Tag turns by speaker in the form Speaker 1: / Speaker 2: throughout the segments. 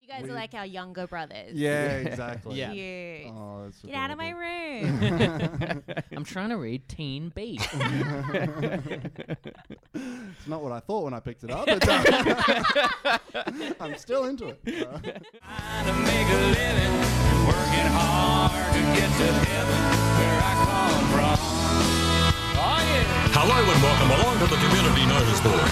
Speaker 1: You guys
Speaker 2: We-
Speaker 1: are like our younger brothers.
Speaker 2: Yeah, exactly.
Speaker 3: Yeah.
Speaker 1: Cute.
Speaker 2: Oh, that's
Speaker 1: Get out of my
Speaker 2: adorable.
Speaker 1: room.
Speaker 3: I'm trying to read Teen Beat.
Speaker 2: It's not what I thought when I picked it up, but uh, I'm still into it. Uh,
Speaker 4: to make a living, working hard to get to heaven where I come from. Oh yeah.
Speaker 5: Hello and welcome along to the Community Notice Board.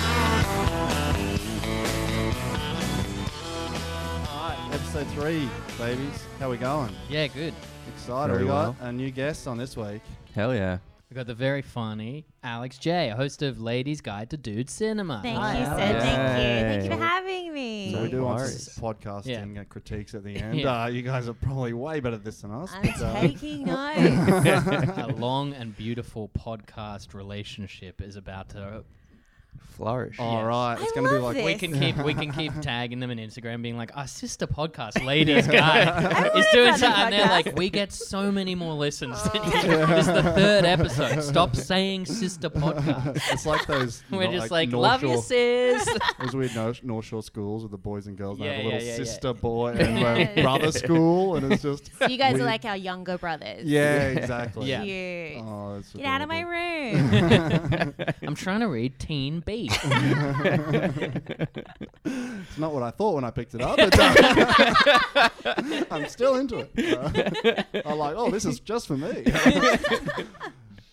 Speaker 2: all right, episode three, babies. How we going?
Speaker 3: yeah, good.
Speaker 2: Excited.
Speaker 6: Very
Speaker 2: we got
Speaker 6: well.
Speaker 2: a new guest on this week.
Speaker 6: Hell yeah.
Speaker 3: We got the very funny Alex J, a host of Ladies Guide to Dude Cinema.
Speaker 1: Thank
Speaker 3: Hi,
Speaker 1: you, sir.
Speaker 3: Alex.
Speaker 1: Thank you. Thank you
Speaker 6: Yay.
Speaker 1: for having me.
Speaker 2: So we do want
Speaker 6: worries.
Speaker 2: some podcasting
Speaker 3: Yeah.
Speaker 2: and critiques at the end.
Speaker 3: Yeah.
Speaker 2: uh, you guys are probably way better at this than us.
Speaker 1: I'm
Speaker 2: but, uh,
Speaker 1: taking notes.
Speaker 3: a long and beautiful podcast relationship is about to.
Speaker 6: Flourish.
Speaker 2: all right,
Speaker 1: I
Speaker 2: it's going to be
Speaker 1: love
Speaker 2: like
Speaker 1: this.
Speaker 3: We can keep we can keep tagging them on Instagram, being like, "Our sister podcast, Ladies Guide, is
Speaker 1: wanna
Speaker 3: doing
Speaker 1: run a
Speaker 3: something." And they're
Speaker 1: podcast.
Speaker 3: like, "We get so many more listens. than you. this is the third episode. Stop saying sister podcast."
Speaker 2: it's like those.
Speaker 3: We're
Speaker 2: not
Speaker 3: just like,
Speaker 2: North
Speaker 3: "Love you,
Speaker 2: Shore-
Speaker 3: sis."
Speaker 2: Those weird North, North Shore schools with the boys and girls. and they
Speaker 3: Yeah,
Speaker 2: have a little
Speaker 3: yeah, yeah, yeah.
Speaker 2: sister boy and uh,
Speaker 1: Yes.
Speaker 2: brother school, and it's just.
Speaker 1: So you guys
Speaker 2: we-
Speaker 1: are like our younger brothers.
Speaker 2: Yeah, exactly.
Speaker 3: Yeah.
Speaker 1: Cute.
Speaker 2: Oh, that's
Speaker 1: Get out of my
Speaker 2: adorable.
Speaker 1: room.
Speaker 3: I'm trying to read Teen Beat.
Speaker 2: It's not what I thought when I picked it up, but uh, I'm still into it. Uh, I'm like, oh, this is just for me.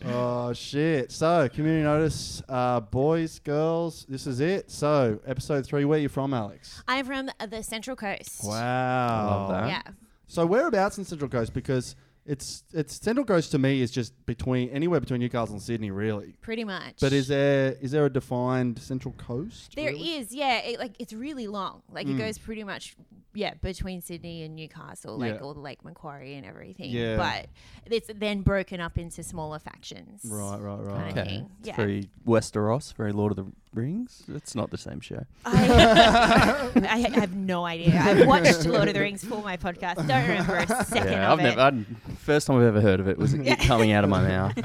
Speaker 2: oh shit! So community notice, uh, boys, girls, this is it. So episode three, where you from, Alex?
Speaker 1: I'm from the Central Coast.
Speaker 2: Wow.
Speaker 6: Love that.
Speaker 1: Yeah.
Speaker 2: So whereabouts in Central Coast? Because it's it's Central Coast to me is just between anywhere between Newcastle and Sydney, really.
Speaker 1: Pretty much.
Speaker 2: But is there is there a defined Central Coast?
Speaker 1: There is,
Speaker 2: really? Mm.
Speaker 1: yeah. It, like it's really long. Like it goes pretty much, yeah, between Sydney and Newcastle, like
Speaker 2: Yeah.
Speaker 1: all the Lake Macquarie and everything.
Speaker 2: Yeah.
Speaker 1: But it's then broken up into smaller factions.
Speaker 2: Right, right, right.
Speaker 1: Kinda
Speaker 6: Okay.
Speaker 1: thing.
Speaker 6: It's
Speaker 1: Yeah.
Speaker 6: very Westeros, very Lord of the Rings. It's not the same show.
Speaker 1: I, I have no idea. I've watched Lord of the Rings for my podcast. Don't remember a second
Speaker 6: yeah,
Speaker 1: of
Speaker 6: I've
Speaker 1: it.
Speaker 6: never. I'd, first time I've ever heard of it was it coming out of my mouth.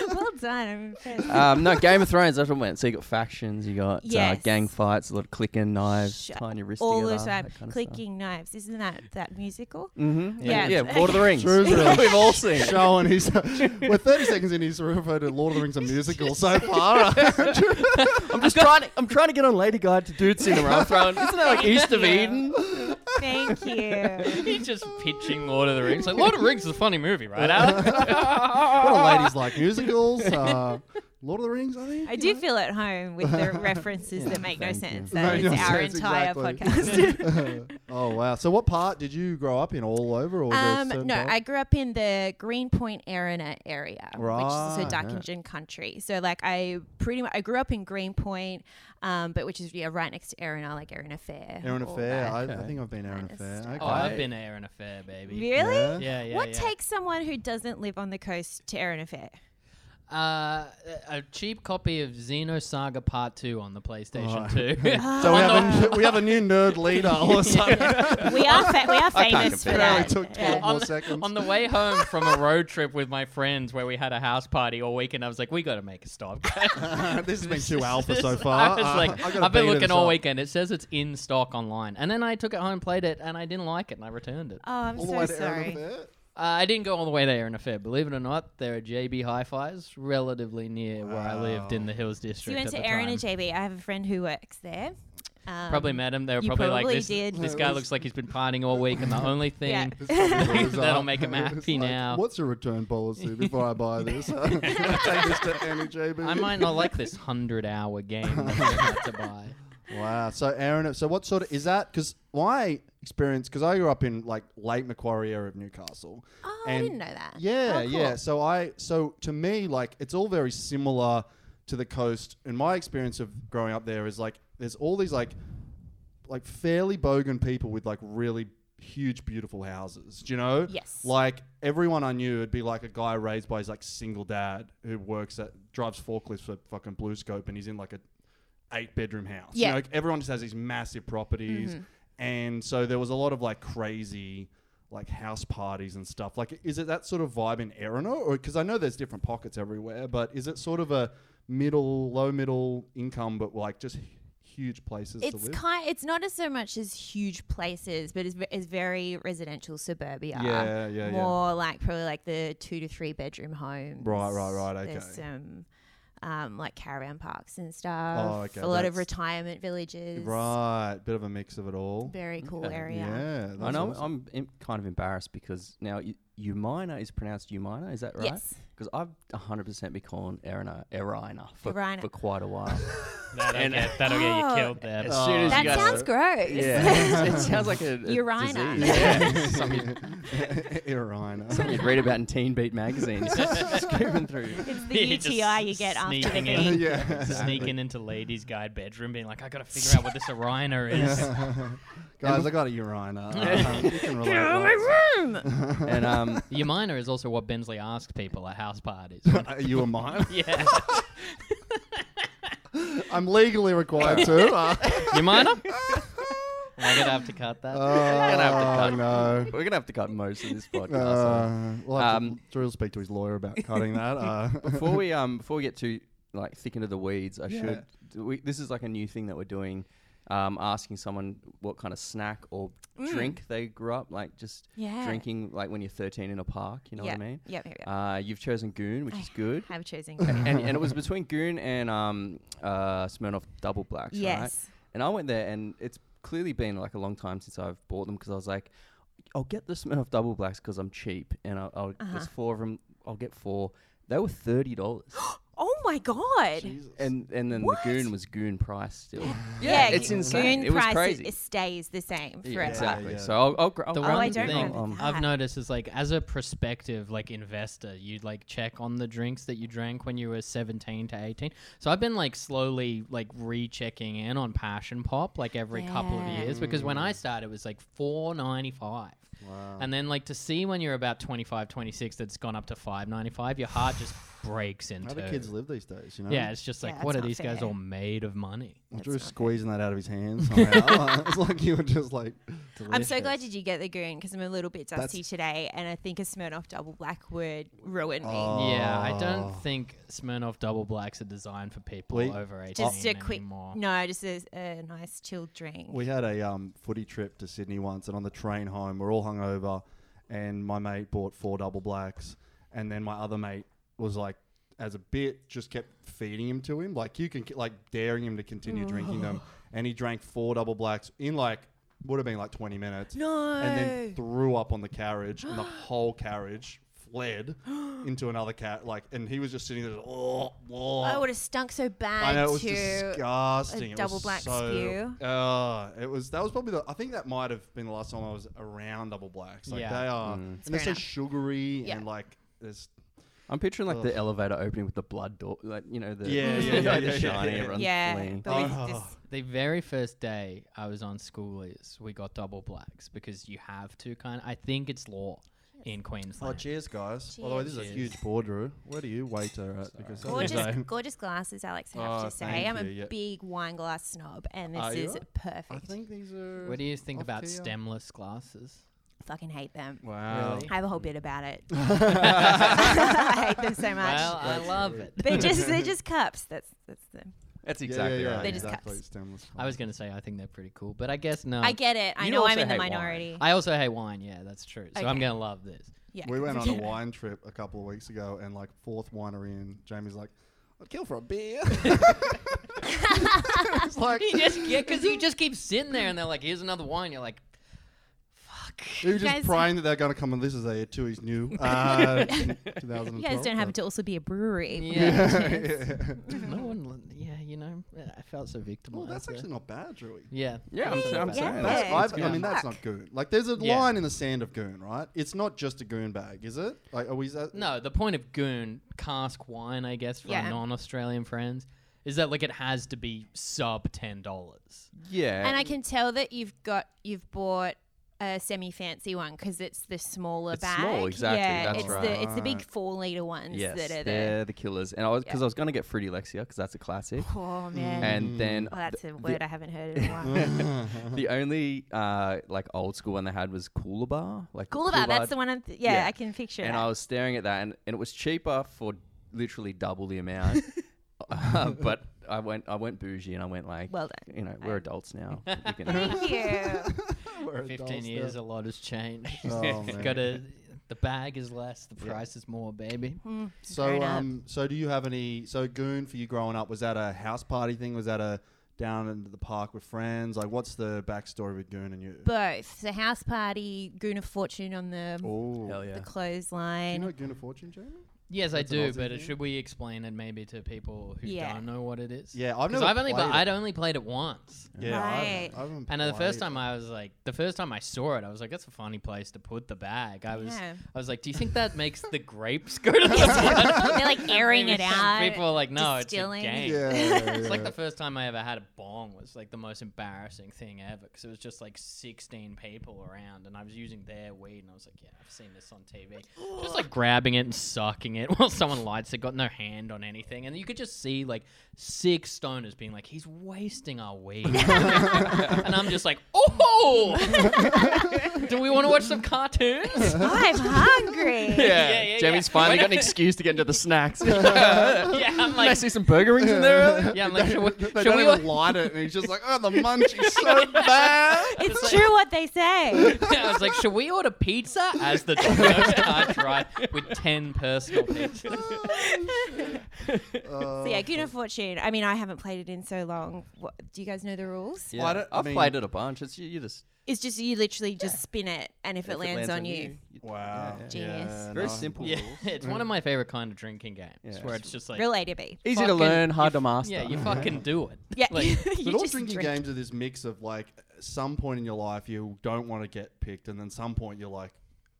Speaker 1: well done. I'm impressed.
Speaker 6: Um, no, Game of Thrones. That's what I went. So you got factions, you got uh,
Speaker 1: Yes.
Speaker 6: gang fights, a lot of clicking knives,
Speaker 1: Sh-
Speaker 6: tying your wrist
Speaker 1: all the
Speaker 6: together,
Speaker 1: time,
Speaker 6: that kind of stuff.
Speaker 1: clicking knives. Isn't that that musical?
Speaker 6: Mhm.
Speaker 1: Yeah.
Speaker 6: Yeah. yeah, Lord of the Rings.
Speaker 2: Drew's really
Speaker 6: We've all seen. it.
Speaker 2: showing his. we're 30 seconds in, he's referred to Lord of the Rings a musical so far.
Speaker 6: I'm just trying. To, I'm trying to get on Lady Guide to Dude Cinema. I'm throwing. Isn't that like East of
Speaker 1: Yeah.
Speaker 6: Eden?
Speaker 1: Thank you.
Speaker 3: He's just pitching Lord of the Rings. Like Lord of the Rings is a funny movie, right, Alex?
Speaker 2: what do ladies like musicals? Uh, Lord of the Rings, I think.
Speaker 1: I do feel at home with the references that make no
Speaker 6: thank you.
Speaker 1: sense.
Speaker 2: No,
Speaker 1: That is
Speaker 2: no
Speaker 1: our
Speaker 2: sense,
Speaker 1: entire
Speaker 2: exactly.
Speaker 1: podcast.
Speaker 2: oh wow! So, what part did you grow up in? All over, or was there a
Speaker 1: Um,
Speaker 2: certain
Speaker 1: no,
Speaker 2: part?
Speaker 1: I grew up in the Greenpoint, Arena area, which
Speaker 2: Right,
Speaker 1: is so Darkingen country. So like I pretty much I grew up in Greenpoint, um, but which is yeah right next to Arena, like Arena Fair.
Speaker 2: Aaron
Speaker 1: all
Speaker 2: Affair.
Speaker 1: that.
Speaker 2: I, I
Speaker 6: Okay.
Speaker 2: think I've been Aaron
Speaker 1: Nice.
Speaker 2: Affair.
Speaker 1: Oh,
Speaker 3: Oh, I've been air in a fair, baby.
Speaker 1: Really?
Speaker 2: Yeah.
Speaker 3: Yeah, yeah.
Speaker 1: what
Speaker 3: yeah.
Speaker 1: takes someone who doesn't live on the coast to Erin Affair?
Speaker 3: Uh, a cheap copy of Xenosaga Part Two on the PlayStation
Speaker 2: Oh.
Speaker 3: Two.
Speaker 2: So we
Speaker 3: On
Speaker 2: have,
Speaker 3: the-
Speaker 2: a, we have a new nerd leader all of a sudden.
Speaker 1: we are fa- we are famous for
Speaker 6: compare.
Speaker 2: It
Speaker 1: that.
Speaker 2: only took 12
Speaker 1: Yeah.
Speaker 2: more
Speaker 3: the-
Speaker 2: seconds.
Speaker 3: on the way home from a road trip with my friends where we had a house party all weekend, I was like, "We got to make a stop."
Speaker 2: this has been too alpha so
Speaker 3: This-
Speaker 2: far.
Speaker 3: I was
Speaker 2: Uh,
Speaker 3: like,
Speaker 2: I gotta
Speaker 3: "I've
Speaker 2: beta
Speaker 3: been looking
Speaker 2: this
Speaker 3: all
Speaker 2: up.
Speaker 3: weekend. It says it's in stock online." And then I took it home, played it, and I didn't like it, and I returned it.
Speaker 1: Oh, I'm
Speaker 2: All the
Speaker 1: so
Speaker 2: way to Aaron
Speaker 1: sorry.
Speaker 2: Affair?
Speaker 3: Uh, I didn't go all the way there in a fair. Believe it or not, there are JB Hi-Fi's relatively near where I lived in
Speaker 2: Wow.
Speaker 3: the Hills
Speaker 1: So
Speaker 3: District.
Speaker 1: you went
Speaker 3: at
Speaker 1: to
Speaker 3: the
Speaker 1: Erin
Speaker 3: time.
Speaker 1: and JB. I have a friend who works there. Um,
Speaker 3: Probably met him. They were
Speaker 1: you
Speaker 3: probably, like,
Speaker 1: probably
Speaker 3: "This,
Speaker 1: did.
Speaker 3: this
Speaker 2: It
Speaker 3: guy
Speaker 2: was-
Speaker 3: looks like he's been partying all week, and the only thing
Speaker 1: Yeah.
Speaker 3: That'll
Speaker 2: Bizarre.
Speaker 3: make him
Speaker 2: It's
Speaker 3: happy
Speaker 2: like,
Speaker 3: now.
Speaker 2: What's your return policy before I buy this? I'll take this to E Annie JB.
Speaker 3: I might not like this hundred-hour game that I'm about to buy."
Speaker 2: Wow. So Aaron, so what sort of is that? Because my experience, because I grew up in like late Macquarie area of Newcastle.
Speaker 1: Oh, I
Speaker 2: And-
Speaker 1: didn't know that.
Speaker 2: Yeah,
Speaker 1: Oh,
Speaker 2: yeah.
Speaker 1: cool.
Speaker 2: So I, so to me, like it's all very similar to the coast. And my experience of growing up there is like there's all these like, like fairly bogan people with like really huge beautiful houses. Do you know?
Speaker 1: Yes.
Speaker 2: Like everyone I knew would be like a guy raised by his like single dad who works at drives forklifts for fucking Blue Scope and he's in like a eight bedroom house. You
Speaker 1: Yeah. Mm-hmm.
Speaker 2: know, like everyone just has these massive properties. And so there was a lot of like crazy like house parties and stuff. Like is it that sort of vibe in Erina or cuz I know there's different pockets everywhere, but is it sort of a middle low middle income but like just huge places to
Speaker 1: It's
Speaker 2: live.
Speaker 1: kind. It's not as so much as huge places, but it's, ve- it's very residential suburbia.
Speaker 2: Yeah, yeah, yeah.
Speaker 1: More like probably like the two to three bedroom homes.
Speaker 2: Right, right, right,
Speaker 1: There's
Speaker 2: okay.
Speaker 1: some um, like caravan parks and stuff.
Speaker 2: Oh, okay,
Speaker 1: A lot of
Speaker 2: that's-
Speaker 1: retirement villages.
Speaker 2: right, bit of a mix of it all.
Speaker 1: Very cool
Speaker 6: Okay.
Speaker 1: area.
Speaker 2: Yeah, that's
Speaker 6: I know
Speaker 2: awesome.
Speaker 6: I'm em- kind of embarrassed because now y- Umina is pronounced Umina, is that right?
Speaker 1: Yes.
Speaker 6: Because I've 100% been calling Erina, Erina for,
Speaker 1: Erina.
Speaker 6: for quite a while.
Speaker 7: That'll, get, that'll get
Speaker 1: Oh.
Speaker 7: you killed there.
Speaker 6: As soon as
Speaker 1: That
Speaker 6: you guys-
Speaker 1: sounds gross.
Speaker 6: yeah. it sounds like a, a
Speaker 1: Urina.
Speaker 6: disease.
Speaker 1: Yeah.
Speaker 6: Something
Speaker 2: Irina.
Speaker 6: something you'd read about in Teen Beat magazine. Screaming through.
Speaker 1: It's the
Speaker 7: You're just
Speaker 1: UTI you get after the
Speaker 7: sneaking
Speaker 1: gig.
Speaker 7: in.
Speaker 2: yeah.
Speaker 7: Sneaking into ladies' guide bedroom, being like, I gotta figure out what this Arina is.
Speaker 2: Guys, I got a urina. Uh, you can relate. right?
Speaker 6: And um,
Speaker 3: Your minor is also what Bensley asked people at house parties.
Speaker 2: Uh, you were mine.
Speaker 7: yeah.
Speaker 2: I'm legally required to. Uh,
Speaker 3: Your minor? Am I gonna have to cut that?
Speaker 2: Uh, oh, no.
Speaker 6: we're going to have to cut most of this podcast. off.
Speaker 2: Uh, we'll have
Speaker 6: Um,
Speaker 2: to, Drew will speak to his lawyer about cutting that. Uh,
Speaker 6: before we um before we get too like thick into the weeds, I
Speaker 2: Yeah.
Speaker 6: should. do We, this is like a new thing that we're doing. Um, asking someone what kind of snack or drink they grew up like, just
Speaker 1: Mm. Yeah.
Speaker 6: drinking like when you're 13 in a park. You know
Speaker 1: Yep.
Speaker 6: what I mean?
Speaker 1: Yep, yep, yep.
Speaker 6: Uh, you've chosen Goon, which
Speaker 1: I
Speaker 6: is good.
Speaker 1: Have chosen.
Speaker 6: and, and it was between Goon and um, uh, Smirnoff Double Blacks, right?
Speaker 1: yes.
Speaker 6: And I went there, and it's clearly been like a long time since I've bought them because I was like, I'll get the Smirnoff Double Blacks because I'm cheap, and I'll, I'll
Speaker 1: Uh-huh.
Speaker 6: there's four of them. I'll get four. They were thirty dollars,
Speaker 1: Oh my god.
Speaker 6: and and then
Speaker 1: What?
Speaker 6: the goon was goon price still. it's
Speaker 1: Goon
Speaker 6: insane. It was
Speaker 1: price
Speaker 6: crazy.
Speaker 1: It stays the same
Speaker 6: Yeah,
Speaker 1: forever.
Speaker 6: exactly.
Speaker 2: Yeah,
Speaker 6: So I'll, I'll, gr- I'll
Speaker 3: The
Speaker 1: Oh, I
Speaker 3: one
Speaker 1: don't
Speaker 3: thing
Speaker 1: remember
Speaker 6: um,
Speaker 1: that.
Speaker 3: I've noticed is like as a prospective like investor, you'd like check on the drinks that you drank when you were 17 to 18. So I've been like slowly like rechecking in on Passion Pop like every couple of
Speaker 1: Yeah.
Speaker 3: years because when I started it was like 4.95. Wow.
Speaker 2: Oh.
Speaker 3: And then like to see when you're about 25, 26 that's gone up to 5.95, your heart just breaks into
Speaker 2: How do kids live these days? You know.
Speaker 3: Yeah, it's just
Speaker 1: Yeah,
Speaker 3: like
Speaker 1: that's
Speaker 3: what are
Speaker 1: not
Speaker 3: these guys
Speaker 1: fair.
Speaker 3: all made of money?
Speaker 2: Drew's squeezing that out of his hands. Somehow. it's like you were just like.
Speaker 1: I'm so
Speaker 2: delicious.
Speaker 1: glad did you get the goon because I'm a little bit dusty today, and I think a Smirnoff Double Black would ruin me.
Speaker 3: Yeah, I
Speaker 2: Oh.
Speaker 3: don't think Smirnoff Double Blacks are designed for people
Speaker 2: We-
Speaker 3: over 18
Speaker 1: just a quick,
Speaker 3: anymore.
Speaker 1: no, just a, a nice chilled drink.
Speaker 2: We had a um, footy trip to Sydney once, and on the train home, we're all hungover, and my mate bought four double blacks, and then my other mate was like, as a bit, just kept feeding him to him, like you can, like daring him to continue drinking them, and he drank four double blacks in like would have been like twenty minutes,
Speaker 1: no,
Speaker 2: and then threw up on the carriage, and the whole carriage fled into another cat, like, and he was just sitting there, oh, oh.
Speaker 1: I would have stunk so bad
Speaker 2: I know it was
Speaker 1: too.
Speaker 2: disgusting. It
Speaker 1: double
Speaker 2: was
Speaker 1: black
Speaker 2: so, Uh, it was that was probably the I think that might have been the last time I was around double blacks. Like
Speaker 3: Yeah. Mm.
Speaker 2: they are and they're
Speaker 1: fair
Speaker 2: so
Speaker 1: enough.
Speaker 2: sugary
Speaker 1: Yeah.
Speaker 2: and like there's oh,
Speaker 6: I'm picturing like the elevator opening with the blood door, like you know the
Speaker 2: Yeah, yeah, yeah,
Speaker 6: the
Speaker 2: yeah,
Speaker 6: shiny,
Speaker 2: yeah.
Speaker 6: everyone's
Speaker 1: yeah,
Speaker 6: fleeing.
Speaker 1: but we
Speaker 2: Oh.
Speaker 1: just-
Speaker 3: The very first day I was on schoolies, we got double blacks because you have to kind of. I think it's law in
Speaker 2: Oh
Speaker 3: Queensland.
Speaker 2: cheers guys. By the way, this is a
Speaker 3: Cheers.
Speaker 2: huge pour Drew. Where do you waiter at? Because
Speaker 1: gorgeous, gorgeous glasses, Alex. I have
Speaker 2: Oh,
Speaker 1: to say,
Speaker 2: thank
Speaker 1: I'm a
Speaker 2: you, yeah.
Speaker 1: big wine glass snob, and this
Speaker 2: Are you?
Speaker 1: is perfect.
Speaker 2: I think these are
Speaker 3: what do you think
Speaker 2: off
Speaker 3: about
Speaker 2: to you.
Speaker 3: stemless glasses?
Speaker 1: Fucking hate them.
Speaker 2: Wow.
Speaker 3: Really?
Speaker 1: I have a whole bit about it. I hate them so much.
Speaker 3: Well, I love it.
Speaker 1: they're just they're just cups. That's that's the.
Speaker 6: That's
Speaker 2: Yeah, yeah,
Speaker 6: exactly
Speaker 2: yeah,
Speaker 6: right.
Speaker 1: They just
Speaker 2: exactly.
Speaker 1: cups.
Speaker 2: Stemless.
Speaker 3: I was going to say I think they're pretty cool, but I guess no.
Speaker 2: Um,
Speaker 1: I get it. I
Speaker 6: You
Speaker 1: know I'm
Speaker 6: also
Speaker 1: in the
Speaker 6: hate wine.
Speaker 1: minority.
Speaker 3: I also hate wine. Yeah, that's true. So I'm
Speaker 1: Okay.
Speaker 3: going to love this.
Speaker 1: yeah.
Speaker 2: We went on a wine trip a couple of weeks ago, and like fourth winery in, Jamie's like, "I'd kill for a beer." it's like
Speaker 3: You just yeah, because you just keep sitting there and they're like, "Here's another wine." You're like,
Speaker 2: He was just
Speaker 1: guys-
Speaker 2: praying that they're going to come and this is a two is new. Uh, 2012.
Speaker 1: You guys don't have to also be a brewery.
Speaker 3: "Yeah,
Speaker 2: yeah.
Speaker 3: no one." li- Yeah, you know, I felt so
Speaker 2: Well,
Speaker 3: victimized.
Speaker 2: that's
Speaker 3: there.
Speaker 2: actually not bad, Drewy.
Speaker 3: Yeah.
Speaker 6: Yeah, I'm, I'm
Speaker 1: Yeah.
Speaker 6: saying
Speaker 2: That's,
Speaker 1: Yeah.
Speaker 2: I've-
Speaker 1: it's
Speaker 2: I
Speaker 1: good.
Speaker 2: mean, that's
Speaker 1: Fuck.
Speaker 2: not goon. Like, there's a
Speaker 3: Yeah.
Speaker 2: line in the sand of goon, right? It's not just a goon bag, is it? Like, are we? is That,
Speaker 3: No, the point of goon cask wine, I guess, for
Speaker 1: Yeah.
Speaker 3: our non-Australian friends, is that like it has to be sub ten dollars.
Speaker 6: Yeah,
Speaker 1: And I can tell that you've got you've bought a semi fancy one because it's the smaller
Speaker 6: It's
Speaker 1: bag.
Speaker 6: small, exactly,
Speaker 1: Yeah,
Speaker 6: that's
Speaker 1: it's
Speaker 6: right.
Speaker 1: the it's the big four liter ones
Speaker 6: yes,
Speaker 1: that are
Speaker 6: they're
Speaker 1: the.
Speaker 6: the killers. And I was because
Speaker 1: Yeah.
Speaker 6: I was gonna get Fruity Lexia because that's a classic.
Speaker 1: Oh man.
Speaker 6: And then
Speaker 1: well, that's
Speaker 6: th-
Speaker 1: a word I haven't heard in a while.
Speaker 6: the only uh, like old school one they had was Cooler Bar. Like
Speaker 1: Cool about that's the one. I'm th- yeah,
Speaker 6: yeah.
Speaker 1: I can picture
Speaker 6: And
Speaker 1: that.
Speaker 6: I was staring at that, and, and it was cheaper for literally double the amount. Uh, but I went I went bougie and I went like,
Speaker 1: Well done.
Speaker 6: you know, we're adults now. You can-
Speaker 1: Thank you.
Speaker 2: We're
Speaker 3: 15
Speaker 2: adults now.
Speaker 3: years, a lot has changed.
Speaker 2: Oh, man.
Speaker 3: Got to, the bag is less, the price is more, baby.
Speaker 2: So
Speaker 1: Mm, Grown up.
Speaker 2: um, so do you have any? So Goon for you growing up was that a house party thing? Was that a down into the park with friends? Like, what's the backstory with Goon and you?
Speaker 1: Both. The house party, Goon of Fortune on the,
Speaker 2: oh,
Speaker 6: Hell
Speaker 1: the
Speaker 6: yeah.
Speaker 2: Do you
Speaker 1: clothesline.
Speaker 2: know Goon of Fortune, Jamie?
Speaker 3: Yes, I
Speaker 2: That's an
Speaker 3: do,
Speaker 2: Aussie
Speaker 3: but
Speaker 2: thing.
Speaker 3: should we explain it maybe to people who
Speaker 1: Yeah.
Speaker 3: don't know what it is?
Speaker 2: Yeah, I've
Speaker 3: 'Cause
Speaker 2: never.
Speaker 3: I've only,
Speaker 2: played it.
Speaker 3: but I'd only played it once.
Speaker 2: Yeah, I haven't-
Speaker 1: Right.
Speaker 2: I haven't
Speaker 3: And the first
Speaker 2: played it.
Speaker 3: time I was like, the first time I saw it, I was like, that's a funny place to put the bag. I was,
Speaker 1: Yeah.
Speaker 3: I was like, do you think that makes the grapes go to the blood?
Speaker 1: They're like airing it
Speaker 3: Some
Speaker 1: out.
Speaker 3: People are like, no,
Speaker 1: distilling.
Speaker 3: it's a game.
Speaker 2: Yeah, yeah,
Speaker 3: It's like
Speaker 2: yeah.
Speaker 3: the first time I ever had a bong was like the most embarrassing thing ever because it was just like 16 people around and I was using their weed and I was like, yeah, I've seen this on TV. Just like grabbing it and sucking it while someone lights it, got no hand on anything. And you could just see like six stoners being like, he's wasting our weed. and I'm just like, oh, do we want to watch some cartoons?
Speaker 1: I'm hungry.
Speaker 3: yeah, yeah,
Speaker 6: Jamie's
Speaker 3: yeah.
Speaker 6: finally got an excuse to get into the snacks.
Speaker 3: yeah, I'm
Speaker 6: Can I
Speaker 3: like,
Speaker 6: see some burger rings in there?
Speaker 3: yeah, I'm like, should we,
Speaker 2: They
Speaker 3: should
Speaker 2: don't
Speaker 3: we
Speaker 2: even
Speaker 3: wa-
Speaker 2: light it, and he's just like, "Oh, the munchies so bad."
Speaker 1: It's true what they say.
Speaker 3: Yeah, I was like, should we order pizza? As the Domino's cart drive with 10 personal pizzas.
Speaker 2: Uh,
Speaker 1: So yeah, Goon of Fortune. I mean, I haven't played it in so long. What, do you guys know the rules?
Speaker 6: Yeah.
Speaker 2: I don't- I
Speaker 6: I've
Speaker 2: mean-
Speaker 6: played it a bunch. It's you, you just
Speaker 1: It's just you literally just spin it, and if,
Speaker 6: if
Speaker 1: it lands, on you,
Speaker 2: Wow,
Speaker 6: yeah, yeah.
Speaker 1: Genius.
Speaker 2: Yeah,
Speaker 6: Very
Speaker 2: no.
Speaker 6: simple
Speaker 3: Yeah,
Speaker 6: rules.
Speaker 3: it's one of my favorite kind of drinking games
Speaker 6: Yeah.
Speaker 3: where it's just like,
Speaker 1: relay to me.
Speaker 6: Easy to
Speaker 3: fucking-
Speaker 6: learn, hard
Speaker 3: you
Speaker 6: to
Speaker 3: f-
Speaker 6: master.
Speaker 3: Yeah, you fucking do it.
Speaker 1: Yeah,
Speaker 3: Like,
Speaker 1: you
Speaker 2: But all
Speaker 1: just
Speaker 2: drinking
Speaker 1: drink.
Speaker 2: games are this mix of like, at some point in your life you don't want to get picked, and then some point you're like,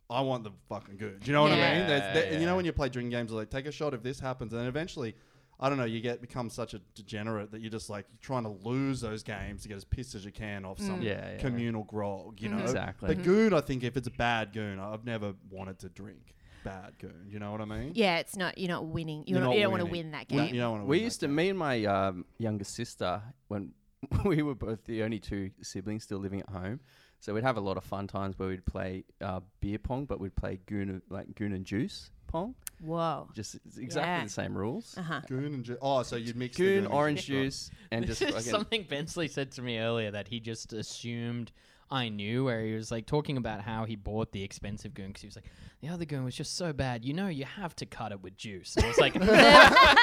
Speaker 2: I want the fucking good. Do you know what I
Speaker 1: Yeah.
Speaker 2: mean? There's, there, You know
Speaker 6: Yeah.
Speaker 2: when you play drinking games, like take a shot if this happens, and then eventually, I don't know, you get become such a degenerate that you're just like trying to lose those games to get as pissed as you can off some
Speaker 6: Mm. Yeah, yeah.
Speaker 2: communal grog. You know,
Speaker 6: Exactly. Mm-hmm.
Speaker 2: But goon, I think if it's a bad goon, I've never wanted to drink bad goon. You know what I mean?
Speaker 1: Yeah, it's not. You're not winning. You're,
Speaker 2: You're
Speaker 1: not,
Speaker 2: not
Speaker 1: you don't want to
Speaker 2: winning.
Speaker 1: win that
Speaker 2: You,
Speaker 1: game.
Speaker 2: you don't want to.
Speaker 6: Oh, We used to, me and my um, younger sister, when we were both the only two siblings still living at home, so we'd have a lot of fun times where we'd play uh, beer pong, but we'd play goon like goon and juice pong,
Speaker 1: Whoa.
Speaker 6: just it's exactly
Speaker 1: Yeah.
Speaker 6: the same rules.
Speaker 1: Uh
Speaker 3: Uh-huh.
Speaker 1: huh.
Speaker 2: goon and ju- oh, so you'd mix the
Speaker 6: Goon,
Speaker 2: and
Speaker 6: orange juice, and
Speaker 3: this
Speaker 6: just
Speaker 3: is
Speaker 6: fucking-
Speaker 3: something Bensley said to me earlier that he just assumed I knew, where he was like talking about how he bought the expensive goon because he was like, the other goon was just so bad. You know, you have to cut it with juice. And I was like, never,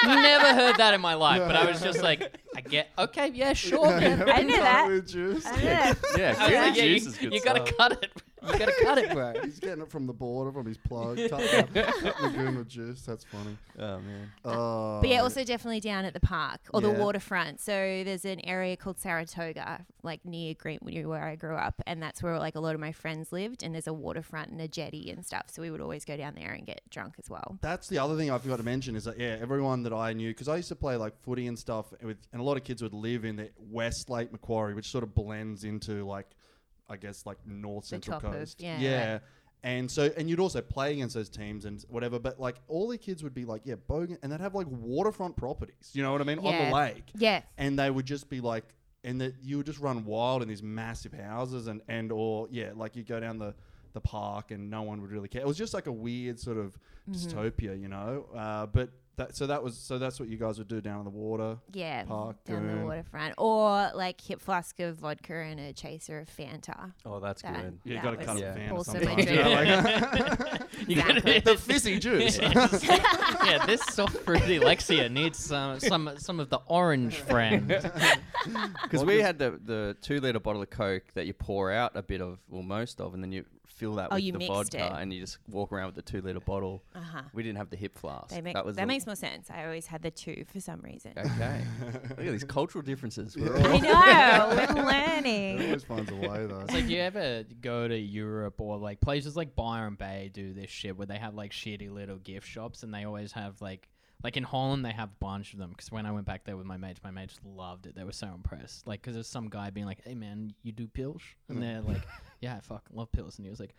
Speaker 3: never heard that in my life. But I was just like, I get, okay, yeah, sure. man.
Speaker 1: I knew that.
Speaker 2: Orange juice.
Speaker 1: Yeah.
Speaker 6: yeah,
Speaker 3: I was
Speaker 6: goon and
Speaker 3: like, yeah,
Speaker 6: juice
Speaker 3: you,
Speaker 6: is good.
Speaker 3: you gotta
Speaker 6: stuff.
Speaker 3: cut it. You gotta cut it.
Speaker 2: Right, he's getting it from the border, from his plug. Cut the, cut the goon with juice. That's funny.
Speaker 6: Oh man,
Speaker 2: Oh,
Speaker 1: But yeah, also definitely down at the park or the
Speaker 2: Yeah.
Speaker 1: waterfront. So there's an area called Saratoga, like near Greenwood, where I grew up, and that's where like a lot of my friends lived. And there's a waterfront and a jetty and stuff. So we would always go down there and get drunk as well.
Speaker 2: that's the other thing I forgot to mention is that yeah, everyone that I knew because I used to play like footy and stuff with, and a lot of kids would live in the West Lake Macquarie, which sort of blends into like, I guess like North Central
Speaker 1: top of-
Speaker 2: Coast.
Speaker 1: yeah.
Speaker 2: yeah. And so, and you'd also play against those teams and whatever, but like all the kids would be like, yeah, Bogan, and they'd have like waterfront properties, you know what I mean, on
Speaker 1: Yeah.
Speaker 2: the lake.
Speaker 1: Yeah.
Speaker 2: and they would just be like and that you would just run wild in these massive houses and and or yeah like you go down the the park and no one would really care it was just like a weird sort of dystopia you know uh, but that so that was so that's what you guys would do down in the water
Speaker 1: Yeah,
Speaker 2: Park
Speaker 1: down the
Speaker 2: Goon.
Speaker 1: waterfront, or like hip flask of vodka and a chaser of Fanta.
Speaker 6: oh that's
Speaker 1: That,
Speaker 6: good.
Speaker 2: you
Speaker 1: that
Speaker 2: gotta
Speaker 1: was
Speaker 2: cut
Speaker 6: Yeah.
Speaker 2: a fan or
Speaker 1: also
Speaker 2: something,
Speaker 1: my
Speaker 2: you know,
Speaker 1: dream.
Speaker 2: like-
Speaker 3: You gotta-
Speaker 2: the fizzy juice
Speaker 3: yeah, this soft fruity Lexia needs some some some of the orange friend.
Speaker 6: Because we had the, the two liter bottle of Coke that you pour out a bit of, or most of, and then you fill that
Speaker 1: Oh,
Speaker 6: with
Speaker 1: you
Speaker 6: the
Speaker 1: mixed
Speaker 6: vodka,
Speaker 1: it.
Speaker 6: and you just walk around with the two liter bottle.
Speaker 1: Uh huh.
Speaker 6: We didn't have the hip flask.
Speaker 1: They make,
Speaker 6: that was
Speaker 1: that
Speaker 6: the-
Speaker 1: makes more sense. I always had the two for some reason.
Speaker 6: okay. Look at these cultural differences. We're all-
Speaker 1: I know. We're
Speaker 2: It
Speaker 1: learning.
Speaker 2: always finds a way though
Speaker 3: It's like, do you ever go to Europe or like places like Byron Bay do this shit where they have like shitty little gift shops and they always have like like in Holland they have a bunch of them because when I went back there with my mates, my mates loved it. They were so impressed. Like because there's some guy being like, "Hey man, you do pills?" And they're like, "Yeah, I fucking love pills," and he was like.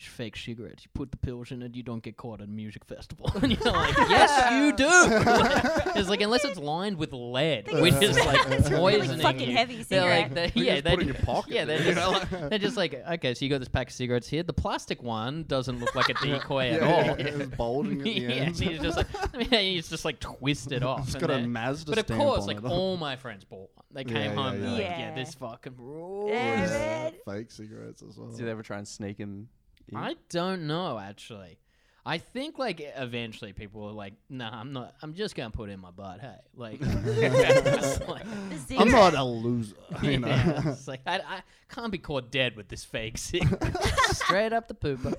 Speaker 3: sh- fake cigarettes. You put the pills in it, you don't get caught at a music festival. and you're like, yes, you do. it's like unless it's lined with lead,
Speaker 1: They
Speaker 3: which
Speaker 1: smell-
Speaker 3: is like
Speaker 1: it's really
Speaker 3: poisoning
Speaker 1: fucking
Speaker 3: you.
Speaker 1: heavy
Speaker 3: They're like,
Speaker 1: cigarette.
Speaker 3: they're,
Speaker 2: You
Speaker 3: yeah,
Speaker 2: just
Speaker 3: they're
Speaker 2: put it in your
Speaker 3: just-
Speaker 2: pocket,
Speaker 3: Yeah, they're
Speaker 2: you
Speaker 3: just,
Speaker 2: know?
Speaker 3: they're just like, okay, so you got this pack of cigarettes here. The plastic one doesn't look like a decoy at
Speaker 2: yeah,
Speaker 3: all.
Speaker 2: yeah, it was bulging at the
Speaker 3: yeah,
Speaker 2: end.
Speaker 3: and he's just like, I mean, he's just like twisted off.
Speaker 2: It's
Speaker 3: and
Speaker 2: got a
Speaker 3: then-
Speaker 2: Mazda
Speaker 3: But of
Speaker 2: stamp
Speaker 3: course,
Speaker 2: on
Speaker 3: like oh,
Speaker 2: it.
Speaker 3: all my friends bought one. They
Speaker 2: Yeah,
Speaker 3: came home.
Speaker 2: yeah,
Speaker 3: Yeah, yeah. Like,
Speaker 1: yeah.
Speaker 3: yeah, this fucking rules.
Speaker 1: Yeah,
Speaker 2: Fake cigarettes as well.
Speaker 6: Did they ever try and sneak him? in?
Speaker 3: I don't know actually. I think like eventually people were like, "Nah, I'm not. I'm just gonna put it in my butt." Hey, like, that's like-
Speaker 1: The
Speaker 2: I'm
Speaker 1: cigarette-
Speaker 2: not a loser. You know?
Speaker 3: yeah, it's like I, I can't be caught dead with this fake sick. Straight up the pooper.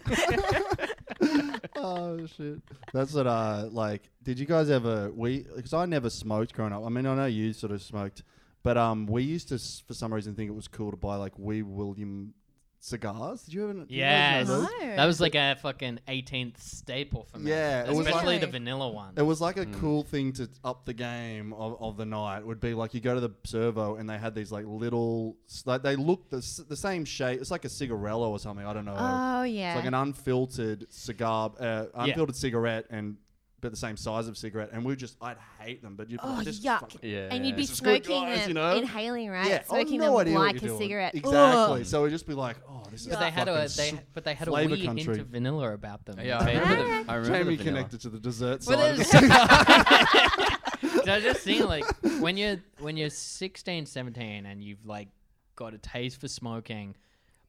Speaker 2: oh shit. That's what I like. Did you guys ever we? Because I never smoked growing up. I mean, I know you sort of smoked, but um, we used to s- for some reason think it was cool to buy like Wee William cigars. Did you ever? did you guys
Speaker 3: Yes,
Speaker 2: know those?
Speaker 1: No.
Speaker 3: that was like a fucking 18th staple for me.
Speaker 2: Yeah, it was
Speaker 3: especially
Speaker 1: like-
Speaker 3: the vanilla one.
Speaker 2: It was like a cool thing to up the game of, of the night. Would be like you go to the servo and they had these like little, s- like they looked the, s- the same shape. It's like a cigarello or something. I don't know.
Speaker 1: Oh yeah.
Speaker 2: It's like an unfiltered cigar, uh, unfiltered cigarette, and but the same size of cigarette. And we just, I'd hate them. But you,
Speaker 1: Oh,
Speaker 2: just
Speaker 1: yuck.
Speaker 2: fucking-
Speaker 6: Yeah.
Speaker 1: and you'd be
Speaker 2: This is good,
Speaker 1: smoking
Speaker 2: guys,
Speaker 1: them,
Speaker 2: you know?
Speaker 1: inhaling, right?
Speaker 2: Yeah,
Speaker 1: Smoking
Speaker 2: oh, no
Speaker 1: them
Speaker 2: idea what
Speaker 1: like
Speaker 2: you're
Speaker 1: a
Speaker 2: doing.
Speaker 1: cigarette.
Speaker 2: Exactly. So we'd just be like, oh, this is
Speaker 3: But they had
Speaker 2: fucking
Speaker 3: a they,
Speaker 2: s-
Speaker 3: but they had a
Speaker 2: flavor
Speaker 3: wee hint
Speaker 2: country.
Speaker 3: of vanilla about them.
Speaker 6: Yeah, I remember
Speaker 1: Alright.
Speaker 6: the, I remember
Speaker 2: Jamie
Speaker 6: the vanilla.
Speaker 2: connected to the dessert
Speaker 3: Well,
Speaker 2: side. of the
Speaker 3: there's-
Speaker 2: cigar.
Speaker 3: So I just seen like when you're when you're 16, 17 and you've like got a taste for smoking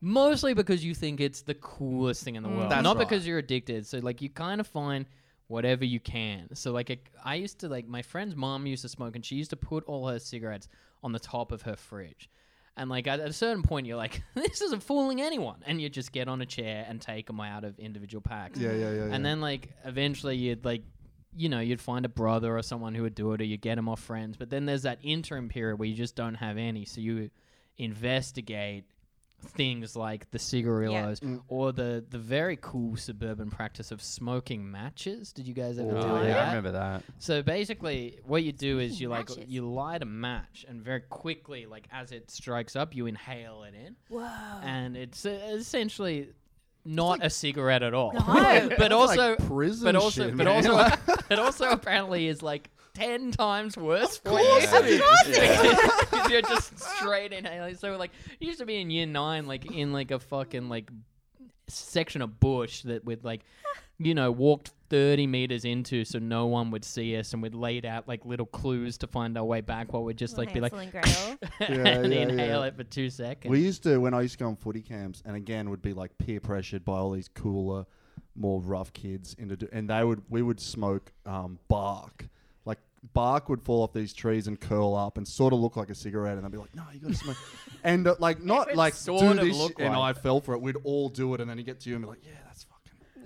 Speaker 3: mostly because you think it's the coolest thing in the world.
Speaker 2: Mm, That's
Speaker 3: Not
Speaker 2: right.
Speaker 3: because you're addicted. So like you kind of find whatever you can. So like it, I used to like my friend's mom used to smoke and she used to put all her cigarettes on the top of her fridge. And like at a certain point, you're like, this isn't fooling anyone, and you just get on a chair and take them out of individual packs.
Speaker 2: Yeah, yeah, yeah, yeah.
Speaker 3: And then like eventually you'd like, you know, you'd find a brother or someone who would do it, or you get them off friends. But then there's that interim period where you just don't have any, so you investigate things like the cigarillos or the the very cool suburban practice of smoking matches. Did you guys ever do
Speaker 6: Oh,
Speaker 3: that?
Speaker 6: yeah, I remember that.
Speaker 3: So basically, what you do is you like
Speaker 1: Matches.
Speaker 3: you light a match, and very quickly, like as it strikes up, you inhale it in,
Speaker 1: Whoa.
Speaker 3: and it's uh, essentially not a cigarette at all.
Speaker 1: No.
Speaker 3: but also,
Speaker 2: like prison
Speaker 3: but also,
Speaker 2: shit,
Speaker 3: but
Speaker 2: man.
Speaker 3: also, it also apparently is like ten times worse for
Speaker 2: course
Speaker 3: you.
Speaker 2: it is. Of course
Speaker 3: Because you're just straight inhaling. So like, it used to be in year nine, like in like a fucking like section of bush that we'd like, you know, walked 30 meters into so no one would see us and we'd laid out like little clues to find our way back while we'd just like be like,
Speaker 1: Hansel and Gretel.
Speaker 3: and
Speaker 2: yeah,
Speaker 3: inhale
Speaker 2: yeah.
Speaker 3: it for two seconds.
Speaker 2: We used to when I used to go on footy camps, and again would be like peer pressured by all these cooler, more rough kids into, do- and they would we would smoke um, bark. Like bark would fall off these trees and curl up and sort of look like a cigarette, and I'd be like, "No, you got to smoke," and uh, like not like
Speaker 3: sort
Speaker 2: do
Speaker 3: of
Speaker 2: this,
Speaker 3: look
Speaker 2: and
Speaker 3: like
Speaker 2: I fell for it. We'd all do it, and then you get to you and be like, "Yeah, that's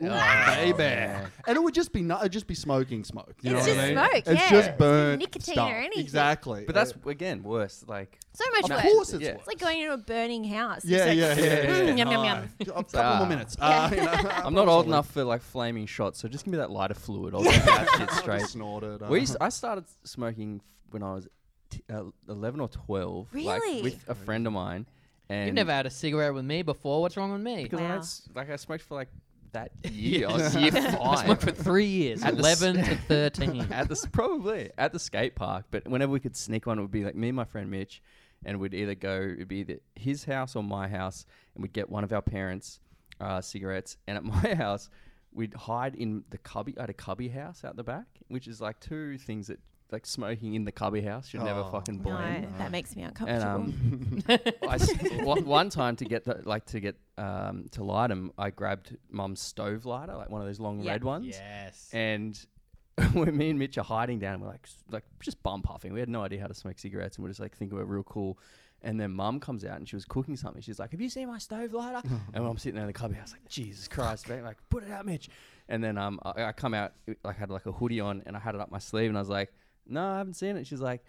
Speaker 1: Oh,
Speaker 2: fucking." Ooh, baby.
Speaker 6: yeah.
Speaker 2: And it would just be no, it'd just be smoking smoke. You
Speaker 1: It's
Speaker 2: know what
Speaker 1: just
Speaker 2: I mean?
Speaker 1: smoke,
Speaker 2: It's
Speaker 1: yeah. It's
Speaker 2: just
Speaker 1: not
Speaker 2: burnt
Speaker 1: nicotine or
Speaker 2: stuff.
Speaker 1: anything.
Speaker 2: Exactly.
Speaker 6: But that's again worse. Like
Speaker 1: So much
Speaker 2: of
Speaker 1: worse.
Speaker 2: course it's
Speaker 6: Yeah.
Speaker 2: worse.
Speaker 1: It's like going into a burning house.
Speaker 2: Yeah,
Speaker 1: It's
Speaker 2: yeah,
Speaker 1: like,
Speaker 2: yeah, yeah,
Speaker 1: mm,
Speaker 2: yeah.
Speaker 1: Yum, yum,
Speaker 2: Oh,
Speaker 1: yum.
Speaker 2: A couple more
Speaker 6: Ah.
Speaker 2: minutes. Uh, you know,
Speaker 6: I'm not old enough for like flaming shots, so just give me that lighter fluid. I'll get that shit straight.
Speaker 2: Snorted.
Speaker 6: Uh-huh. We used, I started smoking f- when I was t- uh, 11 or 12,
Speaker 1: Really?
Speaker 6: like with a friend of mine, and
Speaker 3: You've never had a cigarette with me before. What's wrong with me?
Speaker 6: because I
Speaker 1: Wow.
Speaker 6: was- like I smoked for like that year. I was year five.
Speaker 3: Smoked for three years,
Speaker 6: At the s-
Speaker 3: 11 to 13.
Speaker 6: at the s- probably at the skate park. But whenever we could sneak one, it would be like me and my friend Mitch, and we'd either go it'd be either his house or my house, and we'd get one of our parents' uh, cigarettes. And at my house, we'd hide in the cubby. I had a cubby house out the back, which is like two things that like smoking in the cubby house should never
Speaker 2: Oh.
Speaker 6: fucking
Speaker 1: No,
Speaker 6: blend.
Speaker 1: that makes me uncomfortable.
Speaker 6: And um, I s- one, one time to get the, like to get um, to light 'em, I grabbed mum's stove lighter, like one of those long
Speaker 1: Yeah.
Speaker 6: red ones
Speaker 3: yes.
Speaker 6: and when me and Mitch are hiding down, we're like, s- like just bum puffing. We had no idea how to smoke cigarettes, and we're just like thinking we're real cool. And then Mum comes out and she was cooking something. She's like, "Have you seen my stove lighter?" and I'm sitting there in the clubhouse, like, "Jesus Christ!" mate." Like, put it out, Mitch. And then um, I, I come out, it- like, had like a hoodie on, and I had it up my sleeve, and I was like, "No, I haven't seen it." She's like,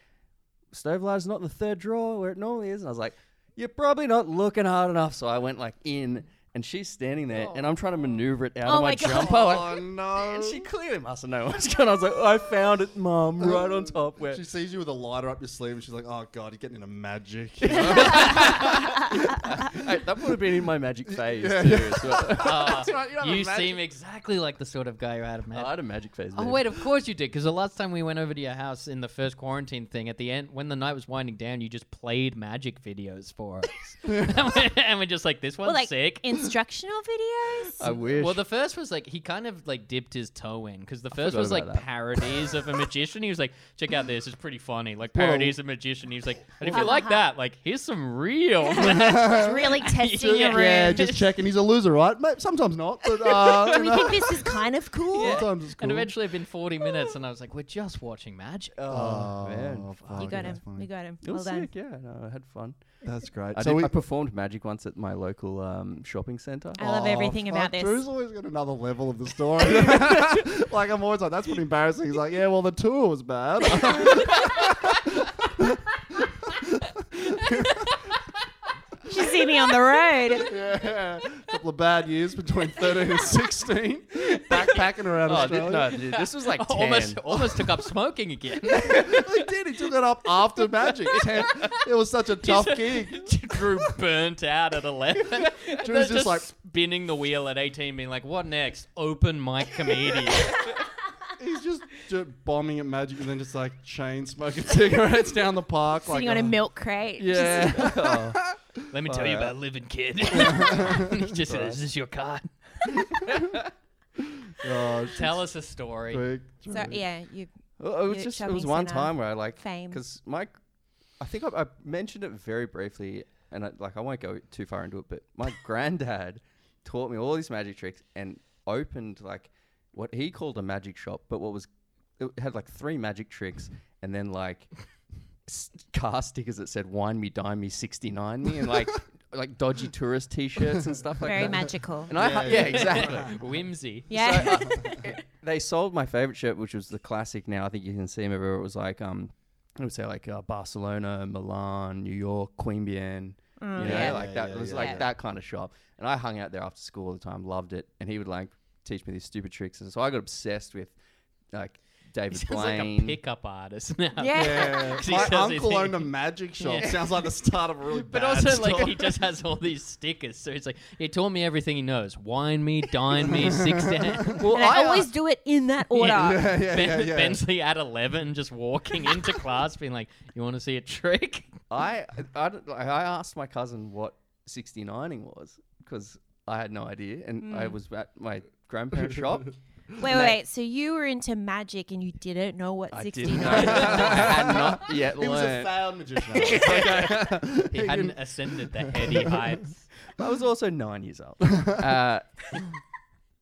Speaker 6: "Stove lighter's not in the third drawer where it normally is," and I was like, "You're probably not looking hard enough." So I went like in. and she's standing there, and I'm trying to maneuver it out
Speaker 1: Oh
Speaker 6: of my,
Speaker 1: my God.
Speaker 6: jumper. like-
Speaker 2: Oh no!
Speaker 6: and she clearly must have known what's going on. I was like, I found it, mum, right on top. Where
Speaker 2: She sees you with a lighter up your sleeve, and she's like, "Oh God, you're getting into magic."
Speaker 6: Hey, that would have been in my magic phase. too, so-
Speaker 3: you seem exactly like the sort of guy who had a
Speaker 6: I
Speaker 3: man.
Speaker 6: had a magic phase.
Speaker 3: Oh
Speaker 6: man.
Speaker 3: wait, of course you did, because the last time we went over to your house in the first quarantine thing, at the end when the night was winding down, you just played magic videos for us, and, we're, and we're just like, this one's
Speaker 1: Well, like
Speaker 3: sick.
Speaker 1: instructional videos.
Speaker 6: I wish.
Speaker 3: Well, the first was like he kind of like dipped his toe in because the first
Speaker 6: forgot
Speaker 3: was like
Speaker 6: about that.
Speaker 3: parodies of a magician. He was like, "Check out this, it's pretty funny." Like parodies of magician. He was like, "And if you
Speaker 1: uh-huh.
Speaker 3: like that, like here's some real."
Speaker 1: It's really testing
Speaker 3: Yeah.
Speaker 1: your
Speaker 2: yeah,
Speaker 1: room.
Speaker 2: just checking. He's a loser, right? Ma- Sometimes not, but uh,
Speaker 1: Do
Speaker 2: you
Speaker 1: we
Speaker 2: know,
Speaker 1: think this is kind of cool?
Speaker 2: sometimes it's cool.
Speaker 3: And eventually, it'd been forty minutes, and I was like, "We're just watching magic."
Speaker 6: oh, man.
Speaker 2: fuck,
Speaker 1: You got him.
Speaker 2: that's funny.
Speaker 1: You got him.
Speaker 6: It
Speaker 1: Well
Speaker 6: was
Speaker 1: done.
Speaker 6: sick, yeah. No, I had fun.
Speaker 2: That's great.
Speaker 6: I,
Speaker 2: so
Speaker 6: did,
Speaker 2: we,
Speaker 6: I performed magic once at my local um, shopping centre.
Speaker 1: I love
Speaker 2: Oh,
Speaker 1: everything about
Speaker 2: fuck,
Speaker 1: this.
Speaker 2: Drew's always got another level of the story. like I'm always like, that's pretty embarrassing. He's like, yeah, well the tour was bad.
Speaker 1: You should see me on the road.
Speaker 2: yeah, couple of bad years between 13 and 16, backpacking around
Speaker 6: Oh,
Speaker 2: Australia.
Speaker 6: thi- no, dude, this was like 10.
Speaker 3: almost, almost took up smoking again.
Speaker 2: he did. He took it up after Magic. It, it was such a tough gig.
Speaker 3: Drew burnt out at eleven.
Speaker 2: Drew's just like-
Speaker 3: spinning the wheel at eighteen, being like, "What next? Open mic comedian."
Speaker 2: He's just, ju- bombing at Magic and then just like chain smoking cigarettes down the park.
Speaker 1: Sitting on
Speaker 2: like,
Speaker 1: a
Speaker 2: oh,
Speaker 1: milk crate.
Speaker 2: Yeah.
Speaker 7: Let me tell you about living, kid. He just said, is this your card?
Speaker 2: Oh, Gosh,
Speaker 3: Tell us a story.
Speaker 2: quick, Drew.
Speaker 1: So yeah, you.
Speaker 6: Well, it
Speaker 1: Your
Speaker 6: was just it was
Speaker 1: shopping
Speaker 6: one
Speaker 1: centre
Speaker 6: time where I like
Speaker 1: fame.
Speaker 6: because my I think I, I mentioned it very briefly and I, like I won't go too far into it, but my granddad taught me all these magic tricks and opened like what he called a magic shop, but what was it had like three magic tricks and then like s- car stickers that said "wine me, dime me, sixty nine me" and like like dodgy tourist T-shirts and stuff like
Speaker 1: Very
Speaker 6: that.
Speaker 1: magical.
Speaker 6: And uh, I yeah, yeah exactly
Speaker 3: Whimsy.
Speaker 1: Yeah.
Speaker 6: they sold my favorite shirt, which was the classic. Now I think you can see them everywhere. It was like um, it would say like uh, Barcelona, Milan, New York, Queen Bien. you know,
Speaker 1: Mm, yeah.
Speaker 6: like that. it was like
Speaker 1: yeah.
Speaker 6: that kind of shop. And I hung out there after school all the time. Loved it. And he would like teach me these stupid tricks. And so I got obsessed with like David
Speaker 3: Sounds
Speaker 6: Blaine.
Speaker 3: like a pickup artist now.
Speaker 1: Yeah.
Speaker 2: Yeah.
Speaker 3: She
Speaker 2: My
Speaker 3: says
Speaker 2: uncle
Speaker 3: it-
Speaker 2: owned a magic shop.
Speaker 3: Yeah.
Speaker 2: Sounds like the start of a really
Speaker 3: But
Speaker 2: bad
Speaker 3: also, like,
Speaker 2: story.
Speaker 3: he just has all these stickers. So he's like, he taught me everything he knows. Wine me, dine me, six to ten.
Speaker 6: well,
Speaker 1: and I,
Speaker 6: uh,
Speaker 1: always do it in that order.
Speaker 2: yeah, yeah, yeah,
Speaker 3: Ben-
Speaker 2: yeah.
Speaker 3: Bensley at 11, just walking into class, being like, You want to see a trick?
Speaker 6: I I, don't- like, I asked my cousin what 69ing was because I had no idea, and
Speaker 1: Mm.
Speaker 6: I was at my grandparents' shop.
Speaker 1: Wait, wait, wait. So you were into magic and you didn't know what
Speaker 6: didn't
Speaker 1: 69
Speaker 6: know.
Speaker 1: was?
Speaker 6: I had not yet
Speaker 2: he was a
Speaker 6: learned.
Speaker 2: failed magician.
Speaker 3: He hadn't ascended the heady heights.
Speaker 6: I was also nine years old. Uh,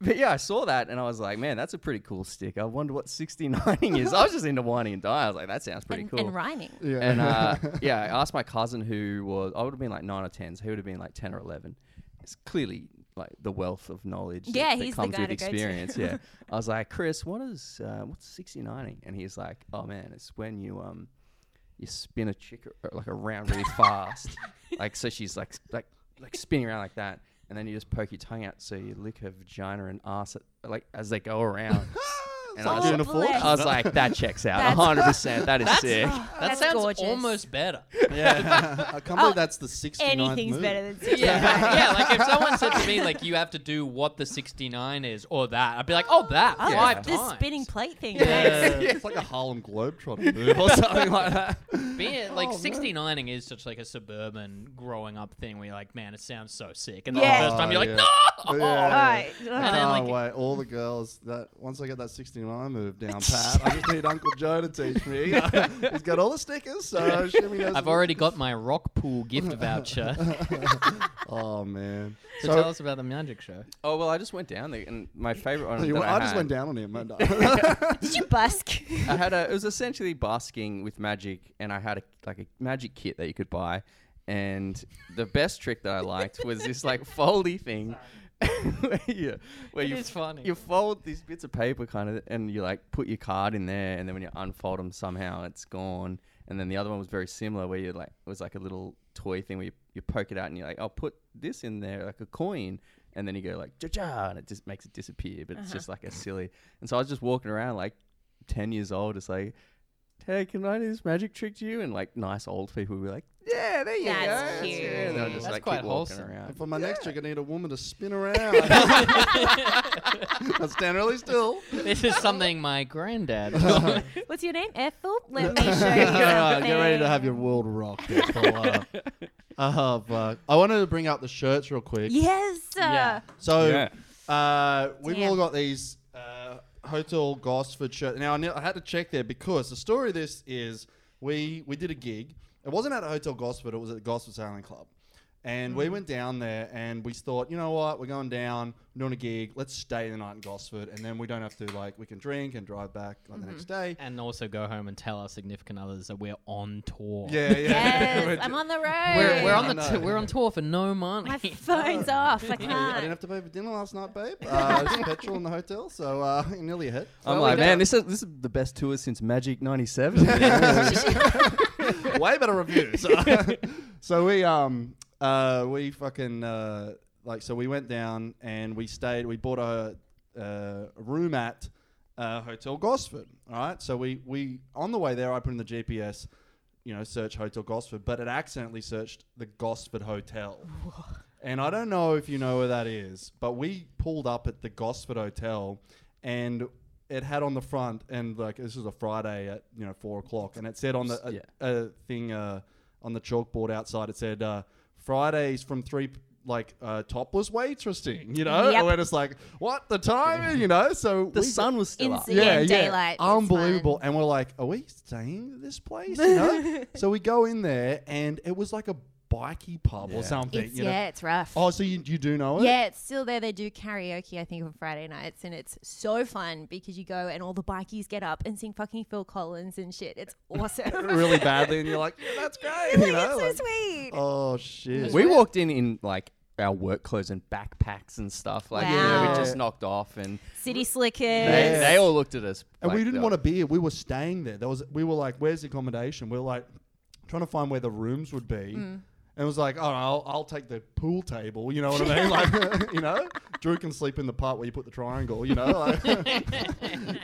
Speaker 6: but yeah, I saw that and I was like, man, that's a pretty cool stick. I wonder what 69ing is. I was just into whining and dying. I was like, that sounds pretty
Speaker 1: and,
Speaker 6: cool.
Speaker 1: and rhyming.
Speaker 2: Yeah.
Speaker 6: And uh, yeah, I asked my cousin who was, I would have been like nine or 10, so he would have been like 10 or 11. It's clearly like the wealth of knowledge that-
Speaker 1: Yeah,
Speaker 6: that,
Speaker 1: he's the
Speaker 6: comes
Speaker 1: guy
Speaker 6: with
Speaker 1: to go to.
Speaker 6: experience. yeah. I was like, Chris, what is, uh, what's 69ing? And he's like, oh man, it's when you, um, you spin a chick ar- like around really fast. Like, so she's like, s- like, like spinning around like that. And then you just poke your tongue out so you lick her vagina and ass at, like as they go around. And I
Speaker 2: Sounds
Speaker 6: was,
Speaker 2: like a fortune.
Speaker 6: I was like, that checks out.
Speaker 1: That's-
Speaker 6: 100%. That is
Speaker 1: That
Speaker 6: sick.
Speaker 3: That
Speaker 1: Oh, That's
Speaker 3: sounds
Speaker 1: gorgeous.
Speaker 3: almost better.
Speaker 2: yeah. I can't believe that's the 69th
Speaker 1: Anything's
Speaker 2: move.
Speaker 1: better than 69.
Speaker 3: Yeah, yeah. Like if someone said to me, like, you have to do what the 69 is or that, I'd be like, oh, that.
Speaker 1: Oh,
Speaker 6: Yeah.
Speaker 3: Five
Speaker 1: the
Speaker 3: times.
Speaker 1: spinning plate thing.
Speaker 2: Yeah. It's like a Harlem Globetrotter move or something like that.
Speaker 1: Oh,
Speaker 3: Being, like 69ing is such like a suburban growing up thing where you're like, man, it sounds so sick. And then
Speaker 1: Yeah.
Speaker 3: the first time you're like,
Speaker 2: Oh,
Speaker 3: no!
Speaker 2: Yeah.
Speaker 1: Right.
Speaker 3: And then,
Speaker 2: Oh,
Speaker 3: like-
Speaker 2: wait, all the girls that once I get that 69 move down pat, I just need Uncle Joe to teach me. He's got all the stickers, so Shimmy knows.
Speaker 3: I've already got my rock pool gift voucher.
Speaker 2: Oh man.
Speaker 3: so tell us about the magic show.
Speaker 6: Oh well, I just went down there, and my favorite
Speaker 2: I,
Speaker 6: one. that I,
Speaker 2: just
Speaker 6: had-
Speaker 2: went down on him. and-
Speaker 1: Did you busk?
Speaker 6: I had a. It was essentially basking with magic, and I had a like a magic kit that you could buy. And the best trick that I liked was this like foldy thing. where you, where
Speaker 3: It
Speaker 6: you
Speaker 3: is funny.
Speaker 6: You fold these bits of paper kind of, and you like put your card in there, and then when you unfold them, somehow it's gone. And then the other one was very similar, where "Oh, you like it was like a little toy thing where you, you poke it out and you're like, I'll put this in there, like a coin. and then you go like ja and it just makes it disappear. But it's just
Speaker 3: Uh-huh.
Speaker 6: like a silly. And so I was just walking around like ten years old, just like, hey, can I do this magic trick to you? And like nice old people would be like, yeah, there you
Speaker 1: That's
Speaker 6: go. it."
Speaker 1: cute.
Speaker 6: And they'll just
Speaker 3: That's
Speaker 6: like
Speaker 3: quite
Speaker 6: keep walking
Speaker 3: wholesome.
Speaker 6: around.
Speaker 2: And for my next trick, I need a woman to spin around. I stand really still.
Speaker 3: this is something my granddad. taught me.
Speaker 1: What's your name? Ethel? Let me show you. something.
Speaker 2: get ready to have your world rocked. Paula. Uh, but I wanted to bring up the shirts real quick.
Speaker 1: Yes.
Speaker 7: Yeah.
Speaker 2: So
Speaker 6: Yeah.
Speaker 2: uh, we've
Speaker 1: Damn.
Speaker 2: all got these uh, Hotel Gosford shirts. Now, I, kn- I had to check there because the story of this is we, we did a gig. It wasn't at Hotel Gosford, it was at the Gosford Sailing Club. And
Speaker 1: Mm-hmm.
Speaker 2: we went down there and we thought, you know what, we're going down, we're doing a gig, let's stay the night in Gosford. And then we don't have to, like, we can drink and drive back on
Speaker 1: Mm-hmm.
Speaker 2: the next day.
Speaker 3: and also go home and tell our significant others that we're on tour.
Speaker 2: Yeah, yeah.
Speaker 1: Yes.
Speaker 2: We're-
Speaker 1: I'm on the road.
Speaker 3: We're, we're on
Speaker 2: I
Speaker 3: the t-
Speaker 2: know.
Speaker 3: we're on tour for no
Speaker 1: My
Speaker 3: money.
Speaker 1: phone's off. I
Speaker 2: I didn't
Speaker 1: can't.
Speaker 2: have to pay for dinner last night, babe. Uh, it was petrol in the hotel, so uh, nearly a hit.
Speaker 6: I'm
Speaker 3: Well, we
Speaker 6: like, man,
Speaker 3: don't-
Speaker 6: this is this is the best tour since Magic '97.
Speaker 2: way better reviews. so we um uh we fucking uh like so we went down and we stayed. We bought a uh, room at uh, Hotel Gosford. All right. So we we on the way there, I put in the GPS. You know, search Hotel Gosford, but it accidentally searched the Gosford Hotel. And I don't know if you know where that is, but we pulled up at the Gosford Hotel, and it had on the front, and like this was a Friday at you know four o'clock, and it said on the a,
Speaker 6: Yeah.
Speaker 2: a thing uh, on the chalkboard outside, it said uh, Fridays from three. p- Like uh, top was way interesting, you know.
Speaker 1: Yep.
Speaker 2: And we're just like, what the time, you know? So
Speaker 6: the
Speaker 2: we-
Speaker 6: sun was still up.
Speaker 1: Insane. Yeah, daylight, it's
Speaker 2: unbelievable.
Speaker 1: fun.
Speaker 2: And we're like, are we staying at this place? You know? so we go in there, and it was like a bikey pub or something.
Speaker 1: It's,
Speaker 2: you know?
Speaker 1: yeah, it's rough.
Speaker 2: Oh, so you, you do know it?
Speaker 1: Yeah, it's still there. They do karaoke, I think, on Friday nights, and it's so fun because you go and all the bikies get up and sing fucking Phil Collins and shit. It's awesome.
Speaker 2: really badly, and you're like, yeah, that's great.
Speaker 1: Like,
Speaker 2: you know,
Speaker 1: it's so
Speaker 2: like,
Speaker 1: sweet.
Speaker 2: Oh shit.
Speaker 6: We walked in in like our work clothes and backpacks and stuff. Like you know,
Speaker 1: Wow.
Speaker 6: we just knocked off, and
Speaker 1: City Slickers.
Speaker 6: they, they all looked at us.
Speaker 2: and we
Speaker 6: like
Speaker 2: didn't
Speaker 6: they-
Speaker 2: want a beer. We were staying there. There was we were like, where's the accommodation? We were like trying to find where the rooms would be.
Speaker 1: Mm.
Speaker 2: And it was like, oh, I'll, I'll take the pool table. You know what I mean? Like, you know, Drew can sleep in the part where you put the triangle. You know, like,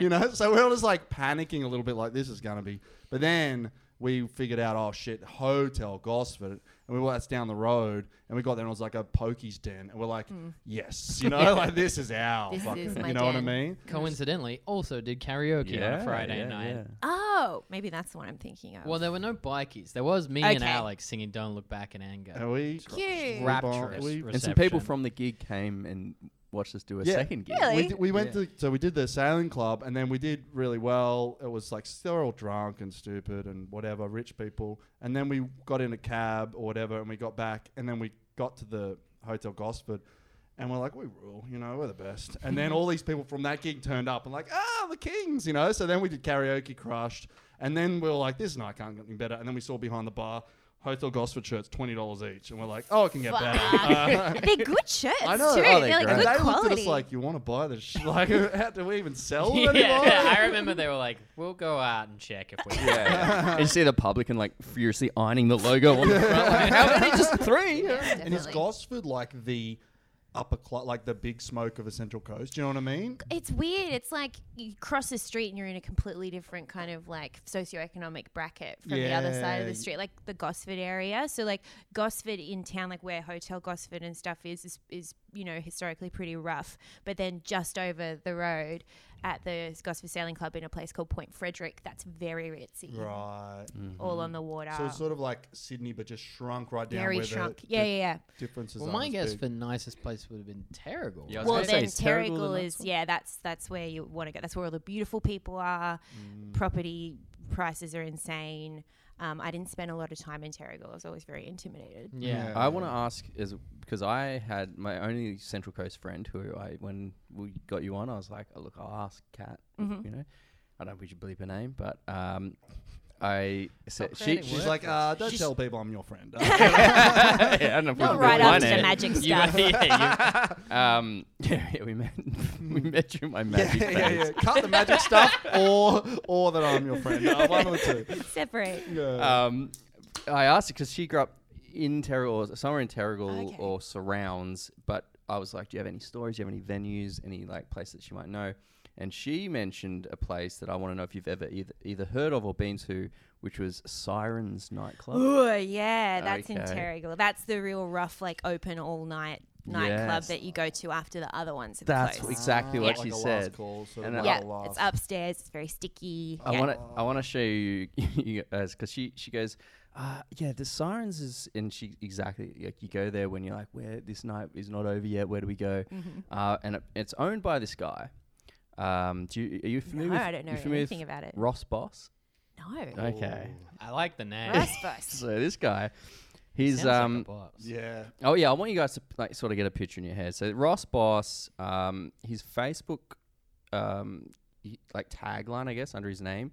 Speaker 2: you know. So we were just like panicking a little bit, like this is gonna be. But then we figured out, oh shit, Hotel Gosford, and we were that's down the road, and we got there and it was like a pokies den, and we're like, yes, you know, like this is our,
Speaker 1: Mm. This
Speaker 2: fucking,
Speaker 1: is
Speaker 2: you
Speaker 1: my
Speaker 2: know what I
Speaker 1: den.
Speaker 2: mean?
Speaker 3: Coincidentally, also did karaoke on a Friday
Speaker 6: yeah,
Speaker 3: night.
Speaker 6: yeah.
Speaker 1: Oh, maybe that's the one I'm thinking of.
Speaker 3: Well, there were no bikies. There was me and
Speaker 1: Okay.
Speaker 3: Alex singing "Don't Look Back in Anger."
Speaker 2: And Oh, we
Speaker 1: Cute.
Speaker 3: Rapturous
Speaker 2: We-
Speaker 6: And some people
Speaker 3: reception.
Speaker 6: from the gig came and watched us do a
Speaker 2: Yeah.
Speaker 6: second gig.
Speaker 1: Really?
Speaker 2: We, did, we went to so we did the sailing club and then we did really well. It was like they were all drunk and stupid and whatever, rich people. And then we got in a cab or whatever, and we got back, and then we got to the hotel Gosford, and we're like, we rule, you know, we're the best. And then all these people from that gig turned up and like, ah, the kings, you know. So then we did karaoke, crushed, and then we were like, this night can't get any better. And then we saw behind the bar. Hotel Gosford shirts, twenty dollars each, and we're like, "Oh, it can get
Speaker 1: Fuck.
Speaker 2: better."
Speaker 1: they're good shirts.
Speaker 2: I know.
Speaker 1: Too.
Speaker 6: Oh,
Speaker 1: they're
Speaker 6: they're
Speaker 1: like
Speaker 6: great.
Speaker 1: good
Speaker 2: they
Speaker 1: quality.
Speaker 2: looked at us like, "You want to buy this? Sh-? Like, how do we even sell it anymore?"
Speaker 3: yeah, I remember they were like, "We'll go out and check if we."
Speaker 6: Yeah, yeah. and you see the publican like furiously ironing the logo on the front. Like, How many? Just three.
Speaker 2: And is
Speaker 1: Definitely.
Speaker 2: Gosford like the upper class, like the big smoke of the Central Coast? Do you know what I mean?
Speaker 1: it's weird. It's like you cross the street and you're in a completely different kind of like socioeconomic bracket from the other side of
Speaker 2: Yeah.
Speaker 1: the street, like the Gosford area. So like Gosford in town, like where Hotel Gosford and stuff is, is, is you know historically pretty rough. But then just over the road at the Gosford Sailing Club in a place called Point Frederick, that's very ritzy,
Speaker 2: Right.
Speaker 1: all on the water.
Speaker 2: Mm-hmm. So it's sort of like Sydney, but just shrunk right down.
Speaker 1: Ah. very
Speaker 2: where the-
Speaker 1: shrunk.
Speaker 2: The,
Speaker 1: yeah, yeah, yeah.
Speaker 2: Differences.
Speaker 3: Well,
Speaker 2: aren't
Speaker 3: my
Speaker 2: as
Speaker 3: guess
Speaker 2: big.
Speaker 3: for nicest place would have been Terrigal.
Speaker 6: Yeah, I was
Speaker 1: Well,
Speaker 6: gonna say,
Speaker 1: then
Speaker 6: is Terrigal the
Speaker 1: Terrigal
Speaker 6: nice
Speaker 1: is
Speaker 6: one?
Speaker 1: yeah. That's that's where you want to go. That's where all the beautiful people are.
Speaker 6: Mm.
Speaker 1: Property prices are insane. Um, I didn't spend a lot of time in Terrigal. I was always very intimidated.
Speaker 6: Mm.
Speaker 3: Yeah.
Speaker 6: I want to ask is because I had my only Central Coast friend who I when we got you on, I was like, oh, look, I'll ask Kat. You know, I don't know if we should bleep her name, but um, I said she,
Speaker 3: creating
Speaker 6: she's
Speaker 2: She's
Speaker 3: words.
Speaker 6: like,
Speaker 2: like, uh, don't tell people I'm your friend. Uh,
Speaker 6: yeah, I don't know if we
Speaker 1: Not
Speaker 6: can
Speaker 1: right
Speaker 6: bleep my
Speaker 1: after the
Speaker 6: name.
Speaker 1: magic
Speaker 3: You-
Speaker 1: stuff.
Speaker 3: yeah,
Speaker 6: Um, yeah, yeah, we met, we met through my magic.
Speaker 2: yeah,
Speaker 6: phase.
Speaker 2: yeah. Cut the magic stuff, or or that I'm your friend. Uh, one of the two.
Speaker 1: Separate.
Speaker 2: Yeah.
Speaker 6: Um, I asked her because she grew up in Terrigal, somewhere in Terrigal
Speaker 1: Okay.
Speaker 6: or surrounds. But I was like, "Do you have any stories? Do you have any venues? Any like place that you might know?" And she mentioned a place that I want to know if you've ever either, either heard of or been to, which was Sirens nightclub.
Speaker 1: Ooh, yeah, that's in
Speaker 6: Okay.
Speaker 1: Terrigal. That's the real rough, like open all night nightclub
Speaker 6: Yes.
Speaker 1: that you go to after the other ones have
Speaker 6: That's
Speaker 1: closed.
Speaker 6: exactly what
Speaker 2: Like
Speaker 6: she
Speaker 2: a last
Speaker 6: said.
Speaker 2: call, sort
Speaker 6: And
Speaker 2: of
Speaker 6: I-
Speaker 2: like
Speaker 1: yeah,
Speaker 2: a last-
Speaker 1: it's upstairs. It's very sticky.
Speaker 6: I
Speaker 1: yeah.
Speaker 6: want to. I want to show you, you guys because she she goes, uh, yeah, the sirens is and she exactly like you go there when you're like, where this night is not over yet. Where do we go?
Speaker 1: Mm-hmm.
Speaker 6: Uh, and it, it's owned by this guy. Um, do you, are you familiar?
Speaker 1: No,
Speaker 6: with,
Speaker 1: I don't know
Speaker 6: you familiar
Speaker 1: anything
Speaker 6: with
Speaker 1: about it.
Speaker 6: Ross Boss.
Speaker 1: No,
Speaker 6: Okay,
Speaker 3: I like the name.
Speaker 1: Ross Bus.
Speaker 6: so this guy, he's
Speaker 3: Sounds like a
Speaker 6: um.
Speaker 3: boss.
Speaker 2: Yeah.
Speaker 6: Oh yeah, I want you guys to like sort of get a picture in your head. So Ross Boss, um, his Facebook, um, y- like tagline, I guess, under his name,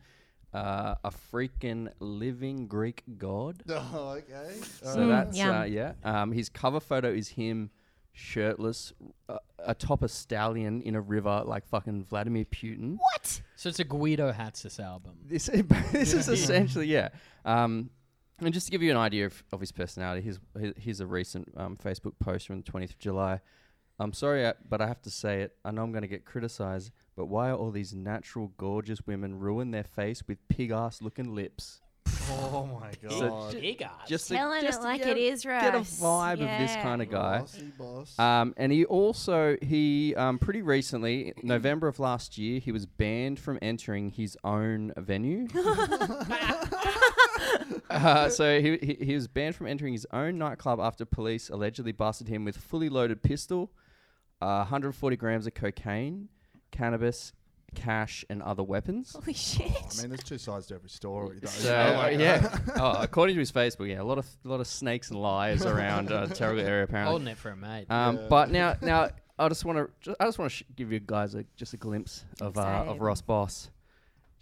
Speaker 6: uh, a freaking living Greek god.
Speaker 2: Oh, okay.
Speaker 6: So
Speaker 1: Mm,
Speaker 6: that's
Speaker 1: yum.
Speaker 6: uh, yeah. Um, his cover photo is him shirtless, uh, atop a stallion in a river, like fucking Vladimir Putin.
Speaker 1: What?
Speaker 3: So it's a Guido Hatzis album.
Speaker 6: This this is essentially yeah. Um, and just to give you an idea of, of his personality, here's here- here's a recent um, Facebook post from the 20th of July. I'm sorry, I, but I have to say it. I know I'm going to get criticized, but why are all these natural, gorgeous women ruin their face with pig ass looking lips?
Speaker 2: Oh my
Speaker 6: So ju- just to-
Speaker 1: Telling
Speaker 6: just
Speaker 1: it
Speaker 6: to
Speaker 1: like it
Speaker 6: get a-
Speaker 1: is, Ross.
Speaker 6: Get a vibe of this
Speaker 1: Yeah.
Speaker 6: kind of guy.
Speaker 2: Bossy boss.
Speaker 6: Um, and he also he um, pretty recently, November of last year, he was banned from entering his own venue. uh, so he, he he was banned from entering his own nightclub after police allegedly busted him with fully loaded pistol, uh, 140 grams of cocaine, cannabis, cash, and other weapons.
Speaker 1: Holy shit!
Speaker 2: I mean, there's two sides to every story. Though.
Speaker 6: So
Speaker 2: you know, like,
Speaker 6: yeah, oh, according to his Facebook, yeah, a lot of a lot of snakes and liars around uh, terrible area apparently.
Speaker 3: Holding it for a mate.
Speaker 6: Um,
Speaker 2: Yeah.
Speaker 6: But now, now I just want to, I just want to sh- give you guys a, just a glimpse of uh,
Speaker 1: Excited.
Speaker 6: of Ross Boss.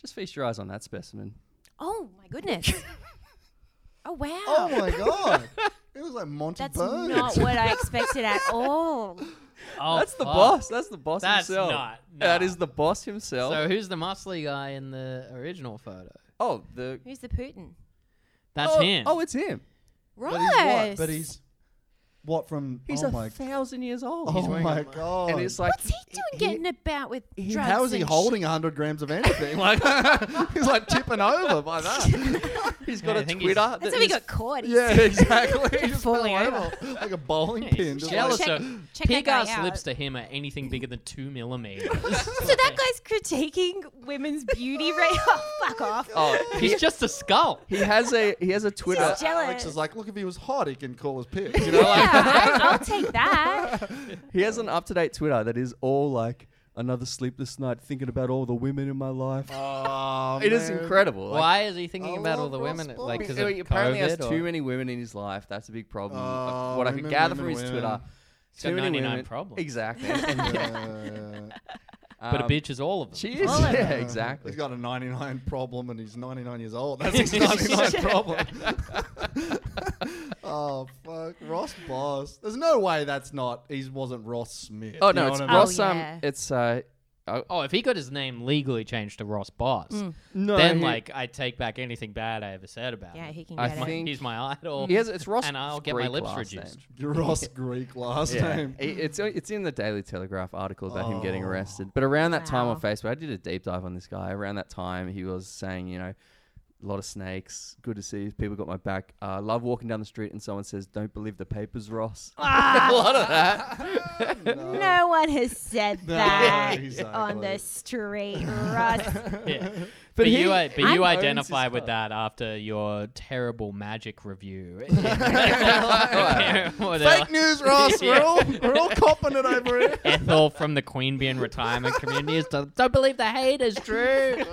Speaker 6: Just feast your eyes on that specimen.
Speaker 1: Oh my goodness! oh wow!
Speaker 2: Oh my god. It was like Monty
Speaker 1: That's
Speaker 2: Burns.
Speaker 1: not what I expected at all.
Speaker 3: oh,
Speaker 6: That's the
Speaker 3: fuck.
Speaker 6: boss. That's the boss
Speaker 3: That's
Speaker 6: himself.
Speaker 3: not-
Speaker 6: That
Speaker 3: nah.
Speaker 6: is the boss himself.
Speaker 3: So who's the muscly guy in the original photo?
Speaker 6: oh, the
Speaker 1: Who's the Putin?
Speaker 3: That's
Speaker 6: oh,
Speaker 3: him.
Speaker 6: Oh, it's him.
Speaker 1: Ross.
Speaker 2: But he's what? But he's what from?
Speaker 6: He's
Speaker 2: oh
Speaker 6: a
Speaker 2: my.
Speaker 6: thousand years old.
Speaker 2: oh my
Speaker 6: god.
Speaker 2: god.
Speaker 6: And it's like
Speaker 1: What's he doing getting about with drugs?
Speaker 2: How is he
Speaker 1: and
Speaker 2: holding 100 grams of anything? Like he's like tipping over by that.
Speaker 6: he's got
Speaker 3: Yeah, I
Speaker 6: a
Speaker 3: think
Speaker 6: Twitter.
Speaker 3: he's-
Speaker 6: that
Speaker 1: That's how he
Speaker 6: is-
Speaker 1: got caught.
Speaker 2: yeah, exactly. He's just
Speaker 1: Falling
Speaker 2: fell
Speaker 1: over.
Speaker 2: like a bowling
Speaker 3: Yeah,
Speaker 2: pin.
Speaker 3: he's
Speaker 2: Just
Speaker 3: jealous
Speaker 2: like,
Speaker 1: Check-
Speaker 3: of
Speaker 1: check that
Speaker 3: pig
Speaker 1: guy
Speaker 3: ass
Speaker 1: out.
Speaker 3: lips to him are anything bigger than two millimeters.
Speaker 1: So that guy's critiquing women's beauty rate. Oh, fuck off.
Speaker 6: Oh, he,
Speaker 3: He's just a skull.
Speaker 6: he has a he has a Twitter.
Speaker 1: He's jealous.
Speaker 2: Alex is like, look, if he was hot, he can call his pick. You know,
Speaker 1: yeah,
Speaker 2: like,
Speaker 1: I, I'll take that.
Speaker 6: He has an up to date Twitter that is all like another sleepless night thinking about all the women in my life.
Speaker 2: oh,
Speaker 6: it is
Speaker 2: man.
Speaker 6: incredible. Like, Oh,
Speaker 3: Why is he thinking
Speaker 2: I
Speaker 3: about all
Speaker 2: love
Speaker 3: the
Speaker 2: Ross
Speaker 3: women?
Speaker 2: Boss.
Speaker 3: Like, because
Speaker 6: he apparently has too
Speaker 3: or?
Speaker 6: many women in his life. That's a big problem.
Speaker 2: Oh,
Speaker 6: Uh, what I
Speaker 2: women,
Speaker 6: can gather from
Speaker 2: women,
Speaker 6: his
Speaker 2: women.
Speaker 6: Twitter.
Speaker 3: He's got 99 problems.
Speaker 6: Exactly. And- and-
Speaker 2: Yeah.
Speaker 3: But a
Speaker 6: um,
Speaker 3: bitch is all of them.
Speaker 6: She is.
Speaker 1: All of
Speaker 6: Yeah,
Speaker 1: them.
Speaker 6: exactly.
Speaker 2: Um, He's got a 99 problem and he's 99 years old. That's his 99 problem. oh fuck, Ross Boss. There's no way that's not. He wasn't Ross Smith.
Speaker 6: oh
Speaker 2: You
Speaker 6: no,
Speaker 2: know
Speaker 6: it's
Speaker 2: what I mean?
Speaker 6: Ross.
Speaker 1: Oh, yeah.
Speaker 6: Um, it's uh,
Speaker 3: Oh, if he got his name legally changed to Ross Boss,
Speaker 1: Mm.
Speaker 6: no.
Speaker 3: then
Speaker 6: he-
Speaker 3: like I take back anything bad I ever said about
Speaker 1: Yeah,
Speaker 3: him.
Speaker 1: he can
Speaker 6: I
Speaker 1: get
Speaker 3: My-
Speaker 1: it.
Speaker 6: think-
Speaker 3: he's my idol.
Speaker 6: he has it's Ross.
Speaker 3: and I'll get my
Speaker 6: Greek
Speaker 3: lips
Speaker 6: last
Speaker 3: reduced.
Speaker 6: name.
Speaker 2: Ross Greek last
Speaker 6: Yeah,
Speaker 2: name.
Speaker 6: It- it's it's in the Daily Telegraph article about him getting
Speaker 2: Oh.
Speaker 6: arrested. But around that time on
Speaker 1: Wow.
Speaker 6: Facebook, I did a deep dive on this guy. Around that time, he was saying, you know, a lot of snakes. Good to see you. people got my back. Uh, love walking down the street and someone says, "Don't believe the papers, Ross." a lot of that.
Speaker 1: No one has said that
Speaker 2: exactly.
Speaker 1: on the street, Ross.
Speaker 3: Yeah. But,
Speaker 6: he-
Speaker 3: you, I- but
Speaker 6: I'm-
Speaker 3: you
Speaker 6: owns
Speaker 3: identify
Speaker 6: his
Speaker 3: with
Speaker 6: car.
Speaker 3: that after your terrible magic review.
Speaker 2: Fake
Speaker 3: Whatever.
Speaker 2: news, Ross. We're
Speaker 3: Yeah.
Speaker 2: all we're all copping it over here.
Speaker 3: Ethel from the Queen Bee and retirement community is to, don't believe the hate is true.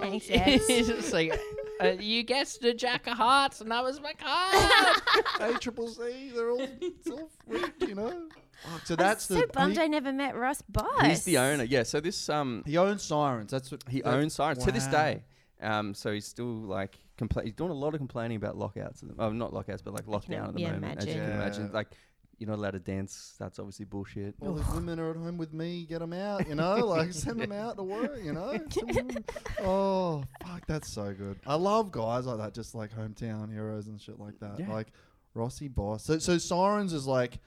Speaker 1: Thanks, yes.
Speaker 3: it's just like, uh, you guessed the Jack of Hearts, and that was my card.
Speaker 2: A Uh, triple C. They're all, it's all freaked, you know. Fuck, So that's
Speaker 1: I'm
Speaker 2: the
Speaker 1: so bummed
Speaker 2: he,
Speaker 1: I never met Ross Boss.
Speaker 6: He's the owner. Yeah. So this um,
Speaker 2: he owns sirens. That's what
Speaker 6: he
Speaker 2: that-
Speaker 6: owns sirens to this
Speaker 2: Wow.
Speaker 6: day. Um, so he's still like compla- he's doing a lot of complaining about lockouts. At the, oh, not lockouts, but like
Speaker 1: can
Speaker 6: lockdown at the
Speaker 1: yeah,
Speaker 6: moment. As you can
Speaker 2: imagine. Yeah.
Speaker 6: imagine, like you're not allowed to dance. That's obviously bullshit.
Speaker 2: All these women are at home with me. Get them out, you know. Like send them out to work, you know. Send 'em- oh, fuck, that's so good. I love guys like that, just like hometown heroes and shit like that.
Speaker 6: Yeah.
Speaker 2: Like Rossi Boss. So so Sirens is like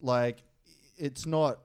Speaker 2: like it's not.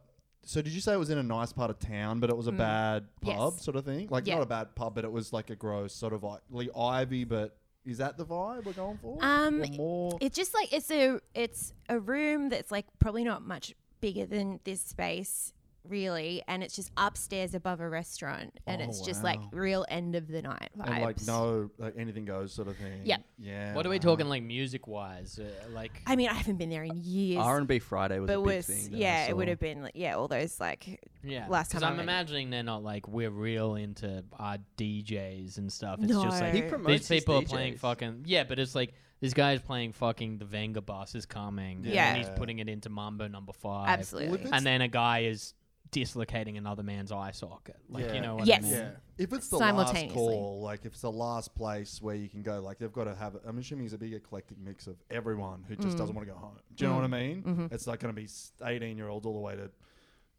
Speaker 2: So did you say it was in a nice part of town, but it was a bad
Speaker 1: Mm. Yes.
Speaker 2: pub sort of thing? Like
Speaker 1: Yeah.
Speaker 2: not a bad pub, but it was like a gross sort of like Lee Ivy. But is that the vibe we're going for?
Speaker 1: Um,
Speaker 2: Or more.
Speaker 1: It's just like it's a it's a room that's like probably not much bigger than this space really, and it's just upstairs above a restaurant, and
Speaker 2: Oh,
Speaker 1: it's just like
Speaker 2: wow.
Speaker 1: real end of the night vibes.
Speaker 2: and like no, like anything goes sort of thing.
Speaker 1: Yep.
Speaker 2: Yeah.
Speaker 3: What are we
Speaker 2: wow.
Speaker 3: talking like music wise? Uh, like
Speaker 1: I mean I haven't been there in years,
Speaker 6: R and B Friday was a
Speaker 1: but
Speaker 6: big
Speaker 1: was
Speaker 6: thing. that I
Speaker 1: yeah, it would
Speaker 6: saw.
Speaker 1: have been like, yeah all those like
Speaker 3: yeah,
Speaker 1: last
Speaker 3: 'cause
Speaker 1: time I
Speaker 3: I'm
Speaker 1: went-
Speaker 3: imagining they're not like we're real into our DJs and stuff. It's just
Speaker 1: No.
Speaker 3: like
Speaker 1: He
Speaker 3: these
Speaker 6: promotes his
Speaker 3: people are playing
Speaker 6: DJs.
Speaker 3: fucking yeah, but it's like this guy's playing fucking the Venga Boss is coming.
Speaker 1: Yeah.
Speaker 3: and he's putting it into Mambo Number Five.
Speaker 1: absolutely.
Speaker 2: it's-
Speaker 3: and then a guy is dislocating another man's eye socket. Like
Speaker 2: Yeah.
Speaker 3: you know what
Speaker 1: Yes.
Speaker 3: I mean?
Speaker 2: Yeah. If it's the last
Speaker 1: Simultaneously.
Speaker 2: call, like if it's the last place where you can go, like they've got to have. I'm assuming it's a big eclectic mix of everyone who
Speaker 1: Mm.
Speaker 2: just doesn't want to go home. Do you know what I mean?
Speaker 1: Mm-hmm.
Speaker 2: It's like going to be 18 year olds all the way to,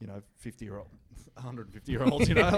Speaker 2: you know, 50 year old, 150 year olds. You know,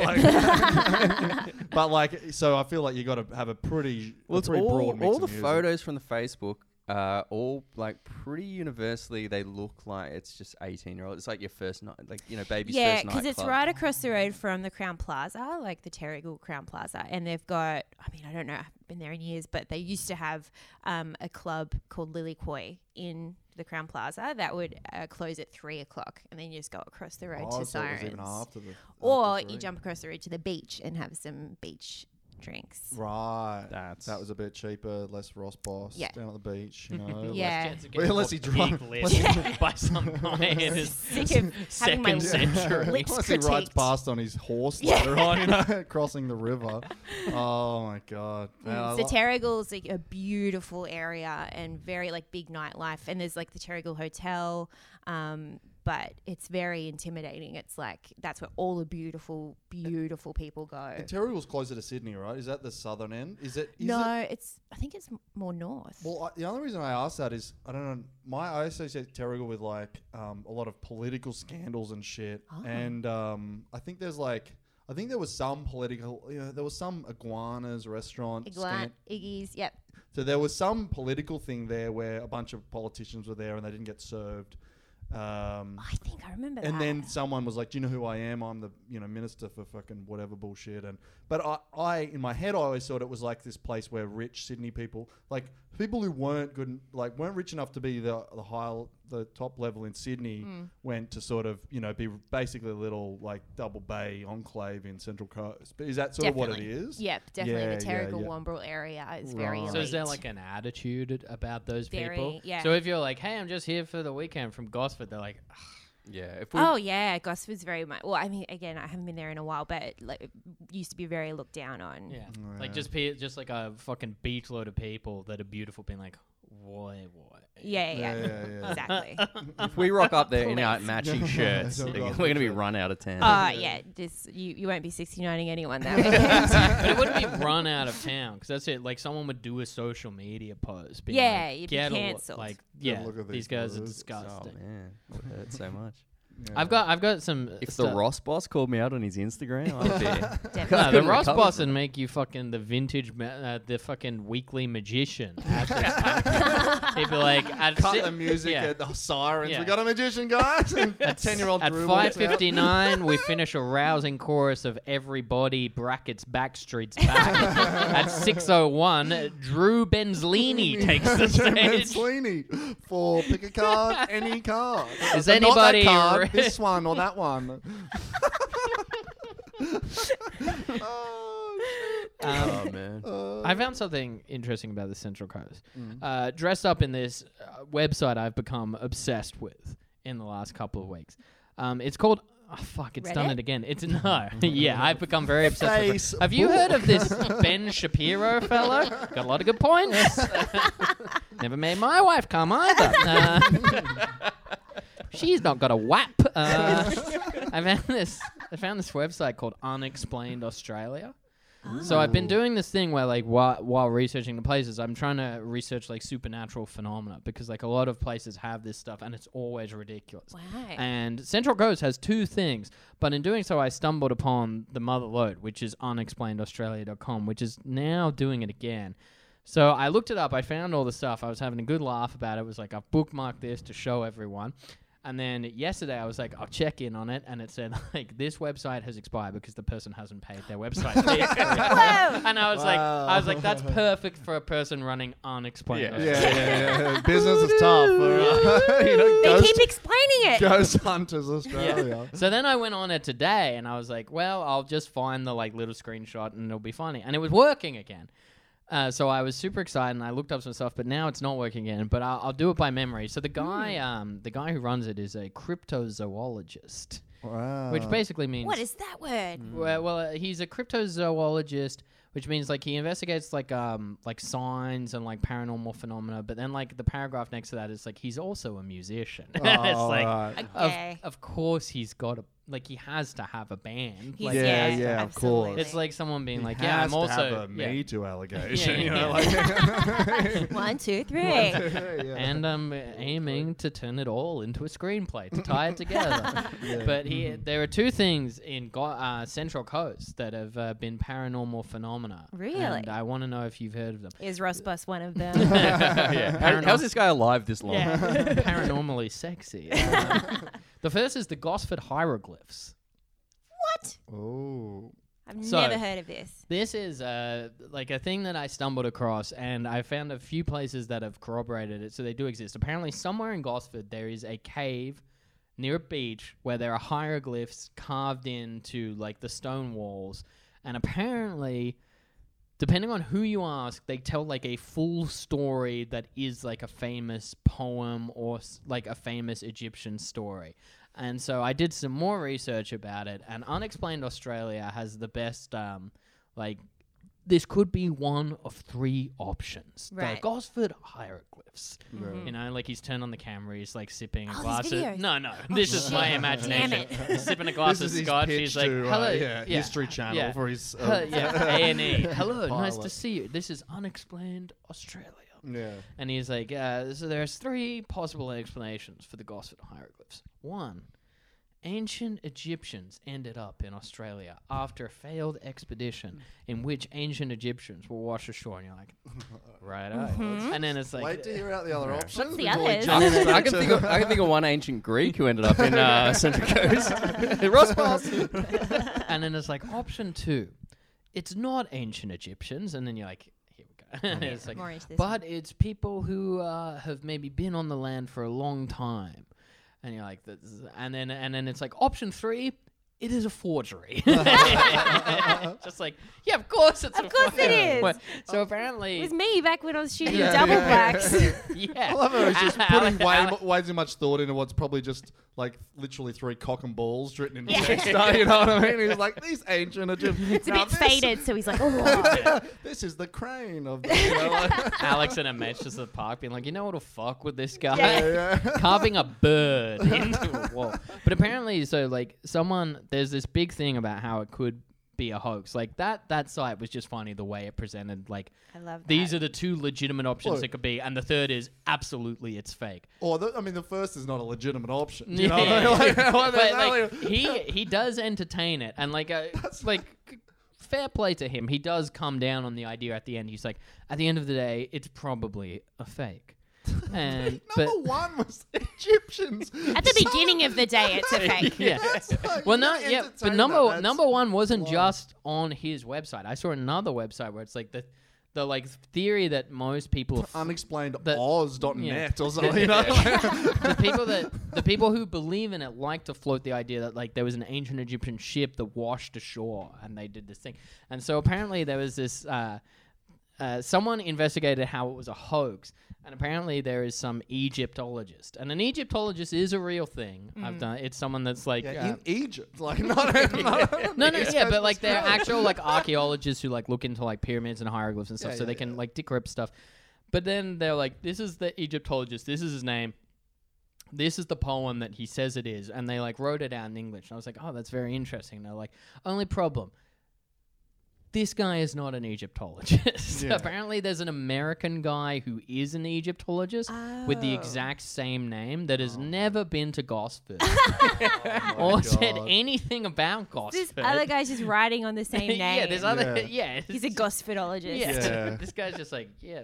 Speaker 2: like. but like, so I feel like you got to have a pretty,
Speaker 6: Well,
Speaker 2: a
Speaker 6: it's
Speaker 2: pretty
Speaker 6: all,
Speaker 2: broad mix
Speaker 6: all
Speaker 2: of
Speaker 6: the
Speaker 2: music.
Speaker 6: photos from the Facebook are all like pretty universally. They look like it's just eighteen year old. It's like your first night, like you know, baby's
Speaker 1: Yeah,
Speaker 6: first night.
Speaker 1: because it's
Speaker 6: club.
Speaker 1: right across the road from the Crown Plaza, like the Terrigal Crown Plaza, and they've got. I mean, I don't know. I haven't been there in years, but they used to have um, a club called Lily Koi in the Crown Plaza that would uh, close at three o'clock, and then you just go across the road
Speaker 2: Oh,
Speaker 1: to
Speaker 2: so it was
Speaker 1: Sirens,
Speaker 2: even after the,
Speaker 1: or
Speaker 2: after
Speaker 1: you
Speaker 2: three.
Speaker 1: jump across the road to the beach and have some beach drinks.
Speaker 2: Right.
Speaker 6: That's-
Speaker 2: that was a bit cheaper, less Ross Boss
Speaker 1: Yeah.
Speaker 2: down at the beach. You know,
Speaker 1: Yeah.
Speaker 3: Chance of getting
Speaker 2: Well, unless
Speaker 3: off
Speaker 2: he
Speaker 3: the
Speaker 2: drive-
Speaker 3: big list by some guy in his
Speaker 1: Sick of having my
Speaker 3: second century.
Speaker 1: lips
Speaker 2: Plus he rides
Speaker 1: critiqued.
Speaker 2: past on his horse
Speaker 1: Yeah.
Speaker 2: later on, you know, crossing the river. Oh my god! Man, I
Speaker 1: Mm,
Speaker 2: lo-
Speaker 1: so Terrigal's like a beautiful area and very like big nightlife, and there's like the Terrigal Hotel, um, but it's very intimidating. It's like that's where all the beautiful, beautiful people go.
Speaker 2: and Terry was closer to Sydney, right? Is that the southern end? Is it? Is It,
Speaker 1: No, it's I think it's m- more north.
Speaker 2: well, I, the only reason I ask that is I don't know. My I associate Terrigal with like um, a lot of political scandals and shit,
Speaker 1: Ah.
Speaker 2: and um, I think there's like I think there was some political. You know, there was some iguanas restaurant.
Speaker 1: Iglan,
Speaker 2: scan-
Speaker 1: Iggy's, yep.
Speaker 2: So there was some political thing there where a bunch of politicians were there and they didn't get served. Um,
Speaker 1: Oh, I think I remember
Speaker 2: and
Speaker 1: that.
Speaker 2: then someone was like, "Do you know who I am? I'm the you know minister for fucking whatever bullshit." And but I, I in my head, I always thought it was like this place where rich Sydney people, like people who weren't good, like weren't rich enough to be the the high the top level in Sydney,
Speaker 1: Hmm.
Speaker 2: went to sort of you know be basically a little like double bay enclave in Central Coast. But is that sort of what it
Speaker 1: Definitely.
Speaker 2: is?
Speaker 1: Yep, definitely
Speaker 2: Yeah,
Speaker 1: the
Speaker 2: yeah,
Speaker 1: Terrigal
Speaker 2: yeah.
Speaker 1: Wombrel area is very
Speaker 2: Right.
Speaker 1: elite.
Speaker 3: So is there like an attitude at- about those
Speaker 1: Very,
Speaker 3: people?
Speaker 1: yeah.
Speaker 3: So if you're like, hey, I'm just here for the weekend from Gosford, they're like,
Speaker 6: Yeah. If we,
Speaker 1: Oh yeah, Gosford's very much. Well, I mean, again, I haven't been there in a while, but like it used to be very looked down on.
Speaker 3: yeah, like just pe- just like a fucking beatload of people that are beautiful, being like, why, why?
Speaker 1: Yeah, yeah, yeah.
Speaker 2: yeah, yeah.
Speaker 1: exactly.
Speaker 6: if we rock up there in our
Speaker 1: Please.
Speaker 6: matching shirts,
Speaker 2: So
Speaker 6: we're
Speaker 2: rock
Speaker 6: going to be
Speaker 2: the
Speaker 6: run out of town.
Speaker 1: Oh yeah, this you, you won't be 69ing anyone that weekend.
Speaker 3: but it wouldn't be run out of town because that's it. Like someone would do a social media post. Being
Speaker 1: Yeah,
Speaker 3: like,
Speaker 1: you'd be
Speaker 3: "Get a look,"
Speaker 1: cancelled.
Speaker 3: Like, yeah,
Speaker 2: look at these
Speaker 3: these guys are
Speaker 2: bros.
Speaker 6: oh
Speaker 3: disgusting.
Speaker 6: man, it hurt so much.
Speaker 3: I've got, I've got some.
Speaker 6: If the
Speaker 3: stuff-
Speaker 6: Ross boss called me out on his Instagram, I'd be
Speaker 1: Definitely.
Speaker 3: No,
Speaker 6: I
Speaker 3: the
Speaker 6: couldn't
Speaker 3: Ross
Speaker 6: recover
Speaker 3: boss
Speaker 6: from
Speaker 3: would make you fucking the vintage, ma- uh, the fucking weekly magician. He'd be like, at si-
Speaker 2: Cut the music
Speaker 3: yeah.
Speaker 2: at the sirens.
Speaker 3: Yeah.
Speaker 2: We got a magician, guys. And a ten-year-old
Speaker 3: At
Speaker 2: Drew
Speaker 3: five
Speaker 2: walks out.
Speaker 3: fifty nine, we finish a rousing chorus of "Everybody Brackets Backstreets Back." At six oh one, Drew Benzlini takes the
Speaker 2: Joe
Speaker 3: stage.
Speaker 2: Mancini for pick a card, any card.
Speaker 3: Is
Speaker 2: But not that
Speaker 3: anybody
Speaker 2: card,
Speaker 3: re-
Speaker 2: this one or that one? Oh,
Speaker 3: Um,
Speaker 6: Oh man.
Speaker 2: uh,
Speaker 3: I found something interesting about the Central Coast. Uh, dressed up in this uh, website, I've become obsessed with in the last couple of weeks. Um, it's called. Oh, fuck! It's done
Speaker 1: Reddit?
Speaker 3: it again. It's no. yeah, I've become very obsessed with. It. Have you
Speaker 2: Facebook.
Speaker 3: heard of this Ben Shapiro fellow? Got a lot of good points. Never made my wife come either. Uh, she's not got a whap. Uh, I found this. I found this website called Unexplained Australia. So I've been doing this thing where, like, while, while researching the places, I'm trying to research like supernatural phenomena because, like, a lot of places have this stuff, and it's always ridiculous.
Speaker 1: Wow.
Speaker 3: And Central Coast has two things, but in doing so, I stumbled upon the mother lode, which is unexplainedaustralia.com, which is now doing it again. So I looked it up. I found all the stuff. I was having a good laugh about it. It was like, I've bookmarked this to show everyone. And then yesterday I was like, I'll check in on it. And it said, like, this website has expired because the person hasn't paid their website fee. and I was like, I was like, that's perfect for a person running unexplained.
Speaker 2: Yeah,
Speaker 3: websites."
Speaker 2: yeah, yeah, yeah. Business is tough. all right. you
Speaker 1: They
Speaker 2: know, ghost,
Speaker 1: keep explaining it.
Speaker 2: ghost hunters Australia.
Speaker 3: So then I went on it today and I was like, well, I'll just find the like little screenshot and it'll be funny. And it was working again. Uh, so I was super excited and I looked up some stuff, but now it's not working again. But I'll, I'll do it by memory. So the guy, um, the guy who runs it is a cryptozoologist,
Speaker 2: Wow.
Speaker 3: which basically means
Speaker 1: What is that word?
Speaker 3: well, well, uh, he's a cryptozoologist, which means like he investigates like um like signs and like paranormal phenomena. But then like the paragraph next to that is like he's also a musician. it's
Speaker 2: Oh,
Speaker 3: like
Speaker 2: right.
Speaker 3: of,
Speaker 1: Okay.
Speaker 3: of course he's got a like he has to have a band.
Speaker 1: He's-
Speaker 3: like,
Speaker 2: Yeah, yeah, of course.
Speaker 1: absolutely.
Speaker 3: It's like someone being like,
Speaker 2: He
Speaker 3: yeah,
Speaker 2: has
Speaker 3: I'm
Speaker 2: to
Speaker 3: also
Speaker 2: have a
Speaker 3: yeah.
Speaker 2: me too allegation.
Speaker 3: Yeah,
Speaker 2: you know, like-
Speaker 1: one, two, three.
Speaker 2: Yeah.
Speaker 3: and I'm aiming to turn it all into a screenplay to tie it together. But he,
Speaker 2: Mm-hmm.
Speaker 3: there are two things in Go- uh, Central Coast that have uh, been paranormal phenomena.
Speaker 1: Really?
Speaker 3: And I want to know if you've heard of them.
Speaker 1: Is Ross Bus one of them?
Speaker 6: How- How's this guy alive this long?
Speaker 3: Yeah. Paranormally sexy. Uh, the first is the Gosford hieroglyphs.
Speaker 1: what?
Speaker 2: Oh.
Speaker 1: I've
Speaker 3: So-
Speaker 1: never heard of this.
Speaker 3: This is uh, like a thing that I stumbled across, and I found a few places that have corroborated it, so they do exist. Apparently, somewhere in Gosford, there is a cave near a beach where there are hieroglyphs carved into like the stone walls, and apparently, depending on who you ask, they tell like a full story that is like a famous poem or s- like a famous Egyptian story. And so I did some more research about it, and Unexplained Australia has the best, um, like, this could be one of three options. The
Speaker 1: Right.
Speaker 3: Gosford hieroglyphs. You know, like he's turned on the camera, he's like sipping a
Speaker 1: Oh,
Speaker 3: glass
Speaker 1: these
Speaker 3: of.
Speaker 1: videos.
Speaker 3: No, no, this is my imagination. sipping a glass of
Speaker 2: his
Speaker 3: scotch,
Speaker 2: pitch
Speaker 3: he's like,
Speaker 2: to, uh,
Speaker 3: hello.
Speaker 2: yeah, History Channel
Speaker 3: yeah.
Speaker 2: for his. uh,
Speaker 3: Hello, yeah, A and E. Hello, nice to
Speaker 2: Pilot.
Speaker 3: see you. This is Unexplained Australia.
Speaker 2: Yeah.
Speaker 3: And he's like, uh, so there's three possible explanations for the Gosford hieroglyphs. One, ancient Egyptians ended up in Australia after a failed expedition in which ancient Egyptians were washed ashore. And you're like, right,
Speaker 1: Mm-hmm.
Speaker 3: and then it's like,
Speaker 2: Wait to hear out the other options.
Speaker 1: What's the
Speaker 2: before we
Speaker 1: others?
Speaker 6: I
Speaker 2: jump
Speaker 6: can,
Speaker 2: into-
Speaker 6: I can think of, I can think of one ancient Greek who ended up in uh, Central Coast. Ross Pass.
Speaker 3: and then it's like option two, it's not ancient Egyptians, and then you're like, here we go. it's like,
Speaker 1: Oh, More into this.
Speaker 3: but it's people who uh, have maybe been on the land for a long time, and you're like, this is- and then and then it's like option three. It is a forgery. Just like, yeah, of course it's a
Speaker 1: Of course it
Speaker 3: forgery.
Speaker 1: is.
Speaker 3: What-
Speaker 1: it
Speaker 3: So
Speaker 1: was
Speaker 3: apparently,
Speaker 1: me back when I was shooting
Speaker 2: Yeah,
Speaker 1: double
Speaker 2: yeah.
Speaker 1: blacks.
Speaker 2: I
Speaker 3: yeah.
Speaker 2: love how he's just putting
Speaker 3: Alex-
Speaker 2: way,
Speaker 3: Alex-
Speaker 2: mu- way too much thought into what's probably just like literally three cock and balls written in text. you know what I mean? He's like these ancient Egyptians.
Speaker 1: It's a bit faded, so he's like, oh.
Speaker 2: This is the crane of. The, you know, like,
Speaker 3: Alex and a match just at the park being like, you know what'll fuck with this guy?
Speaker 1: Yeah.
Speaker 2: yeah.
Speaker 3: carving a bird into a wall. But apparently, so like someone, there's this big thing about how it could be a hoax. Like that that site was just funny the way it presented. Like
Speaker 1: I love that.
Speaker 3: these are the two legitimate options
Speaker 2: Look.
Speaker 3: it could be, and the third is absolutely it's fake.
Speaker 2: Or the, I mean, the first is not a legitimate option. You know, what I
Speaker 3: Yeah.
Speaker 2: mean? like,
Speaker 3: but
Speaker 2: there's no
Speaker 3: like
Speaker 2: way-
Speaker 3: he he does entertain it, and like uh, like. Fair play to him. He does come down on the idea at the end. He's like, at the end of the day, it's probably a fake. And but,
Speaker 2: number one was Egyptians.
Speaker 1: At the beginning of the day, it's a fake.
Speaker 3: yeah.
Speaker 2: like,
Speaker 3: well,
Speaker 2: you
Speaker 3: no,
Speaker 2: gotta
Speaker 3: yeah, but
Speaker 2: entertain
Speaker 3: number
Speaker 2: that.
Speaker 3: one-
Speaker 2: That's-
Speaker 3: number one wasn't
Speaker 2: Wow.
Speaker 3: just on his website. I saw another website where it's like the the like theory that most people
Speaker 2: unexplained
Speaker 3: The-
Speaker 2: Oz.net
Speaker 3: yeah.
Speaker 2: or something. You know?
Speaker 3: the people that the people who believe in it like to float the idea that like there was an ancient Egyptian ship that washed ashore and they did this thing, and so apparently there was this. Uh, uh, someone investigated how it was a hoax, and apparently there is some Egyptologist, and an Egyptologist is a real thing. I've done. It's someone that's like
Speaker 2: Yeah,
Speaker 3: uh,
Speaker 2: in Egypt, like not. not
Speaker 3: no, no, yeah, but like they're
Speaker 2: Australia.
Speaker 3: actual like archaeologists who like look into like pyramids and hieroglyphs and stuff,
Speaker 2: Yeah,
Speaker 3: so
Speaker 2: yeah,
Speaker 3: they can like dick rip stuff. But then they're like, this is the Egyptologist. This is his name. This is the poem that he says it is, and they like wrote it out in English. And I was like, oh, that's very interesting. And they're like, only problem. this guy is not an Egyptologist.
Speaker 2: Yeah.
Speaker 3: Apparently, there's an American guy who is an Egyptologist with the
Speaker 1: Oh.
Speaker 3: exact same name that
Speaker 2: Oh.
Speaker 3: has never been to Gosford or said
Speaker 2: God.
Speaker 3: anything about Gosford.
Speaker 1: This other guy's just writing on the same name.
Speaker 3: yeah, there's other.
Speaker 2: Yeah.
Speaker 3: Yeah, yeah
Speaker 1: He's a gospelologist.
Speaker 3: Yeah.
Speaker 2: Yeah.
Speaker 3: this guy's just like, yeah,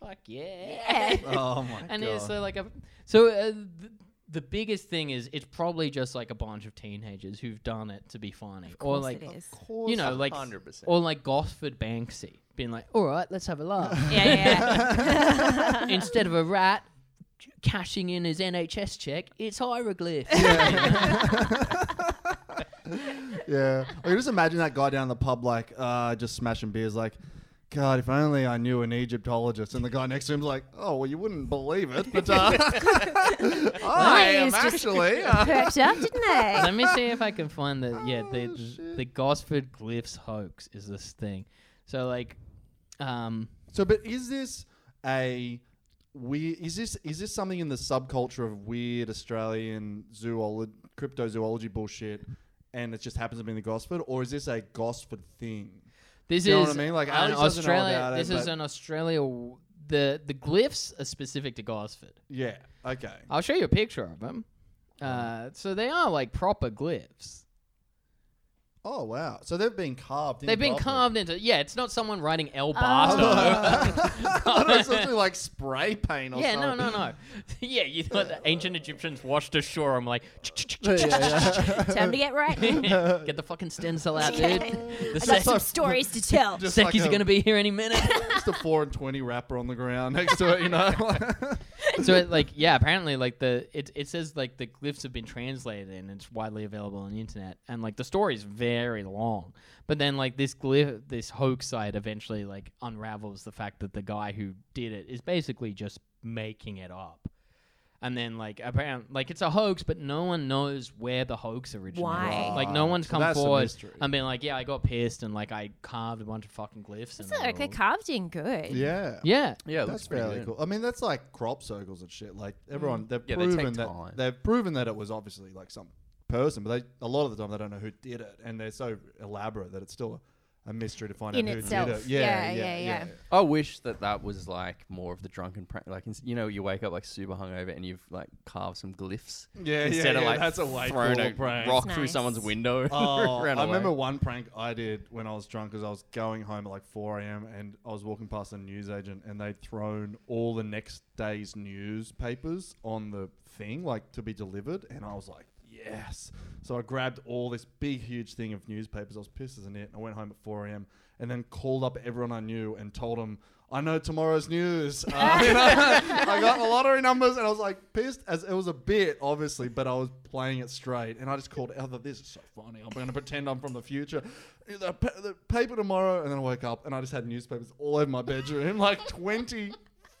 Speaker 3: fuck yeah.
Speaker 1: Yeah.
Speaker 2: Oh my
Speaker 3: and
Speaker 2: god.
Speaker 3: it's so like a so uh, th- the biggest thing is it's probably just like a bunch of teenagers who've done it to be funny or
Speaker 1: course
Speaker 3: like
Speaker 1: it is.
Speaker 3: you know like
Speaker 6: 100%.
Speaker 3: or like Gosford Banksy being like, all right, let's have a laugh
Speaker 1: Yeah, yeah.
Speaker 3: instead of a rat. Cashing in his NHS check, it's hieroglyph.
Speaker 2: yeah. I can just imagine that guy down the pub, like, uh, just smashing beers, like, God, if only I knew an Egyptologist. And the guy next to him's like, Oh, well, you wouldn't believe it, but uh, I am
Speaker 1: Nice, just-
Speaker 2: actually. uh,
Speaker 1: Perked up, didn't they?
Speaker 3: Let me see if I can find the yeah the
Speaker 1: Oh,
Speaker 3: the Gosford glyphs hoax is this thing. So like, um,
Speaker 2: So, but is this a we is this is this something in the subculture of weird Australian zoology, cryptozoology bullshit, and it just happens to be in the Gosford, or is this a Gosford thing?
Speaker 3: This
Speaker 2: Do you know
Speaker 3: is
Speaker 2: what I mean? Like,
Speaker 3: an
Speaker 2: Alex doesn't know
Speaker 3: Australia.
Speaker 2: about it,
Speaker 3: this is
Speaker 2: but-
Speaker 3: an Australia. w- The the glyphs are specific to Gosford.
Speaker 2: Yeah. Okay.
Speaker 3: I'll show you a picture of them. Uh, so they are like proper glyphs.
Speaker 2: Oh wow. So they've been carved. in
Speaker 3: They've been
Speaker 2: Gosford.
Speaker 3: carved into yeah. It's not someone writing
Speaker 1: Oh.
Speaker 3: El Bastardo.
Speaker 2: I thought it was literally like spray paint or
Speaker 3: yeah, no,
Speaker 2: something.
Speaker 3: no, no. yeah, you thought the ancient Egyptians washed ashore. I'm like,
Speaker 1: Time to get right.
Speaker 3: get the fucking stencil out, dude. The
Speaker 1: I got
Speaker 3: sec-
Speaker 1: some stories to tell.
Speaker 2: Just like
Speaker 3: Seki's
Speaker 2: um, a-
Speaker 3: gonna be here any minute.
Speaker 2: Just a four and twenty wrapper on the ground next to it, you know.
Speaker 3: so it, like yeah apparently like the it, it says like the glyphs have been translated and it's widely available on the internet and like the story is very long but then like this glyph this hoax site eventually like unravels the fact that the guy who did it is basically just making it up and then like apparently like it's a hoax but no one knows where the hoax originated
Speaker 1: Why?
Speaker 3: like no one's
Speaker 2: So
Speaker 3: come
Speaker 2: that's the
Speaker 3: forward
Speaker 2: mystery.
Speaker 3: and been like yeah i got pissed and like i carved a bunch of fucking glyphs
Speaker 1: It's
Speaker 3: and
Speaker 1: like they carved in good.
Speaker 2: yeah.
Speaker 3: yeah
Speaker 6: Yeah, it looks
Speaker 2: That's
Speaker 6: pretty
Speaker 2: fairly
Speaker 6: good.
Speaker 2: cool. I mean, that's like crop circles and shit. Like everyone, they've
Speaker 6: Yeah, they take
Speaker 2: proven that
Speaker 6: time.
Speaker 2: they've proven that it was obviously like some person, but they a lot of the time they don't know who did it, and they're so elaborate that it's still a, a mystery to find
Speaker 1: In
Speaker 2: out
Speaker 1: itself.
Speaker 2: who did it.
Speaker 1: Yeah, yeah, yeah.
Speaker 6: I wish that that was like more of the drunken prank. Like, ins- you know, you wake up like super hungover and you've like carved some glyphs.
Speaker 2: Yeah,
Speaker 6: instead
Speaker 2: yeah,
Speaker 6: of
Speaker 2: yeah,
Speaker 6: like
Speaker 2: that's a way
Speaker 6: throwing
Speaker 2: cooler
Speaker 6: a
Speaker 2: prank.
Speaker 6: rock
Speaker 1: That's
Speaker 6: through
Speaker 1: nice.
Speaker 6: someone's window.
Speaker 2: Oh,
Speaker 6: ran
Speaker 2: I remember
Speaker 6: away.
Speaker 2: one prank I did when I was drunk because I was going home at like 4 a.m. and I was walking past a newsagent and they'd thrown all the next day's newspapers on the thing, like to be delivered. And I was like, yes. So I grabbed all this big, huge thing of newspapers. I was pissed as a nit. And I went home at 4 a.m. and then called up everyone I knew and told them, I know tomorrow's news. Uh, you know, I got the lottery numbers and I was like pissed as it was a bit, obviously, but I was playing it straight. And I just called out that this is so funny. I'm going to pretend I'm from the future. The, pa- the paper tomorrow. And then I woke up and I just had newspapers all over my bedroom, like 20,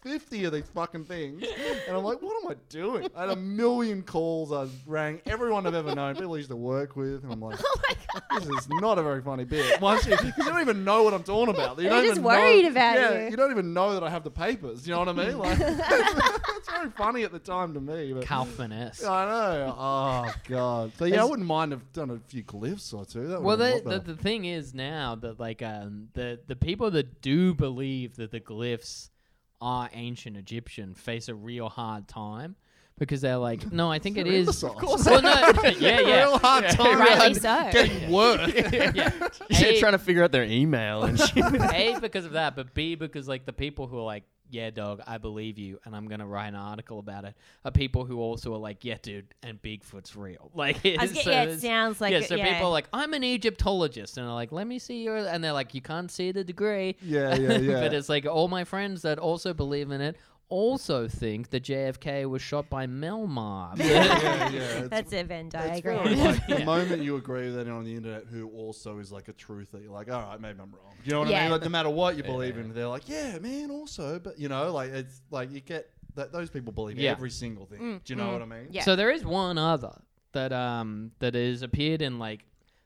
Speaker 2: 50 of these fucking things. And I'm like, what am I doing? I had a million calls. I rang everyone I've ever known, people I used to work with. And I'm like,
Speaker 1: Oh my god.
Speaker 2: this is not a very funny bit. Once you, 'cause you don't even know what I'm talking about. You
Speaker 1: They're
Speaker 2: don't
Speaker 1: just
Speaker 2: even
Speaker 1: worried
Speaker 2: know,
Speaker 1: about
Speaker 2: yeah,
Speaker 1: you.
Speaker 2: don't even know that I have the papers. You know what I mean? Like, it's very funny at the time to me. But
Speaker 3: Kaufman-esque.
Speaker 2: I know. Oh god. So yeah, I wouldn't mind have done a few glyphs or two. That
Speaker 3: Well,
Speaker 2: would've been
Speaker 3: the,
Speaker 2: a
Speaker 3: the
Speaker 2: lot
Speaker 3: the thing is now that like um the the people that do believe that the glyphs are ancient Egyptian face a real hard time because they're like, no, I think it
Speaker 2: better.
Speaker 3: is.
Speaker 2: Of course.
Speaker 3: Well, no, yeah, yeah.
Speaker 2: Real hard time.
Speaker 1: Rightly so.
Speaker 6: They're
Speaker 3: A-
Speaker 6: trying to figure out their email and shit.
Speaker 3: A because of that, but B because like the people who are like, yeah, dog, I believe you, and I'm gonna write an article about it. Are people who also are like, yeah, dude, and Bigfoot's real. Like,
Speaker 1: I was
Speaker 3: it's-
Speaker 1: get- yeah, it
Speaker 3: it's-
Speaker 1: sounds like
Speaker 3: yeah.
Speaker 1: it,
Speaker 3: So people are like, I'm an Egyptologist, and they're like, let me see your, and they're like, you can't see the degree.
Speaker 2: Yeah, yeah, yeah.
Speaker 3: but it's like all my friends that also believe in it also think that JFK was shot by Melmar.
Speaker 2: yeah, yeah, yeah. It's-
Speaker 1: That's a Venn
Speaker 2: it's
Speaker 1: diagram.
Speaker 2: really like the moment you agree with anyone on the internet who also is like a truther, you're like, all right, maybe I'm wrong. You know what I
Speaker 1: Yeah.
Speaker 2: mean? Like, no matter what you believe in, they're like, yeah, man, also, but you know, like it's like you get that those people believe in
Speaker 3: Yeah.
Speaker 2: every single thing. Do you know what I mean?
Speaker 1: Mm, Yeah.
Speaker 3: So there is one other that um that has appeared in like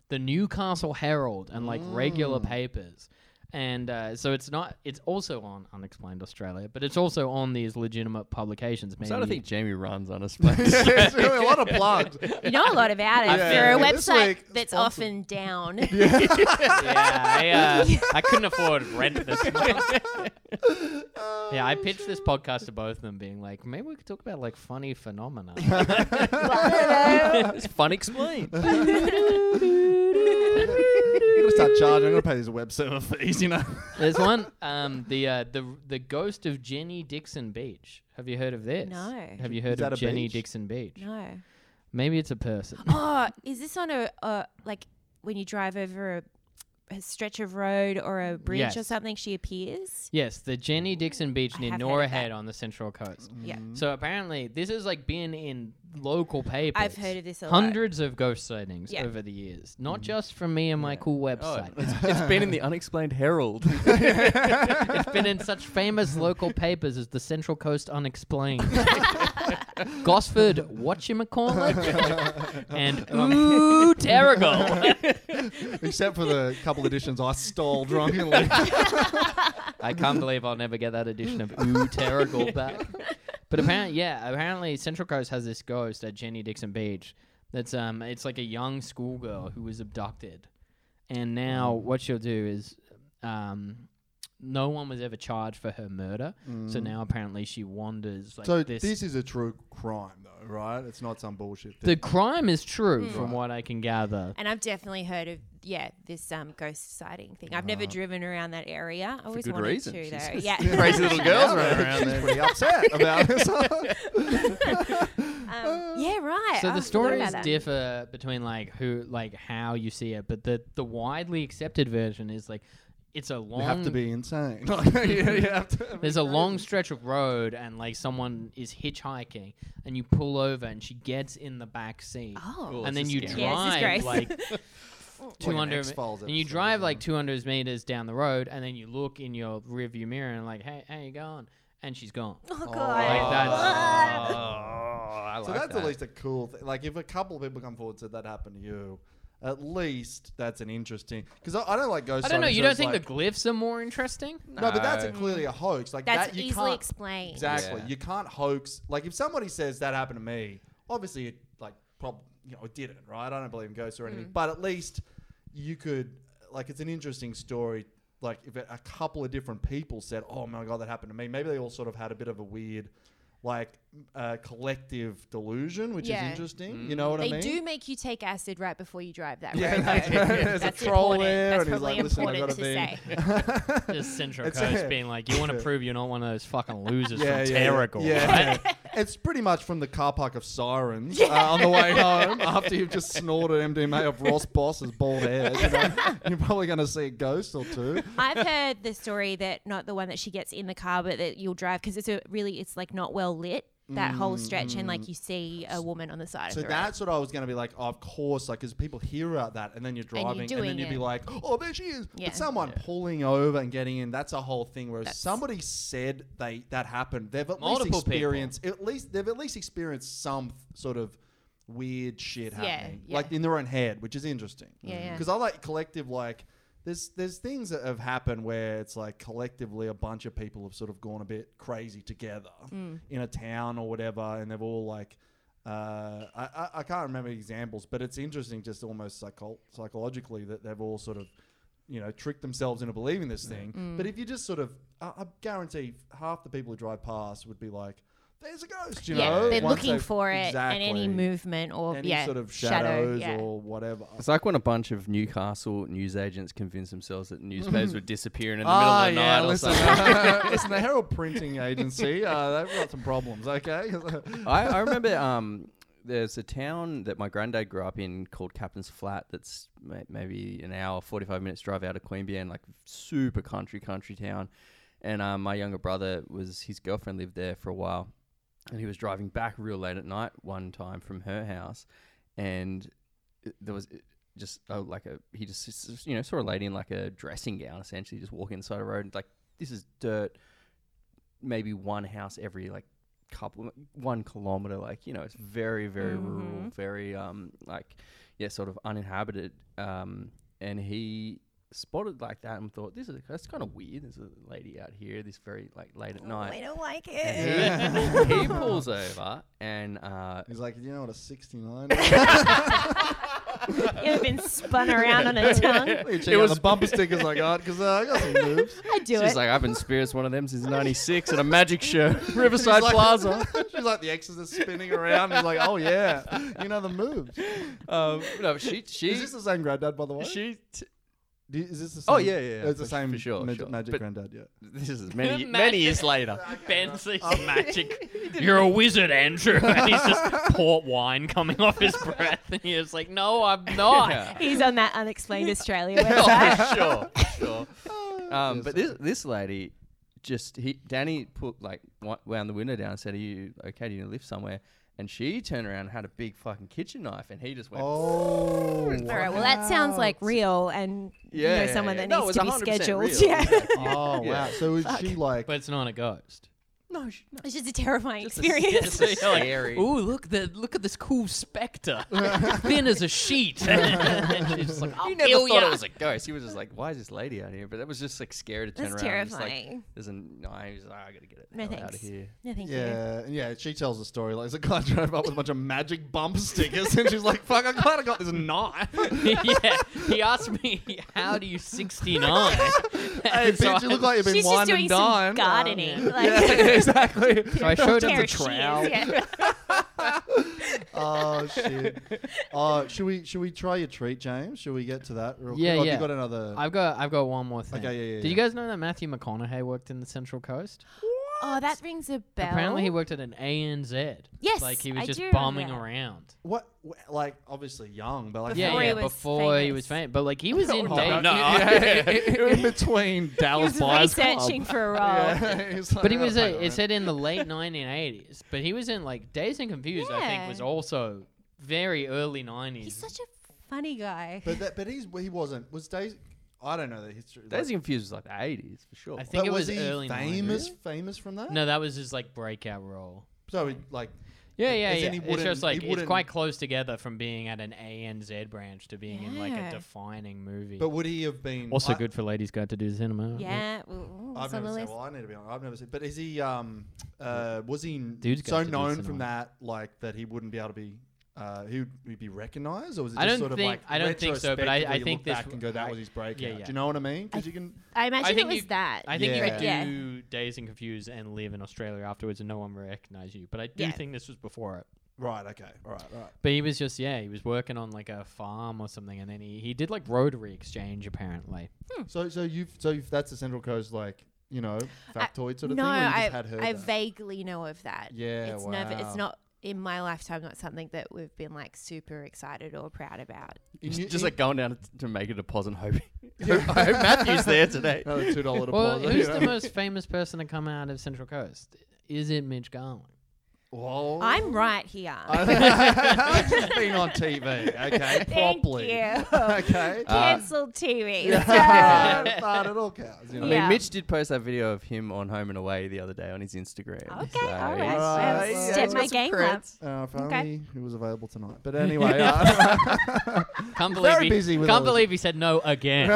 Speaker 3: the Newcastle Herald and like regular papers. And uh, so it's not. It's also on Unexplained Australia, but it's also on these legitimate publications.
Speaker 6: I'm
Speaker 3: Maybe
Speaker 6: starting to think Jamie runs on a space.
Speaker 2: it's really a lot of plugs.
Speaker 1: You know a lot about it.
Speaker 2: Yeah.
Speaker 1: They're a
Speaker 2: Yeah, this
Speaker 1: website
Speaker 2: week,
Speaker 1: that's
Speaker 2: sponsored.
Speaker 1: often down.
Speaker 7: yeah, I, uh, I couldn't afford rent this month.
Speaker 3: Yeah, I pitched this podcast to both of them, being like, maybe we could talk about like funny phenomena.
Speaker 6: it's fun explained.
Speaker 2: I'm gonna start charging. I'm gonna pay these web server fees. You know.
Speaker 3: There's one, um, the uh, the the ghost of Jenny Dixon Beach. Have you heard of this?
Speaker 1: No.
Speaker 3: Have you heard
Speaker 2: that
Speaker 3: of
Speaker 2: a
Speaker 3: Jenny
Speaker 2: beach?
Speaker 3: Dixon Beach?
Speaker 1: no.
Speaker 3: Maybe it's a person.
Speaker 1: Oh, is this on a, a like when you drive over a, a stretch of road or a bridge or
Speaker 3: Yes.
Speaker 1: something? She appears.
Speaker 3: Yes, the Jenny Dixon Beach
Speaker 1: I
Speaker 3: near
Speaker 1: have heard of that.
Speaker 3: Norhead on the Central Coast.
Speaker 2: Mm-hmm.
Speaker 1: Yeah,
Speaker 3: So apparently, this has like been in local papers.
Speaker 1: I've heard of this a lot.
Speaker 3: hundreds of ghost sightings
Speaker 1: Yeah.
Speaker 3: over the years,
Speaker 2: Mm-hmm.
Speaker 3: not just from me and my cool
Speaker 2: Oh.
Speaker 3: website.
Speaker 6: Oh, it's, it's been in the Unexplained Herald. Oh,
Speaker 3: it's been in such famous local papers as the Central Coast Unexplained, Gosford Whatchamacallit, and Ooh Terrigal.
Speaker 2: Except for the couple editions I stole drunkenly.
Speaker 3: I can't believe I'll never get that edition of Ooh Terrigal back. But apparently, yeah, apparently Central Coast has this ghost at Jenny Dixon Beach. That's um, it's like a young schoolgirl who was abducted, and now
Speaker 2: Mm.
Speaker 3: what she'll do is, um, no one was ever charged for her murder. So now apparently she wanders like
Speaker 2: Mm. so
Speaker 3: this.
Speaker 2: this. is a true crime, though, right? It's not some bullshit.
Speaker 3: the
Speaker 2: Thing.
Speaker 3: crime is
Speaker 1: Hmm.
Speaker 3: true, from what I can gather.
Speaker 1: and I've definitely heard of yeah this um, ghost sighting thing. I've never driven around that area. I always
Speaker 6: good
Speaker 1: wanted
Speaker 6: reason.
Speaker 1: to
Speaker 6: She's
Speaker 1: though.
Speaker 6: just
Speaker 1: Yeah,
Speaker 6: Crazy little girls running around.
Speaker 2: She's pretty upset about this.
Speaker 1: um, yeah, right.
Speaker 3: So
Speaker 1: Oh, I
Speaker 3: the
Speaker 1: forgot
Speaker 3: stories
Speaker 1: about that.
Speaker 3: differ between like who, like how you see it, but the the widely accepted version is like it's a long.
Speaker 2: you have to be insane. yeah, you have to.
Speaker 3: Mm. There's a long stretch of road, and like someone is hitchhiking, and you pull over, and she gets in the back seat,
Speaker 1: Oh,
Speaker 6: Cool.
Speaker 3: and
Speaker 6: this
Speaker 3: then
Speaker 6: is
Speaker 3: you
Speaker 6: scary.
Speaker 1: Yeah, this is
Speaker 3: drive
Speaker 1: great.
Speaker 3: like two
Speaker 2: an
Speaker 3: hundred,
Speaker 2: X-Files
Speaker 3: and you
Speaker 2: episode,
Speaker 3: drive
Speaker 2: isn't
Speaker 3: like
Speaker 2: it?
Speaker 3: two hundred meters down the road, and then you look in your rearview mirror and like, hey, how you going? And she's gone.
Speaker 1: oh god.
Speaker 3: Like that's
Speaker 6: I
Speaker 2: So that's at least a cool thing. Like, if a couple of people come forward and said that happened to you, at least that's an interesting. Because I, I don't like ghost.
Speaker 3: I don't know.
Speaker 2: sightings,
Speaker 3: You
Speaker 2: so
Speaker 3: don't
Speaker 2: it's
Speaker 3: think
Speaker 2: like,
Speaker 3: the glyphs are more interesting?
Speaker 2: No, but that's a,
Speaker 6: No.
Speaker 2: clearly a hoax. Like
Speaker 1: That's
Speaker 2: that, you
Speaker 1: easily
Speaker 2: can't,
Speaker 1: explained.
Speaker 2: Exactly.
Speaker 6: Yeah.
Speaker 2: You can't hoax. Like if somebody says that happened to me, obviously it like prob you know it didn't, right? I don't believe in ghosts or anything,
Speaker 1: Mm.
Speaker 2: but at least you could like it's an interesting story. Like if a a couple of different people said, "Oh my god, that happened to me," maybe they all sort of had a bit of a weird. Like uh, collective delusion, which
Speaker 1: Yeah.
Speaker 2: is interesting. You know what
Speaker 1: They
Speaker 2: I mean?
Speaker 1: do make you take acid right before you drive that
Speaker 2: Yeah,
Speaker 1: road.
Speaker 2: like,
Speaker 1: though.
Speaker 2: there's a
Speaker 1: That's
Speaker 2: troll
Speaker 1: important.
Speaker 2: there,
Speaker 1: That's
Speaker 2: and he's
Speaker 1: probably
Speaker 2: like, "Listen, I've
Speaker 1: important to
Speaker 2: gotta
Speaker 1: say.
Speaker 2: be-
Speaker 3: Just Central
Speaker 2: It's-
Speaker 3: Coast being like, you want to prove you're not one of those fucking losers from
Speaker 2: yeah,
Speaker 3: Terrigal.
Speaker 2: yeah. it's pretty much from the car park of Sirens uh, on the way home after you've just snorted MDMA of Ross Boss's bald head. You know? You're probably going to see a ghost or two.
Speaker 1: I've heard the story that not the one that she gets in the car, but that you'll drive because it's a really it's like not well lit that whole stretch, and like you see a woman on the side
Speaker 2: Mm. So
Speaker 1: of the road.
Speaker 2: that's what I was going to be like, oh, of course, like, because people hear about that, and then you're
Speaker 1: you're
Speaker 2: driving, and,
Speaker 1: doing
Speaker 2: then you'd be
Speaker 1: it.
Speaker 2: like, oh, there she is.
Speaker 1: Yeah.
Speaker 2: But someone pulling over and getting in, that's a whole thing. Whereas somebody said they that happened, they've at
Speaker 3: Multiple
Speaker 2: least
Speaker 3: people.
Speaker 2: experienced, at least they've at least experienced some sort of weird shit
Speaker 1: Yeah,
Speaker 2: happening,
Speaker 1: yeah.
Speaker 2: like in their own head, which is interesting.
Speaker 1: Yeah, yeah.
Speaker 2: Because I like collective, like. There's, there's things that have happened where it's like collectively a bunch of people have sort of gone a bit crazy together
Speaker 1: Mm.
Speaker 2: in a town or whatever, and they've all like uh, I, I- I can't remember examples, but it's interesting just almost psycho- psychologically that they've all sort of, you know, tricked themselves into believing this thing.
Speaker 1: Mm.
Speaker 2: But if you just sort of, I, I guarantee half the people who drive past would be like, there's a ghost, you
Speaker 1: yeah,
Speaker 2: know?
Speaker 1: they're
Speaker 2: once
Speaker 1: looking
Speaker 2: they've-
Speaker 1: for it, and any
Speaker 2: Exactly.
Speaker 1: movement or
Speaker 2: Any
Speaker 1: yeah,
Speaker 2: sort of
Speaker 1: shadow,
Speaker 2: shadows
Speaker 1: yeah.
Speaker 2: or whatever.
Speaker 6: It's like when a bunch of Newcastle newsagents convinced themselves that newspapers were disappearing in the middle
Speaker 2: Ah,
Speaker 6: of the
Speaker 2: yeah,
Speaker 6: night or
Speaker 2: listen,
Speaker 6: something.
Speaker 2: listen, the Herald Printing Agency, uh, they've got some problems, okay?
Speaker 6: I, I remember um, there's a town that my granddad grew up in called Captain's Flat that's ma- maybe an hour, 45 minutes drive out of Queanbeyan, like super country, country town. And um, my younger brother was, his girlfriend lived there for a while. And he was driving back real late at night one time from her house. And it- there was it- just oh, like a, he just, s- s- you know, saw a lady in like a dressing gown essentially just walking inside a road. And like, this is dirt, maybe one house every like couple one kilometer like you know it's very very rural very um like yeah sort of uninhabited um and he spotted like that and thought, "This is that's kind of weird." There's a lady out here this very like late at
Speaker 1: Oh, I
Speaker 6: night.
Speaker 1: don't like it.
Speaker 6: And he, he pulls over and uh,
Speaker 2: He's like, you know what a 69
Speaker 1: You've been spun around on a tongue.
Speaker 2: Check out the bumper stickers I got because uh, I got some moves.
Speaker 1: I do
Speaker 6: she's
Speaker 1: it.
Speaker 6: like, "I've been spirits one of them since '96 at a magic show, Riverside
Speaker 2: She's like-
Speaker 6: Plaza."
Speaker 2: She's like the X's are spinning around. He's like, oh yeah, you know the moves.
Speaker 6: um, no, she she
Speaker 2: Is this the same granddad, by the way?
Speaker 6: she. T-
Speaker 2: Do you- is this the same?
Speaker 6: Oh, yeah, yeah, yeah,
Speaker 2: It's the
Speaker 6: for-
Speaker 2: same
Speaker 6: for sure,
Speaker 2: mag-
Speaker 6: sure.
Speaker 2: magic
Speaker 6: But-
Speaker 2: granddad. Yeah.
Speaker 6: this is many many
Speaker 7: Magic.
Speaker 6: years later.
Speaker 7: Bensley's
Speaker 3: Oh,
Speaker 7: magic. You're a wizard, Andrew. And he's just port wine coming off his breath, and he's just like, "No, I'm not."
Speaker 6: Yeah.
Speaker 1: He's on that unexplained Australia website.
Speaker 6: Oh, for sure, for sure. Um,
Speaker 2: Yes.
Speaker 6: but this this lady, just he Danny put like wa- wound the window down and said, "Are you okay? Do you need a lift somewhere?" And she turned around and had a big fucking kitchen knife, and he just went.
Speaker 2: Oh.
Speaker 1: All right. Well, that sounds like real and
Speaker 6: Yeah,
Speaker 1: you
Speaker 6: yeah,
Speaker 1: know someone
Speaker 6: yeah.
Speaker 1: that
Speaker 6: No,
Speaker 1: needs
Speaker 6: it
Speaker 1: to
Speaker 6: was
Speaker 1: be
Speaker 6: 100%
Speaker 1: scheduled.
Speaker 6: real.
Speaker 1: Yeah.
Speaker 2: Oh wow. So is she like?
Speaker 3: But it's not a ghost.
Speaker 6: No, she, no.
Speaker 1: it's just a terrifying
Speaker 6: Just a
Speaker 1: experience.
Speaker 6: It's so scary.
Speaker 3: Ooh, look the look at this cool specter, thin as a sheet. and she's just like, I'll
Speaker 6: He never
Speaker 3: kill
Speaker 6: thought
Speaker 3: ya."
Speaker 6: it was a ghost. He was just like, "Why is this lady out here?" But that was just like scared to turn
Speaker 1: That's
Speaker 6: around. and just,
Speaker 1: terrifying.
Speaker 6: Like, There's a knife. He's like, "Ah, "I gotta get it
Speaker 1: No
Speaker 6: out of
Speaker 1: thanks.
Speaker 6: here."
Speaker 1: No, thank you.
Speaker 2: Yeah, and yeah. She tells the story like, there's a guy drove up with a bunch of magic bump stickers, and she's like, "Fuck, I kind of got this knife."
Speaker 3: yeah, he asked me, "How do you 69?"
Speaker 2: hey, bitch, you look like you've been
Speaker 1: She's just
Speaker 2: wine
Speaker 1: doing
Speaker 2: and
Speaker 1: some
Speaker 2: dine.
Speaker 1: gardening.
Speaker 2: Um,
Speaker 1: Like,
Speaker 2: yeah, exactly.
Speaker 3: so I showed him the
Speaker 1: terrorist she is,
Speaker 3: trowel.
Speaker 1: yeah.
Speaker 2: Oh shit. Uh, should we should we try your treat, James? Should we get to that? Real
Speaker 3: Yeah,
Speaker 2: quick? Or have
Speaker 3: yeah.
Speaker 2: You got another?
Speaker 3: I've got I've got one more thing.
Speaker 2: Okay, yeah, yeah,
Speaker 3: Did you
Speaker 2: yeah.
Speaker 3: guys know that Matthew McConaughey worked in the Central Coast?
Speaker 1: Oh, that rings a bell.
Speaker 3: Apparently, he worked at an ANZ.
Speaker 1: Yes,
Speaker 3: like he
Speaker 1: I
Speaker 3: was just
Speaker 1: do
Speaker 3: bumming
Speaker 1: remember that.
Speaker 3: around.
Speaker 2: what? wh- Like obviously young, but like
Speaker 3: Yeah,
Speaker 1: Before he
Speaker 3: yeah,
Speaker 1: was
Speaker 3: before he was
Speaker 1: famous.
Speaker 3: famous, but like he was in.
Speaker 2: no,
Speaker 3: Dave-
Speaker 2: no. in between
Speaker 1: He
Speaker 2: Dallas
Speaker 1: was
Speaker 2: Buyers Club.
Speaker 1: researching for a role.
Speaker 2: Yeah, he's like, "Oh,
Speaker 3: But he
Speaker 2: "I gotta
Speaker 3: was.
Speaker 2: pay the
Speaker 3: A, it
Speaker 2: rent."
Speaker 3: said in the late 1980s. But he was in like Days and Confused. I think
Speaker 1: Yeah.
Speaker 3: was also very early 90s.
Speaker 1: He's such a funny guy.
Speaker 2: But that, but he's he wasn't. Was Daisy? I don't know the history. like-
Speaker 6: Daisy Confused was like the 80s for sure.
Speaker 3: I think
Speaker 2: but
Speaker 3: it
Speaker 2: was,
Speaker 3: was,
Speaker 2: he
Speaker 3: early
Speaker 2: famous?
Speaker 3: 90s.
Speaker 2: Famous from that?
Speaker 3: No, that was his like breakout role.
Speaker 2: So he, like,
Speaker 3: Yeah, yeah,
Speaker 2: As
Speaker 3: yeah.
Speaker 2: in he
Speaker 3: It's
Speaker 2: wouldn't-
Speaker 3: just like
Speaker 2: he
Speaker 3: it's
Speaker 2: wouldn't-
Speaker 3: quite close together from being at an ANZ branch to being in like
Speaker 1: Yeah.
Speaker 3: a defining movie.
Speaker 2: but would he have been
Speaker 3: also
Speaker 2: I,
Speaker 3: good for ladies' guide to do cinema.
Speaker 1: yeah. Ooh,
Speaker 2: I've
Speaker 1: it's on
Speaker 2: never
Speaker 1: the
Speaker 2: seen.
Speaker 1: list.
Speaker 2: Well, I need to be honest. I've never seen. But is he? Um, uh, was he n-
Speaker 3: Dude's
Speaker 2: so
Speaker 3: got to do
Speaker 2: known from
Speaker 3: cinema.
Speaker 2: that like that he wouldn't be able to be. Uh, he would he'd be recognized, or was it just
Speaker 3: I don't
Speaker 2: sort
Speaker 3: think-
Speaker 2: of like
Speaker 3: I don't think so, but I- I
Speaker 2: retrospectively you
Speaker 3: think
Speaker 2: look
Speaker 3: this
Speaker 2: back and go that
Speaker 3: I-
Speaker 2: was his breakout.
Speaker 3: yeah,
Speaker 2: Do
Speaker 3: yeah.
Speaker 2: you know what I mean? Because you can.
Speaker 1: I imagine
Speaker 3: think
Speaker 1: it was
Speaker 3: you-
Speaker 1: that.
Speaker 3: I think you
Speaker 2: Yeah.
Speaker 3: could
Speaker 1: Yeah.
Speaker 3: do Days and Confused and live in Australia afterwards and no one will recognize you. But I do
Speaker 1: Yeah.
Speaker 3: think this was before it.
Speaker 2: Right. Okay. All right. All right.
Speaker 3: But he was just yeah, he was working on like a farm or something, and then he, he did like rotary exchange apparently.
Speaker 2: So so you've so you've, that's the Central Coast like you know factoid sort of
Speaker 1: no,
Speaker 2: thing. or you
Speaker 1: I,
Speaker 2: just had heard
Speaker 1: I
Speaker 2: that?
Speaker 1: vaguely know of that.
Speaker 2: Yeah,
Speaker 1: it's never,
Speaker 2: wow.
Speaker 1: it's not in my lifetime not something that we've been like super excited or proud about.
Speaker 2: In
Speaker 6: Just,
Speaker 2: New-
Speaker 6: just
Speaker 2: in-
Speaker 6: like going down to, to make a deposit and hoping. I hope Matthew's there today.
Speaker 2: another two dollar
Speaker 3: Well,
Speaker 2: deposit.
Speaker 3: who's
Speaker 2: you
Speaker 3: the
Speaker 2: know?
Speaker 3: most famous person to come out of Central Coast? Is it Mitch Garland?
Speaker 2: Whoa.
Speaker 1: I'm right here.
Speaker 2: I've just been on TV, okay,
Speaker 1: Thank
Speaker 2: properly.
Speaker 1: you.
Speaker 2: Okay. Uh,
Speaker 1: Cancelled TV.
Speaker 2: Yeah, but it all counts. You know?
Speaker 6: I mean,
Speaker 1: Yeah.
Speaker 6: Mitch did post that video of him on Home and Away the other day on his Instagram.
Speaker 1: Okay, all right.
Speaker 2: Alright,
Speaker 1: I have
Speaker 2: yeah,
Speaker 1: stepped
Speaker 2: it's
Speaker 1: my
Speaker 2: got
Speaker 1: game up.
Speaker 6: creds.
Speaker 2: Uh, if
Speaker 1: Okay.
Speaker 2: only he was available tonight. But anyway, uh,
Speaker 3: Can't believe
Speaker 2: very
Speaker 3: he,
Speaker 2: busy with all
Speaker 3: can't
Speaker 2: this.
Speaker 3: believe he said no again.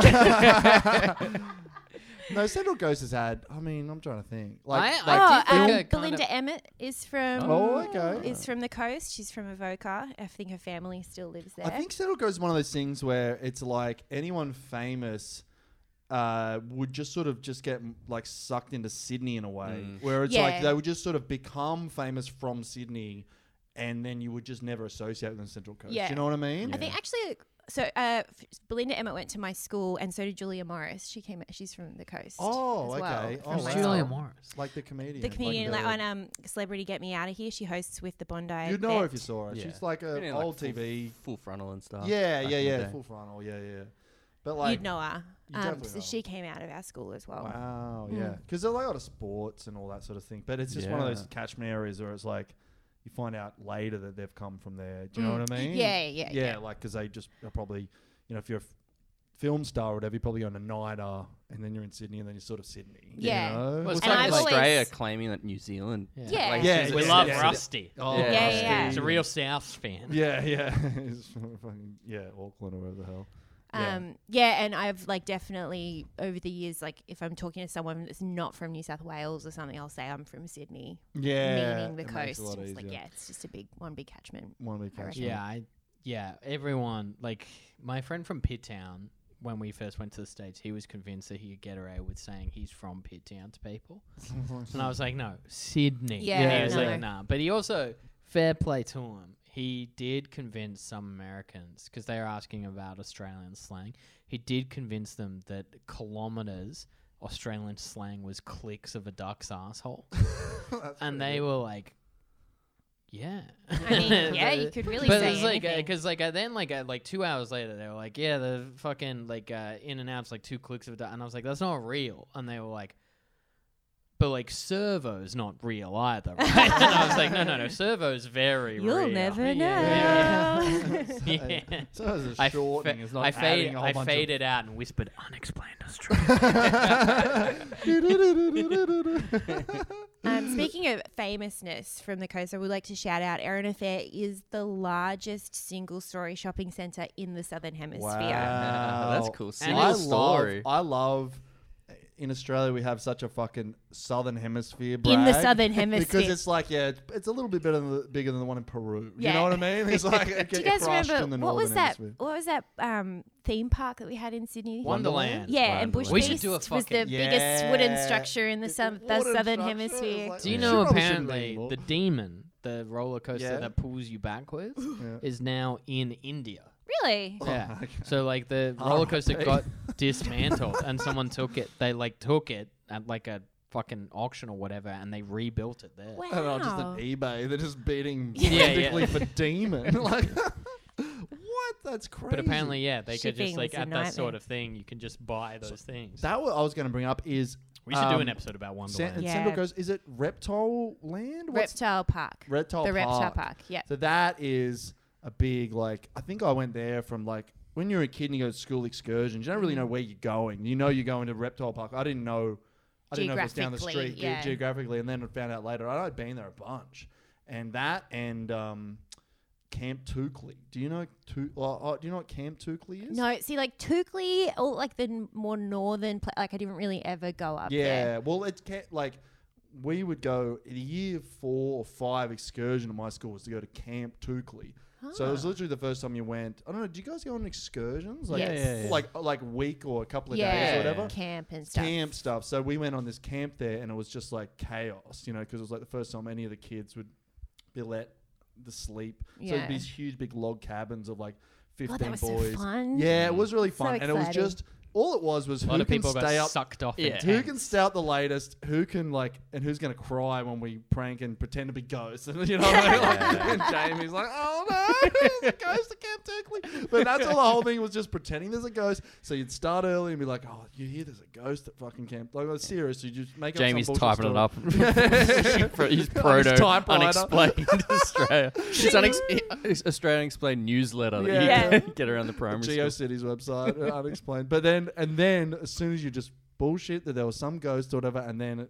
Speaker 2: no, Central Ghost has had. I mean, I'm trying to think. Like,
Speaker 3: I- I
Speaker 2: like
Speaker 1: Oh,
Speaker 3: do think
Speaker 1: um,
Speaker 3: a kind
Speaker 1: Belinda
Speaker 3: of-
Speaker 1: Emmett is from.
Speaker 2: Oh, okay.
Speaker 1: Is from the coast. She's from Avoca. I think her family still lives there.
Speaker 2: I think Central Ghost is one of those things where it's like anyone famous. Uh, would just sort of just get like sucked into Sydney in a way, where it's like
Speaker 1: Yeah.
Speaker 2: they would just sort of become famous from Sydney, and then you would just never associate them with Central Coast. Do
Speaker 1: Yeah.
Speaker 2: you know what I mean?
Speaker 1: I think actually. So uh, f- Belinda Emmett went to my school, and so did Julia Morris. She came. She's from the coast.
Speaker 2: Oh,
Speaker 1: as well,
Speaker 2: okay.
Speaker 1: from
Speaker 2: Oh,
Speaker 1: my
Speaker 2: wow.
Speaker 1: school.
Speaker 3: Julia Morris.
Speaker 2: like the comedian,
Speaker 1: The comedian
Speaker 2: like
Speaker 1: like, on um, Celebrity Get Me Out of Here. She hosts with the Bondi.
Speaker 2: You'd know her
Speaker 1: Vet.
Speaker 2: if you saw her.
Speaker 6: Yeah.
Speaker 2: She's like
Speaker 6: Been in,
Speaker 2: a
Speaker 6: like,
Speaker 2: old
Speaker 6: full-
Speaker 2: TV.
Speaker 6: Full frontal and stuff.
Speaker 2: Yeah,
Speaker 6: back
Speaker 2: yeah,
Speaker 6: in the
Speaker 2: yeah.
Speaker 6: day.
Speaker 2: Full frontal. Yeah, yeah. But like,
Speaker 1: You'd know her.
Speaker 2: You
Speaker 1: Um,
Speaker 2: definitely
Speaker 1: so
Speaker 2: know her.
Speaker 1: she came out of our school as well.
Speaker 2: Wow,
Speaker 6: hmm.
Speaker 2: yeah. Because there's a lot of sports and all that sort of thing. But it's just one of those catchment areas where it's like you find out later that they've come from there. Do you know what I mean?
Speaker 1: Mm. Yeah, yeah,
Speaker 2: Yeah,
Speaker 1: yeah.
Speaker 2: like because they just are probably, you know, if you're a f- film star or whatever, you're probably on a nighter and then you're in Sydney and then you're sort of Sydney. you
Speaker 1: Yeah.
Speaker 2: know?
Speaker 3: Well,
Speaker 6: It's
Speaker 1: And
Speaker 6: like
Speaker 1: I've
Speaker 6: Australia
Speaker 1: always-
Speaker 6: claiming that New Zealand.
Speaker 1: Yeah.
Speaker 6: like,
Speaker 2: Yeah,
Speaker 6: she's
Speaker 3: we
Speaker 6: a-
Speaker 3: love
Speaker 2: yeah.
Speaker 3: Rusty.
Speaker 2: Oh,
Speaker 6: Yeah,
Speaker 1: yeah, yeah.
Speaker 3: He's a real South fan.
Speaker 2: Yeah, yeah. It's from fucking- yeah, Auckland or wherever the hell. Yeah.
Speaker 1: Um, yeah, and I've like definitely over the years, like if I'm talking to someone that's not from New South Wales or something, I'll say I'm from Sydney,
Speaker 2: Yeah,
Speaker 1: meaning the
Speaker 2: it
Speaker 1: coast.
Speaker 2: makes a lot
Speaker 1: It's like
Speaker 2: easier.
Speaker 1: yeah, it's just a big one, big catchment.
Speaker 2: One week
Speaker 1: I
Speaker 2: catch
Speaker 1: reckon.
Speaker 2: up.
Speaker 3: Yeah, I yeah, everyone like my friend from Pitt Town when we first went to the States, he was convinced that he could get away with saying he's from Pitt Town to people. and I was like, No, Sydney. and
Speaker 1: Yeah,
Speaker 3: he was
Speaker 1: no.
Speaker 3: like, nah. But he also fair play to him. He did convince some Americans because they were asking about Australian slang. He did convince them that kilometers Australian slang was clicks of a duck's asshole, and they were like, "Yeah."
Speaker 1: I mean, yeah, you could really
Speaker 3: But
Speaker 1: say
Speaker 3: it's like
Speaker 1: anything.
Speaker 3: because like uh, then like uh, like two hours later they were like yeah the fucking like uh, in and out's like two clicks of a dot and I was like that's not real and they were like but like servo's not real either right? and I was like no no no servo's very
Speaker 1: You'll
Speaker 3: real
Speaker 1: never know.
Speaker 3: Yeah. yeah.
Speaker 2: So that was
Speaker 3: I,
Speaker 2: a
Speaker 3: fa-
Speaker 2: shortening. it's not
Speaker 3: I,
Speaker 2: adding
Speaker 3: fade,
Speaker 2: a whole
Speaker 3: I
Speaker 2: bunch of-
Speaker 3: faded out and whispered unexplained Australia.
Speaker 2: Mm.
Speaker 1: Um, speaking of famousness from the coast, I would like to shout out Erin Affair is the largest single story shopping centre in the Southern Hemisphere.
Speaker 6: That's
Speaker 2: Wow.
Speaker 6: cool.
Speaker 2: And
Speaker 6: Single
Speaker 2: I
Speaker 6: story.
Speaker 2: love. I love. In Australia, we have such a fucking Southern Hemisphere brag
Speaker 1: In the Southern Hemisphere.
Speaker 2: because it's like yeah, it's, it's a little bit better than the, bigger than the one in Peru. You
Speaker 1: Yeah.
Speaker 2: know what I mean? It's like it
Speaker 1: Do
Speaker 2: get
Speaker 1: you guys
Speaker 2: crushed
Speaker 1: remember
Speaker 2: in the
Speaker 1: what
Speaker 2: Northern
Speaker 1: was that?
Speaker 2: Hemisphere.
Speaker 1: What was that um, theme park that we had in Sydney?
Speaker 3: Wonderland.
Speaker 1: Yeah, and Bush
Speaker 3: We
Speaker 1: Beast
Speaker 3: should do a
Speaker 1: was the
Speaker 3: fucking-
Speaker 1: biggest wooden
Speaker 2: Yeah.
Speaker 1: structure in the,
Speaker 2: It's
Speaker 1: sou-
Speaker 2: a
Speaker 1: the
Speaker 2: wooden
Speaker 1: Southern
Speaker 2: structure, it's
Speaker 1: Hemisphere.
Speaker 2: like-
Speaker 3: Do you
Speaker 2: She
Speaker 3: know
Speaker 2: probably shouldn't be
Speaker 3: apparently
Speaker 2: anymore.
Speaker 3: the demon, the roller coaster
Speaker 2: Yeah.
Speaker 3: that pulls you backwards,
Speaker 2: Yeah.
Speaker 3: is now in India.
Speaker 1: really?
Speaker 2: Oh,
Speaker 3: Yeah. So like the roller coaster
Speaker 2: R.I.P.
Speaker 3: got dismantled and someone took it. They like took it at like a fucking auction or whatever and they rebuilt it there.
Speaker 1: Wow.
Speaker 2: I don't know, just an eBay. They're just beating
Speaker 3: Yeah, yeah.
Speaker 2: frantically for demon. like what? That's crazy.
Speaker 3: But apparently, yeah, they could
Speaker 1: Shipping
Speaker 3: just like
Speaker 1: was a
Speaker 3: at that sort
Speaker 1: nightmare.
Speaker 3: of thing, you can just buy those things.
Speaker 2: that what I was going to bring up is
Speaker 3: we should do
Speaker 2: um,
Speaker 3: an episode about
Speaker 2: San-
Speaker 3: Wonderland.
Speaker 2: and
Speaker 1: Yeah.
Speaker 2: Central Coast. Is it Reptile Land? What's
Speaker 1: Reptile Park.
Speaker 2: Reptile
Speaker 1: the
Speaker 2: Park?
Speaker 1: Reptile Park. Yeah.
Speaker 2: So that is a big like. I think I went there from like when you're a kid and you go to school excursions. You don't
Speaker 1: Mm-hmm.
Speaker 2: really know where you're going. You know you're going to Reptile Park. I didn't know. I didn't know if it was down the
Speaker 1: Geographically,
Speaker 2: street ge-
Speaker 1: yeah.
Speaker 2: geographically, and then I found out later. I'd been there a bunch, and that and um, Camp Tukley. Do you know Tu? Uh, uh, do you know what Camp Tukley is?
Speaker 1: No, see, like Tukli, or like the n- more northern, pla like I didn't really ever go up
Speaker 2: yeah,
Speaker 1: there.
Speaker 2: well, it's ca- like we would go in year four or five excursion at my school was to go to Camp Tukley. So it was literally the first time you went. I don't know. Do you guys go on excursions? Like,
Speaker 1: Yes. Yeah, yeah,
Speaker 2: like uh, like a week or a couple of days
Speaker 1: Yeah,
Speaker 2: or whatever.
Speaker 1: camp and stuff.
Speaker 2: Camp stuff. So we went on this camp there, and it was just like chaos, you know, because it was like the first time any of the kids would be let the sleep. So
Speaker 1: Yeah.
Speaker 2: it'd be these huge, big log cabins of like fifteen
Speaker 1: God, that was so
Speaker 2: boys.
Speaker 1: fun.
Speaker 2: Yeah, it was really fun, and it was
Speaker 1: exciting.
Speaker 2: just all it was was
Speaker 3: A
Speaker 2: who
Speaker 3: lot of
Speaker 2: can
Speaker 3: people
Speaker 2: stay
Speaker 3: got
Speaker 2: up
Speaker 3: sucked off.
Speaker 7: Yeah.
Speaker 3: Yeah.
Speaker 2: who can stay out the latest? Who can like and who's gonna cry when we prank and pretend to be ghosts? And you know, what I mean? Like, and Jamie's like, "Oh no, there's a ghost at Camp Turkley." But that's all the whole thing was just pretending there's a ghost. So you'd start early and be like, "Oh, you hear there's a ghost at fucking camp?" Like, like serious, you just make
Speaker 6: Jamie's
Speaker 2: up some
Speaker 6: typing
Speaker 2: bullshit
Speaker 6: it up. He's
Speaker 2: his
Speaker 6: proto
Speaker 2: typewriter.
Speaker 6: unexplained Australia. It's unex- Australian explained newsletter that
Speaker 2: Yeah.
Speaker 6: you can get around the primary
Speaker 2: Geo
Speaker 6: school.
Speaker 2: Cities website, uh, unexplained. But then, and then, as soon as you just bullshit that there was some ghost or whatever, and then,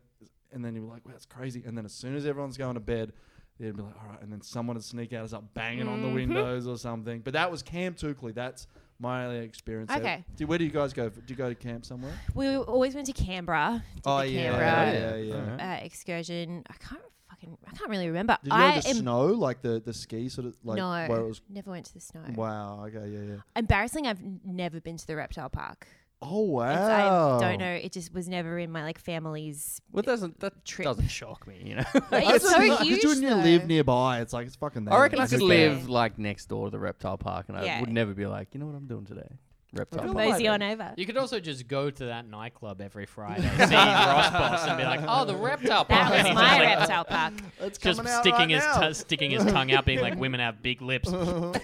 Speaker 2: and then you were like, "Wow, that's crazy." And then, as soon as everyone's going to bed, they'd be like, "All right," and then someone would sneak out and start banging on the
Speaker 1: Mm-hmm.
Speaker 2: windows or something. But that was Camp Tukley. That's my only experience. there.
Speaker 1: Okay.
Speaker 2: Do, where do you guys go? Do you go to camp somewhere?
Speaker 1: We always went to Canberra. Did the Canberra
Speaker 2: Oh, yeah, yeah, yeah.
Speaker 1: Uh, excursion. I can't fucking. I can't really remember.
Speaker 2: Did you
Speaker 1: I
Speaker 2: go to the snow, like the the ski sort of like
Speaker 1: no,
Speaker 2: where it was?
Speaker 1: never went to the snow.
Speaker 2: Wow. Okay. Yeah. Yeah.
Speaker 1: Embarrassing. I've n- never been to the reptile park.
Speaker 2: Oh
Speaker 1: It's-
Speaker 2: wow.
Speaker 1: I don't know. It just was never in my like family's.
Speaker 6: Well, doesn't that
Speaker 1: Trip.
Speaker 6: doesn't shock me? You know,
Speaker 1: Like, it's
Speaker 2: That's
Speaker 1: so
Speaker 2: not- 'cause
Speaker 1: huge.
Speaker 2: You wouldn't
Speaker 1: though.
Speaker 2: live nearby. It's like it's fucking.
Speaker 6: I reckon I
Speaker 2: there.
Speaker 6: could
Speaker 1: Exactly.
Speaker 6: live like next door to the reptile park, and
Speaker 1: Yeah.
Speaker 6: I would never be like, you know what I'm doing today, reptile.
Speaker 2: feel
Speaker 6: Park.
Speaker 2: like-
Speaker 1: Mosey on over.
Speaker 3: You could also just go to that nightclub every Friday, see Ross Boss, and be like, "Oh, the reptile park."
Speaker 1: That
Speaker 3: And
Speaker 1: was
Speaker 3: he's
Speaker 1: my
Speaker 3: like,
Speaker 1: reptile park.
Speaker 2: It's
Speaker 3: just
Speaker 2: coming out
Speaker 3: sticking
Speaker 2: right
Speaker 3: his
Speaker 2: now.
Speaker 3: tu- sticking his tongue out, being like, "Women have big lips."
Speaker 2: oh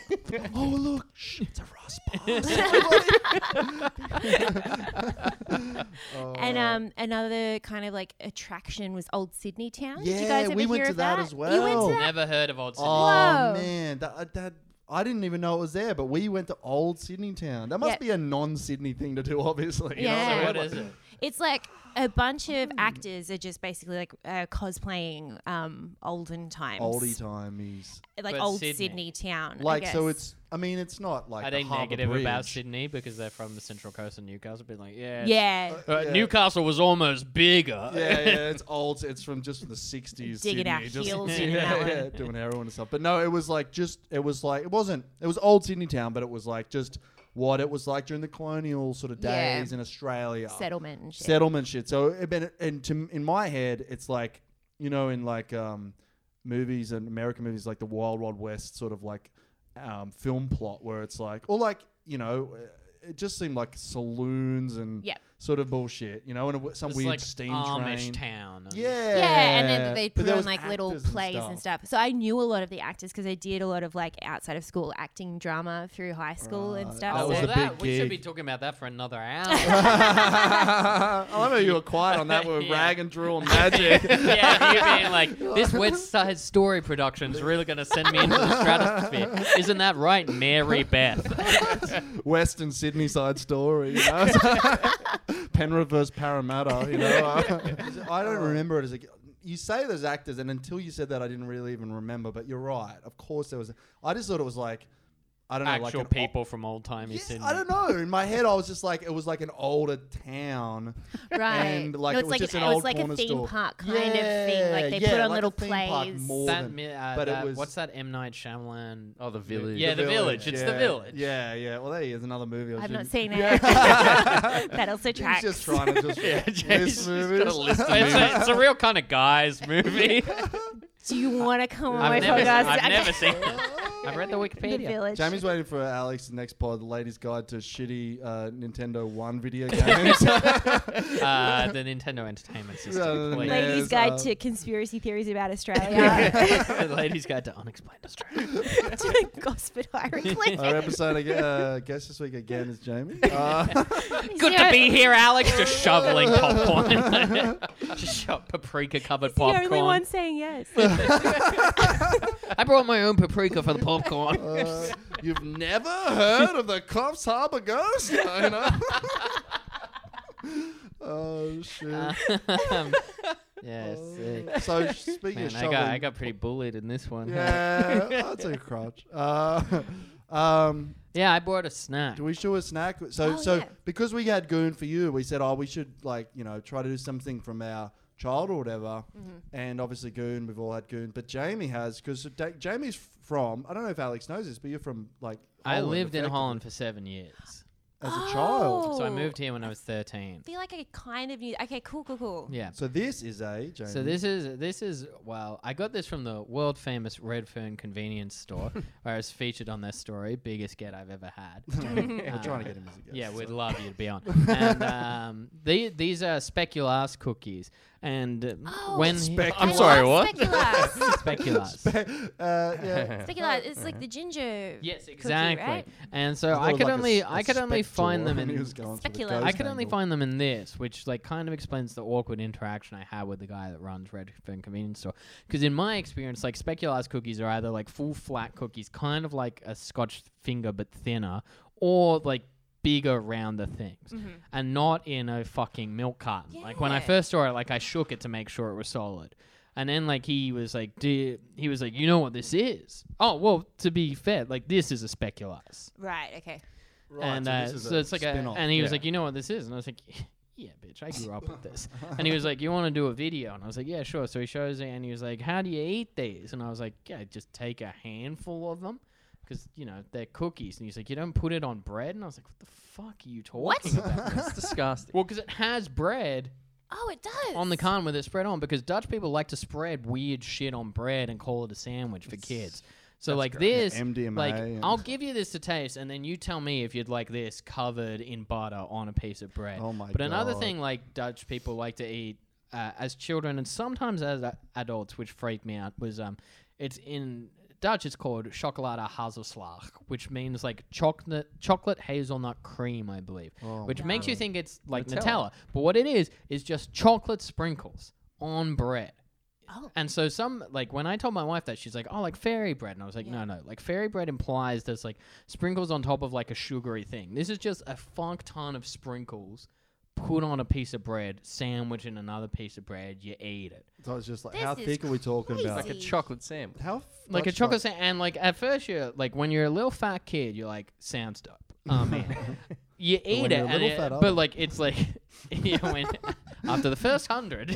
Speaker 2: look, shh, it's a Ross Oh.
Speaker 1: And um, another kind of like attraction was Old Sydney Town. Did you
Speaker 2: Yeah,
Speaker 1: guys ever
Speaker 2: we
Speaker 1: hear
Speaker 2: went to
Speaker 1: of
Speaker 2: that as
Speaker 1: You went
Speaker 2: well.
Speaker 1: to that?
Speaker 3: Never heard of Old Sydney.
Speaker 2: Oh
Speaker 1: Whoa.
Speaker 2: man, that, uh, that I didn't even know it was there. But we went to Old Sydney Town. That must
Speaker 1: Yeah.
Speaker 2: be a non-Sydney thing to do, obviously. you know?
Speaker 1: Yeah.
Speaker 3: So
Speaker 1: So
Speaker 3: what is it?
Speaker 1: It's like a bunch of actors are just basically like uh, cosplaying um, olden times,
Speaker 2: Oldie timeys.
Speaker 1: like
Speaker 3: But
Speaker 1: old Sydney,
Speaker 3: Sydney.
Speaker 1: town. I
Speaker 2: Like so,
Speaker 1: guess.
Speaker 2: it's I mean, it's not like
Speaker 3: Are
Speaker 2: the
Speaker 3: they
Speaker 2: Harbour
Speaker 3: negative about
Speaker 2: Bridge.
Speaker 3: Sydney because they're from the central coast of Newcastle? Being like, yeah, it's-
Speaker 1: yeah.
Speaker 3: uh,
Speaker 2: Yeah.
Speaker 3: Newcastle was almost bigger.
Speaker 2: yeah, yeah, it's old. It's from just the '60s.
Speaker 1: Digging
Speaker 2: Sydney,
Speaker 1: our
Speaker 2: just,
Speaker 1: heels
Speaker 2: yeah,
Speaker 1: in that one.
Speaker 2: yeah, doing heroin and stuff. But no, it was like just. It was like it wasn't. It was old Sydney town, but it was like just what it was like during the colonial sort of
Speaker 1: Yeah.
Speaker 2: days in Australia.
Speaker 1: Settlement and shit.
Speaker 2: Settlement shit. So it been and to, in my head, it's like you know in like um, movies and American movies like the Wild Wild West sort of like um, film plot where it's like or like you know. It just seemed like saloons and
Speaker 1: Yep.
Speaker 2: sort of bullshit, you know, and a w- some
Speaker 3: It's
Speaker 2: weird
Speaker 3: like
Speaker 2: steam
Speaker 3: Amish
Speaker 2: train.
Speaker 3: town. and-
Speaker 2: Yeah.
Speaker 1: Yeah, and then they
Speaker 2: But
Speaker 1: put
Speaker 2: there
Speaker 1: on
Speaker 2: was
Speaker 1: like little
Speaker 2: actors and
Speaker 1: plays and stuff. So I knew a lot of the actors because I did a lot of like outside of school acting drama through high school and
Speaker 2: Right.
Speaker 1: stuff.
Speaker 2: That
Speaker 3: Oh,
Speaker 1: so
Speaker 2: was
Speaker 3: well,
Speaker 2: a
Speaker 3: that,
Speaker 2: big
Speaker 3: we should be
Speaker 2: gig.
Speaker 3: talking about that for another hour.
Speaker 2: I love how you were quiet on that with
Speaker 3: Yeah.
Speaker 2: rag and drool and magic.
Speaker 3: yeah, you being like, this West Side Story production's really going to send me into the stratosphere. Isn't that right, Mary Beth?
Speaker 2: Western Sydney side story, you know? Penrith versus Parramatta, you know? I don't
Speaker 3: Oh.
Speaker 2: remember it as a. You say there's actors, and until you said that, I didn't really even remember, but you're right. Of course, there was. I just thought it was like. I don't know,
Speaker 3: Actual
Speaker 2: like an
Speaker 3: people from old timey
Speaker 2: Yeah,
Speaker 3: Sydney.
Speaker 2: I don't know. In my head, I was just like, it was like an older town.
Speaker 1: Right.
Speaker 2: And like,
Speaker 1: no,
Speaker 2: it
Speaker 1: it's
Speaker 2: was
Speaker 1: like
Speaker 2: just
Speaker 1: an,
Speaker 2: an
Speaker 1: it was
Speaker 2: old
Speaker 1: like
Speaker 2: corner
Speaker 1: a theme
Speaker 2: store.
Speaker 1: park kind of thing. Like they
Speaker 2: Yeah,
Speaker 1: put on
Speaker 2: like a
Speaker 1: little
Speaker 2: theme park
Speaker 1: plays.
Speaker 2: more
Speaker 3: That,
Speaker 2: than-
Speaker 3: mi- uh,
Speaker 2: but it
Speaker 3: that-
Speaker 2: was-
Speaker 3: what's that M Night Shyamalan?
Speaker 6: Oh, the village.
Speaker 3: Yeah, the village. It's the
Speaker 2: yeah.
Speaker 3: village.
Speaker 2: Yeah, yeah. Well, there he is. Another movie. I was
Speaker 1: I've not
Speaker 2: just-
Speaker 1: seen it. that also tracks.
Speaker 2: He's just trying to just list movies.
Speaker 3: it's, a, it's a real kind of guys movie.
Speaker 1: Do you want to come over
Speaker 3: I've, never,
Speaker 1: for us?
Speaker 3: I've
Speaker 1: Okay.
Speaker 3: never seen it. I've read the
Speaker 1: the
Speaker 3: Wikipedia.
Speaker 1: village.
Speaker 2: Jamie's waiting for Alex's next pod, the ladies' guide to shitty uh, Nintendo One video games.
Speaker 3: uh, the Nintendo Entertainment System.
Speaker 2: Rather than
Speaker 3: please.
Speaker 2: that.
Speaker 1: Ladies'
Speaker 2: Yes,
Speaker 1: Guide
Speaker 2: uh,
Speaker 1: to Conspiracy Theories about Australia.
Speaker 3: the lady's guide to unexplained Australia.
Speaker 1: to Gosford Hieroglyphics.
Speaker 2: Our episode, I gue- uh, guess this week again is Jamie. Uh,
Speaker 3: Good
Speaker 1: Zero-
Speaker 3: to be here, Alex. Just shoveling popcorn. Just shove paprika covered
Speaker 1: He's the only
Speaker 3: popcorn.
Speaker 1: one saying yes.
Speaker 3: I brought my own paprika for the popcorn.
Speaker 2: uh, you've never heard of the Coffs Harbour Ghost? You know? oh shit!
Speaker 3: Um, yeah, sick.
Speaker 2: so speaking
Speaker 3: Man,
Speaker 2: of
Speaker 3: I
Speaker 2: Oh, shoveling,
Speaker 3: got, I got pretty bullied in this one. huh?
Speaker 2: yeah, I'll take a crotch. Uh, um,
Speaker 3: Yeah, I brought a snack.
Speaker 2: Do we show a snack? So,
Speaker 1: Oh,
Speaker 2: so
Speaker 1: yeah.
Speaker 2: because we had goon for you, we said, oh, we should like you know try to do something from our child or whatever.
Speaker 1: Mm-hmm.
Speaker 2: And obviously, goon, we've all had goon, but Jamie has because Jamie's from. I don't know if Alex knows this, but you're from like.
Speaker 3: I
Speaker 2: Holland,
Speaker 3: lived in
Speaker 2: effectively,
Speaker 3: Holland for seven years.
Speaker 2: as a child.
Speaker 3: So I
Speaker 1: Oh.
Speaker 3: moved here when I was 13.
Speaker 1: I feel like I kind of knew. Okay, cool, cool, cool.
Speaker 3: Yeah.
Speaker 2: So this is a Jamie.
Speaker 3: So this is this is well, I got this from the world famous Redfern convenience store, where it's featured on their story, biggest get I've ever had. Uh,
Speaker 2: We're trying to get him as a guest.
Speaker 3: Yeah, we'd
Speaker 2: so.
Speaker 3: love you to be on. and um, the, these are speculas cookies, and uh,
Speaker 1: Oh,
Speaker 3: when
Speaker 2: Spec-
Speaker 1: I
Speaker 2: I'm
Speaker 1: love
Speaker 2: sorry, what?
Speaker 1: Speculas.
Speaker 3: speculas.
Speaker 2: Uh, yeah.
Speaker 1: Speculas. It's like the ginger.
Speaker 3: Yes,
Speaker 1: cookie,
Speaker 3: exactly.
Speaker 1: right?
Speaker 3: And so
Speaker 2: thought
Speaker 3: I
Speaker 2: it
Speaker 3: could
Speaker 2: was like a
Speaker 3: only
Speaker 2: s-
Speaker 3: I
Speaker 2: a
Speaker 3: could only
Speaker 2: spectre
Speaker 3: find them
Speaker 2: and he
Speaker 3: in
Speaker 2: was going for the
Speaker 1: Speculum.
Speaker 2: ghost
Speaker 3: I could only
Speaker 2: angle.
Speaker 3: find them in this, which like kind of explains the awkward interaction I had with the guy that runs Redfern convenience store. Because in my experience, like speculized cookies are either like full flat cookies, kind of like a Scotch finger but thinner, or like bigger rounder things, and not in a fucking milk carton. Like when I
Speaker 1: Yeah.
Speaker 3: first saw it, like I shook it to make sure it was solid. And then like he was like, Do you-" he was like, you know what this is? Oh well, to be fair, like this is a speculized
Speaker 1: Right. Okay.
Speaker 2: Right,
Speaker 3: and uh,
Speaker 2: this
Speaker 3: so,
Speaker 2: is
Speaker 3: it's like a,
Speaker 2: spin-off.
Speaker 3: and he was
Speaker 2: Yeah.
Speaker 3: like, you know what this is, and I was like, yeah, bitch, I grew up with this. And he was like, you want to do a video, and I was like, yeah, sure. So he shows it, and he was like, how do you eat these? And I was like, yeah, just take a handful of them. Because you know they're cookies, and he's like, you don't put it on bread, and I was like, what the fuck are you talking about?
Speaker 6: That's disgusting.
Speaker 3: well, because it has bread
Speaker 1: Oh, it does.
Speaker 3: on the con with it spread on, because Dutch people like to spread weird shit on bread and call it a sandwich for kids. So like this,
Speaker 2: Yeah, MDMA
Speaker 3: like
Speaker 2: and-
Speaker 3: I'll give you this to taste, and then you tell me if you'd like this covered in butter on a piece of bread.
Speaker 2: Oh my
Speaker 3: But another
Speaker 2: God.
Speaker 3: thing, like Dutch people like to eat uh, as children and sometimes as a- adults, which freaked me out, was um, it's in Dutch, it's called chocolade hazelslag, which means like chocolate chocolate hazelnut cream, I believe,
Speaker 2: Oh,
Speaker 3: which makes you think it's like Nutella. But what it is is just chocolate sprinkles on bread. And so some like when I told my wife that she's like, "Oh, like fairy bread." And I was like, "No, no. Like fairy bread implies there's like sprinkles on top of like a sugary thing. This is just a funk ton of sprinkles put on a piece of bread, sandwich in another piece of bread, you eat it.
Speaker 2: So it's just like,
Speaker 1: This
Speaker 2: how
Speaker 1: is
Speaker 2: thick are we talking about?
Speaker 6: Like a
Speaker 1: Jeez.
Speaker 6: chocolate sandwich.
Speaker 2: how f-
Speaker 3: Like a
Speaker 2: much,
Speaker 3: chocolate sandwich. And like at first, you're like, when you're a little fat kid, you're like, sounds dope. Oh man. You eat
Speaker 2: when
Speaker 3: it,
Speaker 2: you're a
Speaker 3: and
Speaker 2: little
Speaker 3: it-
Speaker 2: fat oh. up.
Speaker 3: but like it's like you know, when, after the first hundred,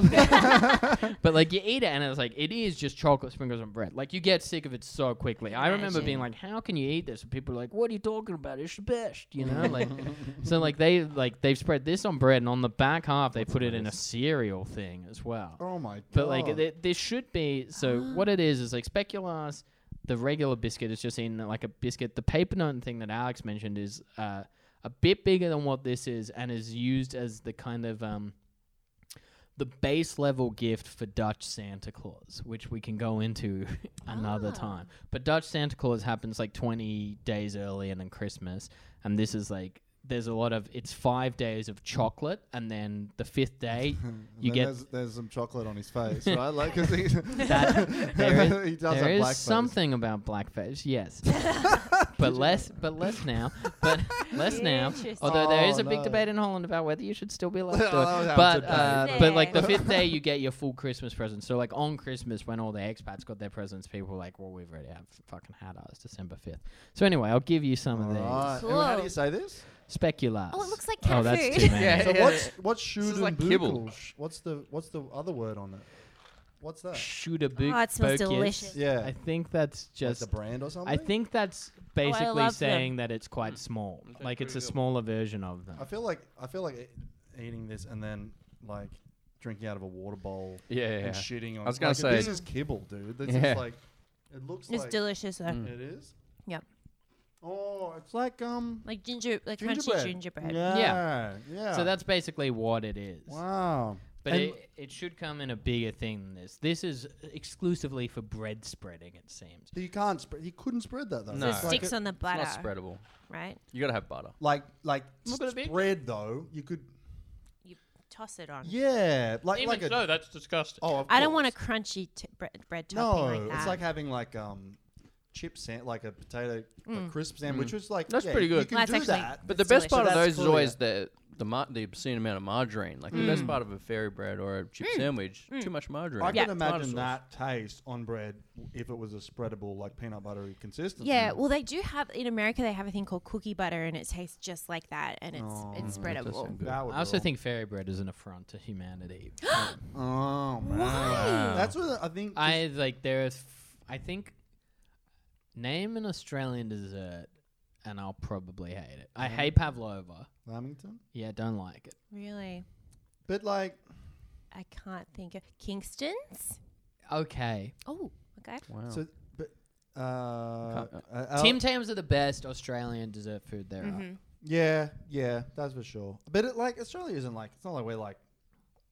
Speaker 3: but like you eat it, and it's like it is just chocolate sprinkles on bread. Like you get sick of it so quickly. I remember being like, "How can you eat this?" And people are like, "What are you talking about? It's the best," you know. Like so, like they like they've spread this on bread, and on the back half they put it in a cereal thing as well.
Speaker 2: Oh my god!
Speaker 3: But like th- this should be so. what it is is like speculas. The regular biscuit is just in like a biscuit. The paper nut thing that Alex mentioned is uh, a bit bigger than what this is, and is used as the kind of um, the base level gift for Dutch Santa Claus, which we can go into another time. But Dutch Santa Claus happens like 20 days earlier than Christmas, and this is like there's a lot of it's five days of chocolate, and then the fifth day you
Speaker 2: Then
Speaker 3: get
Speaker 2: there's, there's some chocolate on his face, right? Like, 'cause he,
Speaker 3: that there is,
Speaker 2: he does
Speaker 3: there
Speaker 2: have
Speaker 3: is
Speaker 2: blackface.
Speaker 3: something about blackface, yes. but less but less now. But less now. Although there is
Speaker 2: Oh,
Speaker 3: a big
Speaker 2: no.
Speaker 3: debate in Holland about whether you should still be allowed to do it.
Speaker 2: Oh, that was
Speaker 3: but
Speaker 2: a
Speaker 3: uh,
Speaker 1: debate.
Speaker 3: but like the
Speaker 1: Yeah.
Speaker 3: fifth day you get your full Christmas present. So like on Christmas when all the expats got their presents, people were like, Well, we've already have fucking had ours December fifth. So anyway, I'll give you some of these.
Speaker 2: Alright. And how do
Speaker 1: Cool.
Speaker 2: you say this?
Speaker 3: Speculas.
Speaker 1: Oh, it looks like
Speaker 3: Oh,
Speaker 1: cat
Speaker 3: that's
Speaker 1: food.
Speaker 3: too many.
Speaker 6: Yeah.
Speaker 2: So what's what's
Speaker 6: is
Speaker 2: shoot
Speaker 6: like kibble.
Speaker 2: What's the what's the other word on it? What's that?
Speaker 3: Shootabook-
Speaker 1: Oh, it smells
Speaker 3: bokus.
Speaker 1: delicious.
Speaker 2: Yeah,
Speaker 3: I think that's
Speaker 2: like
Speaker 3: just
Speaker 2: the brand or something. Hmm.
Speaker 3: I think that's
Speaker 7: Oh,
Speaker 3: basically
Speaker 1: love them.
Speaker 3: saying that it's quite small. Like it's a smaller version of them.
Speaker 2: I feel like I feel like e- eating this and then like drinking out of a water bowl.
Speaker 6: Yeah, yeah,
Speaker 2: and
Speaker 6: yeah.
Speaker 2: shitting on.
Speaker 6: I was gonna
Speaker 2: like,
Speaker 6: say-
Speaker 2: this is kibble, dude. This
Speaker 6: Yeah.
Speaker 2: is like it looks
Speaker 1: It's
Speaker 2: like
Speaker 1: delicious though.
Speaker 3: Mm.
Speaker 2: it is.
Speaker 1: Yep.
Speaker 2: Oh, it's like um
Speaker 1: Like ginger, like
Speaker 2: gingerbread.
Speaker 1: crunchy gingerbread.
Speaker 2: Yeah,
Speaker 3: Yeah.
Speaker 2: yeah.
Speaker 3: So that's basically what it is.
Speaker 2: wow.
Speaker 3: But
Speaker 2: And-
Speaker 3: it, it should come in a bigger thing than this. This is exclusively for bread spreading, it seems.
Speaker 2: you can't spread. You couldn't spread that though.
Speaker 6: No.
Speaker 1: So it
Speaker 6: It's
Speaker 2: like
Speaker 1: sticks
Speaker 2: a-
Speaker 1: on the
Speaker 6: It's
Speaker 1: butter,
Speaker 6: not spreadable.
Speaker 1: right?
Speaker 6: You gotta have butter.
Speaker 2: like like
Speaker 3: Look at it big.
Speaker 2: spread though. You could
Speaker 1: You toss it on.
Speaker 2: yeah like
Speaker 7: Even
Speaker 2: like a
Speaker 7: so, that's disgusting.
Speaker 2: oh of
Speaker 1: I don't want a
Speaker 2: course.
Speaker 1: crunchy t- bread, bread
Speaker 2: no.
Speaker 1: topping like that.
Speaker 2: it's like having like um. Chip sand, like a potato, a crisp sandwich, which is like
Speaker 6: That's
Speaker 2: yeah,
Speaker 6: pretty
Speaker 2: You
Speaker 6: good.
Speaker 2: can
Speaker 1: Mm. Well, that's
Speaker 2: do
Speaker 1: actually-
Speaker 2: that,
Speaker 6: But the
Speaker 1: It's
Speaker 6: best part of
Speaker 2: delicious.
Speaker 6: those
Speaker 2: That's
Speaker 6: is
Speaker 2: cool,
Speaker 6: always the the, mar- the obscene amount of margarine. Like the best part of a fairy bread or a chip sandwich, too much margarine.
Speaker 2: I
Speaker 1: Yeah.
Speaker 2: can
Speaker 6: Tomato
Speaker 2: imagine
Speaker 6: sauce.
Speaker 2: that taste on bread if it was a spreadable like peanut buttery consistency.
Speaker 1: yeah, well, they do have in America. They have a thing called cookie butter, and it tastes just like that, and it's
Speaker 2: Oh,
Speaker 1: it's
Speaker 2: mm,
Speaker 1: spreadable.
Speaker 2: That would
Speaker 3: I also
Speaker 2: rule.
Speaker 3: think fairy bread is an affront to humanity.
Speaker 2: Oh man, that's what I think.
Speaker 3: I like there is f- I think name an Australian dessert and I'll probably hate it.
Speaker 2: Mm-hmm.
Speaker 3: I hate pavlova.
Speaker 2: Lamington,
Speaker 3: Yeah, don't like it.
Speaker 1: Really,
Speaker 2: but like
Speaker 1: I can't think of Kingston's.
Speaker 3: Okay.
Speaker 1: Oh, okay.
Speaker 2: so, but uh, uh,
Speaker 3: Tim Tams are the best Australian dessert food there are.
Speaker 2: Yeah, yeah, that's for sure. But it, like Australia isn't like it's not like we're like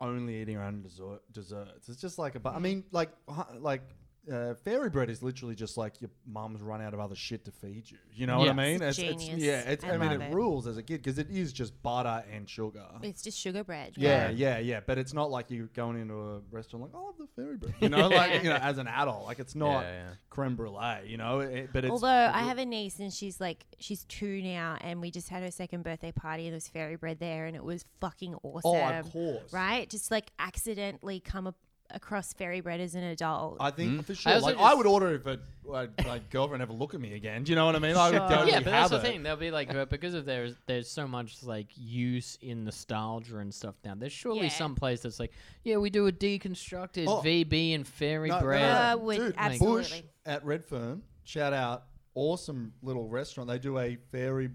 Speaker 2: only eating our own dessert, desserts. It's just like a bu- I mean, like hu- like uh, fairy bread is literally just like your mum's run out of other shit to feed you. You know what I
Speaker 3: Yeah.
Speaker 2: mean?
Speaker 1: It's genius.
Speaker 2: yeah, it's,
Speaker 1: I
Speaker 2: I, mean
Speaker 1: love
Speaker 2: it,
Speaker 1: it.
Speaker 2: rules as a kid because it is just butter and sugar.
Speaker 1: It's just sugar bread.
Speaker 2: Yeah, yeah, yeah. But it's not like you're going into a restaurant like, "Oh, I love the fairy bread. You know, like, you know, as an adult, like it's not
Speaker 6: Yeah, yeah.
Speaker 2: creme brulee, you know, it, but it's.
Speaker 1: Although I have a niece and she's like she's two now, and we just had her second birthday party and there was fairy bread there, and it was fucking awesome.
Speaker 2: Oh, of course.
Speaker 1: right? Just like accidentally come up across fairy bread as an adult.
Speaker 2: I think for sure.
Speaker 3: Hmm? also
Speaker 2: like,
Speaker 3: just-
Speaker 2: I would order if it, like, my girlfriend ever look at me again. Do you know what I mean? I would
Speaker 1: Oh,
Speaker 2: totally
Speaker 3: yeah, but
Speaker 2: have
Speaker 3: that's the
Speaker 2: it.
Speaker 3: thing. They'll be like, but because of there's there's so much like use in nostalgia and stuff now. There's surely
Speaker 1: Yeah.
Speaker 3: some place that's like, yeah, we do a deconstructed
Speaker 2: Oh.
Speaker 3: VB and fairy
Speaker 2: No, no,
Speaker 3: bread.
Speaker 1: Uh, would
Speaker 2: Dude, Bush
Speaker 1: absolutely.
Speaker 2: at Redfern, shout out, awesome little restaurant. They do a fairy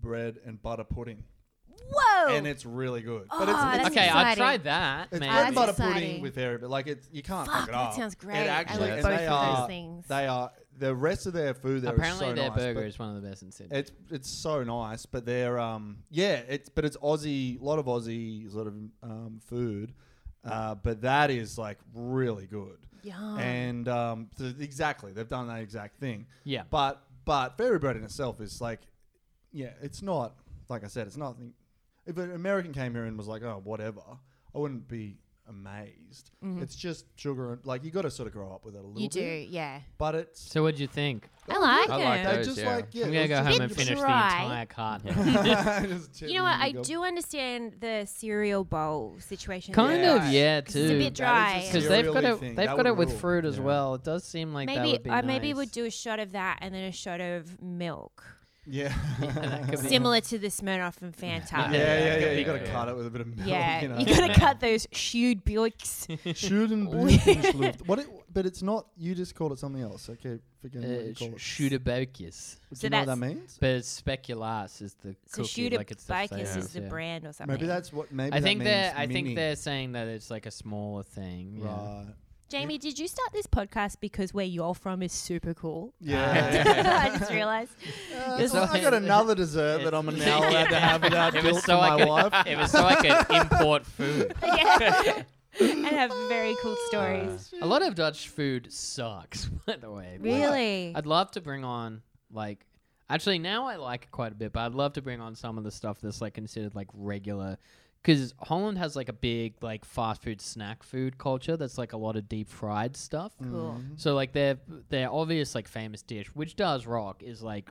Speaker 2: bread and butter pudding,
Speaker 1: Whoa!
Speaker 2: and it's really good. but
Speaker 1: Oh,
Speaker 2: it's,
Speaker 1: that's
Speaker 2: it's
Speaker 3: okay, I've
Speaker 1: exciting.
Speaker 3: tried that.
Speaker 2: It's
Speaker 3: man.
Speaker 2: bread and
Speaker 1: That's
Speaker 2: butter
Speaker 1: exciting.
Speaker 2: pudding with fairy, but like it's you can't
Speaker 1: Fuck,
Speaker 2: fuck it
Speaker 1: that
Speaker 2: up.
Speaker 1: sounds great. I
Speaker 2: It actually,
Speaker 1: love
Speaker 2: and
Speaker 1: both
Speaker 2: they
Speaker 1: of those
Speaker 2: are,
Speaker 1: things.
Speaker 2: They are the rest of their food. There is
Speaker 3: Apparently,
Speaker 2: so
Speaker 3: their
Speaker 2: nice,
Speaker 3: burger
Speaker 2: but
Speaker 3: is one of the best in Sydney.
Speaker 2: It's it's so nice, but they're um yeah it's but it's Aussie a lot of Aussie sort of um, food, uh, but that is like really good.
Speaker 1: Yum.
Speaker 2: And um th- exactly they've done that exact thing.
Speaker 3: Yeah.
Speaker 2: But but fairy bread in itself is like yeah it's not like I said it's not if an American came here and was like oh whatever I wouldn't be I amazed. It's just sugar and like you got to sort of grow up with it a little
Speaker 1: Mm-hmm. You do,
Speaker 2: bit.
Speaker 1: yeah.
Speaker 2: But it's
Speaker 3: So what'd you think?
Speaker 1: I like
Speaker 6: I
Speaker 1: them.
Speaker 6: like
Speaker 2: they're
Speaker 6: those,
Speaker 2: just
Speaker 6: yeah.
Speaker 2: like yeah.
Speaker 3: I'm gonna go home and
Speaker 1: bit
Speaker 3: finish the
Speaker 1: dry.
Speaker 3: entire carton.
Speaker 1: You know what? I do understand the cereal bowl situation.
Speaker 3: Kind
Speaker 1: though.
Speaker 3: of, yeah,
Speaker 1: It's a
Speaker 3: too.
Speaker 1: bit dry.
Speaker 3: Because they've got
Speaker 2: Cereal-y
Speaker 3: it,
Speaker 2: thing.
Speaker 3: they've
Speaker 2: That
Speaker 3: got
Speaker 2: would
Speaker 3: it with
Speaker 2: rule.
Speaker 3: fruit as
Speaker 2: Yeah.
Speaker 3: well. It does seem like that
Speaker 1: Maybe
Speaker 3: would be
Speaker 1: I maybe
Speaker 3: nice.
Speaker 1: would do a shot of that and then a shot of milk,
Speaker 2: Yeah.
Speaker 3: That could be-
Speaker 1: similar to the Smirnoff and Fanta.
Speaker 2: Yeah, yeah, yeah. You
Speaker 3: Yeah.
Speaker 2: got to cut it with a bit of milk.
Speaker 1: Yeah,
Speaker 2: you, know?
Speaker 1: you gotta cut those shewed bjorks.
Speaker 2: Schuden Blütenschlucht. What? It, but it's not. You just called it something else. Okay, forget what you
Speaker 3: Uh,
Speaker 2: call it.
Speaker 3: sh- Schudebakus.
Speaker 2: Do
Speaker 1: So
Speaker 2: you know what
Speaker 1: that's-
Speaker 2: that means?
Speaker 3: But speculas is the
Speaker 1: So
Speaker 3: cookie,
Speaker 1: shewed
Speaker 3: like it's the
Speaker 1: bjorks
Speaker 3: flavor,
Speaker 1: is the
Speaker 3: yeah.
Speaker 1: brand or something.
Speaker 2: Maybe that's what. Maybe
Speaker 3: I
Speaker 2: that
Speaker 3: think they're
Speaker 2: means
Speaker 3: I think
Speaker 2: mini.
Speaker 3: they're saying that it's like a smaller thing. yeah.
Speaker 2: right.
Speaker 1: Jamie, did you start this podcast because where you're from is super cool?
Speaker 2: Yeah.
Speaker 1: I just realized.
Speaker 2: Uh, so I got
Speaker 3: it's-
Speaker 2: another dessert that I'm now allowed to have without
Speaker 3: It
Speaker 2: guilt
Speaker 3: was
Speaker 2: from
Speaker 3: so
Speaker 2: my
Speaker 3: I could,
Speaker 2: wife.
Speaker 3: it was so I could import food.
Speaker 1: Yeah. and have very cool stories.
Speaker 3: A lot of Dutch food sucks, by the way. but
Speaker 1: really?
Speaker 3: I'd love to bring on like actually now I like it quite a bit, but I'd love to bring on some of the stuff that's like considered like regular because Holland has like a big like fast food snack food culture that's like a lot of deep fried stuff.
Speaker 1: cool.
Speaker 2: Mm-hmm.
Speaker 3: So like their their obvious like famous dish, which does rock, is like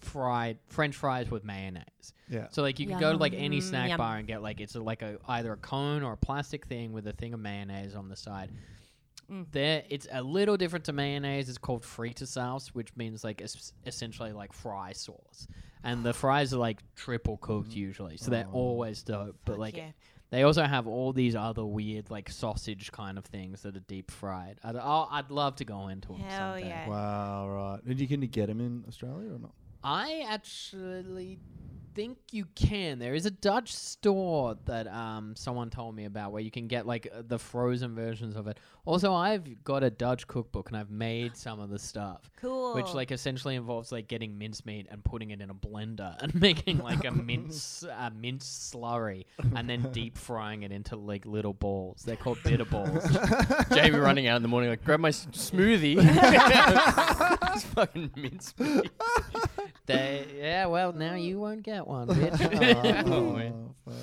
Speaker 3: fried French fries with mayonnaise.
Speaker 2: Yeah.
Speaker 3: So like you can go to like any
Speaker 1: Yum.
Speaker 3: snack
Speaker 1: Yum.
Speaker 3: bar and get like it's a, like a either a cone or a plastic thing with a thing of mayonnaise on the side.
Speaker 1: Mm.
Speaker 3: There, it's a little different to mayonnaise. It's called fritasauce, which means like es- essentially like fry sauce, and the fries are like triple cooked usually, so they're always dope. But like,
Speaker 1: yeah.
Speaker 3: they also have all these other weird like sausage kind of things that are deep fried. I'd, I'll, I'd love to go into them.
Speaker 1: Hell
Speaker 3: someday.
Speaker 1: yeah.
Speaker 2: Wow. Right. Did you can you get him in Australia or not?
Speaker 3: I actually think you can. There is a Dutch store that um, someone told me about where you can get like uh, the frozen versions of it. Also, I've got a Dutch cookbook and I've made some of the stuff.
Speaker 1: Cool.
Speaker 3: Which like essentially involves like getting mincemeat and putting it in a blender and making like a mince a mince slurry and then deep frying it into like little balls. They're called bitter balls.
Speaker 6: Jamie running out in the morning, like, grab my s- smoothie. It's fucking mince. meat.
Speaker 3: They yeah, well now you won't get one, bitch.
Speaker 2: Uh, Oh, fuck.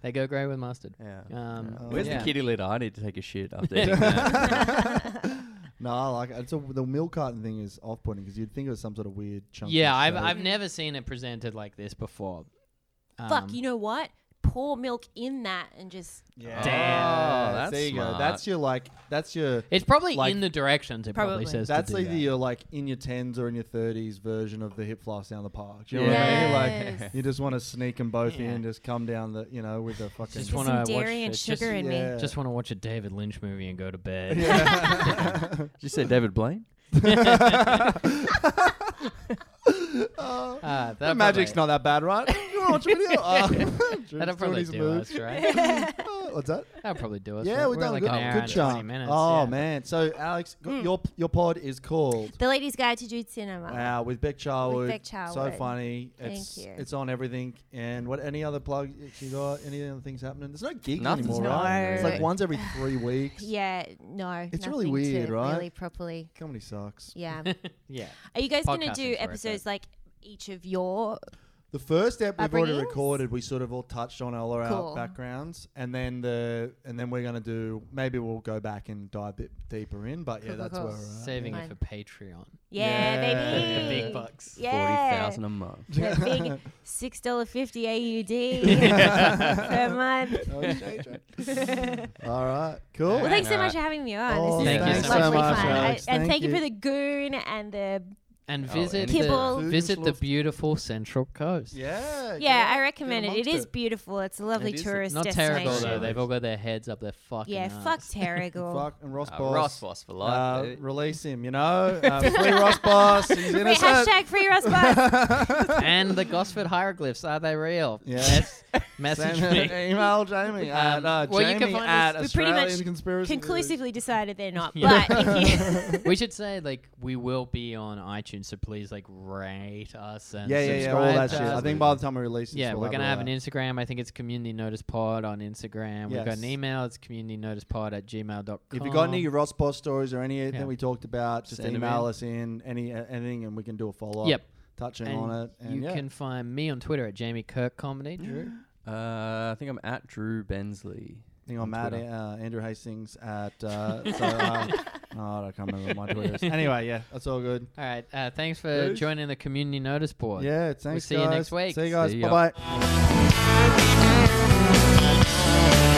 Speaker 3: they go great with mustard.
Speaker 6: Yeah.
Speaker 3: Um,
Speaker 6: Where's
Speaker 3: yeah.
Speaker 6: the kitty litter? I need to take a shit after eating that.
Speaker 2: No, I like it. It's a, the milk carton thing is off-putting because you'd think it was some sort of weird chunk.
Speaker 3: Yeah, I've I've never seen it presented like this before. Um,
Speaker 1: Fuck, you know what? Pour milk in that and just
Speaker 2: Yeah.
Speaker 3: Damn.
Speaker 6: Oh, that's
Speaker 2: there you go.
Speaker 6: smart.
Speaker 2: That's your like. That's your.
Speaker 3: It's probably
Speaker 2: Like-
Speaker 3: in the directions. It probably,
Speaker 1: Probably.
Speaker 3: says to
Speaker 2: That's
Speaker 3: do
Speaker 2: either
Speaker 3: that.
Speaker 2: your like in your tens or in your thirties version of the hip flask down the park. Do you know what I mean? Like
Speaker 1: Yes.
Speaker 2: you just want to sneak them both in, just come down the you know with the fucking.
Speaker 3: Just
Speaker 1: get
Speaker 3: wanna
Speaker 1: some
Speaker 3: watch
Speaker 1: dairy and
Speaker 3: it, just-
Speaker 1: sugar in me.
Speaker 2: yeah.
Speaker 3: Just want to watch a David Lynch movie and go to bed.
Speaker 6: Did you say David Blaine?
Speaker 3: Uh,
Speaker 2: The
Speaker 3: that'll
Speaker 2: magic's
Speaker 3: probably-
Speaker 2: not that bad, right? you want to watch a video? Uh, Drew's
Speaker 3: That'll
Speaker 2: doing
Speaker 3: probably
Speaker 2: his
Speaker 3: do
Speaker 2: moves.
Speaker 3: us, right?
Speaker 2: Uh, what's that?
Speaker 3: That'll probably do us.
Speaker 2: Yeah,
Speaker 3: we're,
Speaker 2: we've done
Speaker 3: like
Speaker 2: good,
Speaker 3: an hour
Speaker 2: good
Speaker 3: and 20
Speaker 2: chunk.
Speaker 3: minutes.
Speaker 2: oh
Speaker 3: yeah. Hmm.
Speaker 2: man! So Alex, g- your your pod is called
Speaker 1: The Lady's Guide to Dude Cinema.
Speaker 2: Wow, with Beck Charwood.
Speaker 1: Beck
Speaker 2: So
Speaker 1: Charwood.
Speaker 2: funny.
Speaker 1: Thank
Speaker 2: It's,
Speaker 1: you.
Speaker 2: It's on everything. And what? Any other plugs that you got? Any other things happening? There's no gigs
Speaker 6: Nothing's
Speaker 2: anymore,
Speaker 1: No.
Speaker 2: right? It's like
Speaker 1: really.
Speaker 2: once every three weeks.
Speaker 1: Yeah, no.
Speaker 2: It's really
Speaker 1: nothing
Speaker 2: weird,
Speaker 1: to
Speaker 2: right?
Speaker 1: Really properly.
Speaker 2: Comedy sucks.
Speaker 1: Yeah.
Speaker 3: Yeah.
Speaker 1: Are you guys going to
Speaker 3: Podcasting's
Speaker 1: do
Speaker 3: worth it.
Speaker 1: episodes like each of your
Speaker 2: The first step we've already
Speaker 1: Upbringings?
Speaker 2: recorded. We sort of all touched on all our
Speaker 1: Cool.
Speaker 2: backgrounds, and then the and then we're gonna do. Maybe we'll go back and dive a bit deeper in. But yeah,
Speaker 1: Cool, cool,
Speaker 2: that's
Speaker 1: cool.
Speaker 2: where we're at.
Speaker 3: Saving it
Speaker 1: Fine.
Speaker 3: for Patreon.
Speaker 1: Yeah,
Speaker 2: Yeah.
Speaker 1: baby.
Speaker 2: The
Speaker 3: big bucks.
Speaker 1: Yeah.
Speaker 6: 40000 a month.
Speaker 1: The big six dollar fifty AUD per month.
Speaker 2: Oh, All right, cool.
Speaker 1: Well, thanks so much for having me on.
Speaker 2: Oh,
Speaker 1: this
Speaker 3: Thank you
Speaker 1: has
Speaker 3: so
Speaker 1: been lovely
Speaker 3: much,
Speaker 1: fun.
Speaker 2: Alex.
Speaker 1: I, and
Speaker 2: Thank
Speaker 1: thank you.
Speaker 2: you.
Speaker 1: for the goon and the
Speaker 3: And
Speaker 6: Oh,
Speaker 3: visit
Speaker 6: anything.
Speaker 1: Kibble.
Speaker 3: the, visit the beautiful Central Coast.
Speaker 2: Yeah. get
Speaker 1: yeah.
Speaker 2: up-
Speaker 1: I
Speaker 2: get
Speaker 1: recommend it. It
Speaker 2: amongst
Speaker 1: is beautiful. It's a lovely
Speaker 6: It is.
Speaker 1: tourist
Speaker 3: Not
Speaker 1: destination.
Speaker 3: terrible though. They've all got their heads up their fucking.
Speaker 1: yeah, fuck
Speaker 3: arse.
Speaker 1: Terrigal.
Speaker 2: Fuck and Ross
Speaker 6: Uh,
Speaker 2: Boss.
Speaker 6: Ross Boss for life.
Speaker 2: Uh,
Speaker 6: baby.
Speaker 2: release him, you know. Uh, free Ross Boss. He's
Speaker 1: Free
Speaker 2: innocent.
Speaker 1: hashtag free Ross Bus.
Speaker 3: and the Gosford hieroglyphs are they real?
Speaker 2: Yes.
Speaker 3: Message
Speaker 2: Send-
Speaker 3: me.
Speaker 2: Email Jamie at uh,
Speaker 3: well, you can
Speaker 2: Jamie
Speaker 3: find
Speaker 2: at
Speaker 1: us- We pretty much
Speaker 2: Australian Conspiracy
Speaker 1: Conclusively decided they're not.
Speaker 3: Yeah.
Speaker 1: But if you,
Speaker 3: we should say like we will be on iTunes, so please like rate us and
Speaker 2: Yeah, yeah, yeah. All
Speaker 3: subscribe
Speaker 2: that
Speaker 3: to
Speaker 2: shit.
Speaker 3: us.
Speaker 2: I think by the time we release this,
Speaker 3: yeah,
Speaker 2: we'll
Speaker 3: we're gonna have
Speaker 2: all
Speaker 3: an
Speaker 2: out.
Speaker 3: Instagram. I think it's Community Notice Pod on Instagram. We've got
Speaker 2: Yes.
Speaker 3: an email. It's Community Notice Pod at gmail.com.
Speaker 2: If you got any Ross Boss stories or anything
Speaker 3: Yeah.
Speaker 2: that we talked about, just
Speaker 6: Send 'em
Speaker 2: email
Speaker 6: in.
Speaker 2: us in any uh, anything, and we can do a follow up.
Speaker 3: Yep.
Speaker 2: Touching
Speaker 3: And
Speaker 2: on it, and
Speaker 3: you
Speaker 2: yeah.
Speaker 3: can find me on Twitter at Jamie Kirk Comedy. Drew.
Speaker 6: Uh, I think I'm at Drew Bensley.
Speaker 2: thing on Matt uh, Andrew Hastings at uh, so, uh, oh, I can't remember what my Twitter is. Anyway, yeah, that's all good.
Speaker 3: All right. Uh, thanks for
Speaker 2: Yes.
Speaker 3: joining the community notice board.
Speaker 2: Yeah, thanks.
Speaker 3: see you
Speaker 2: guys.
Speaker 3: next week.
Speaker 2: See you guys.
Speaker 6: See
Speaker 2: Bye bye.
Speaker 6: ya.
Speaker 4: Thank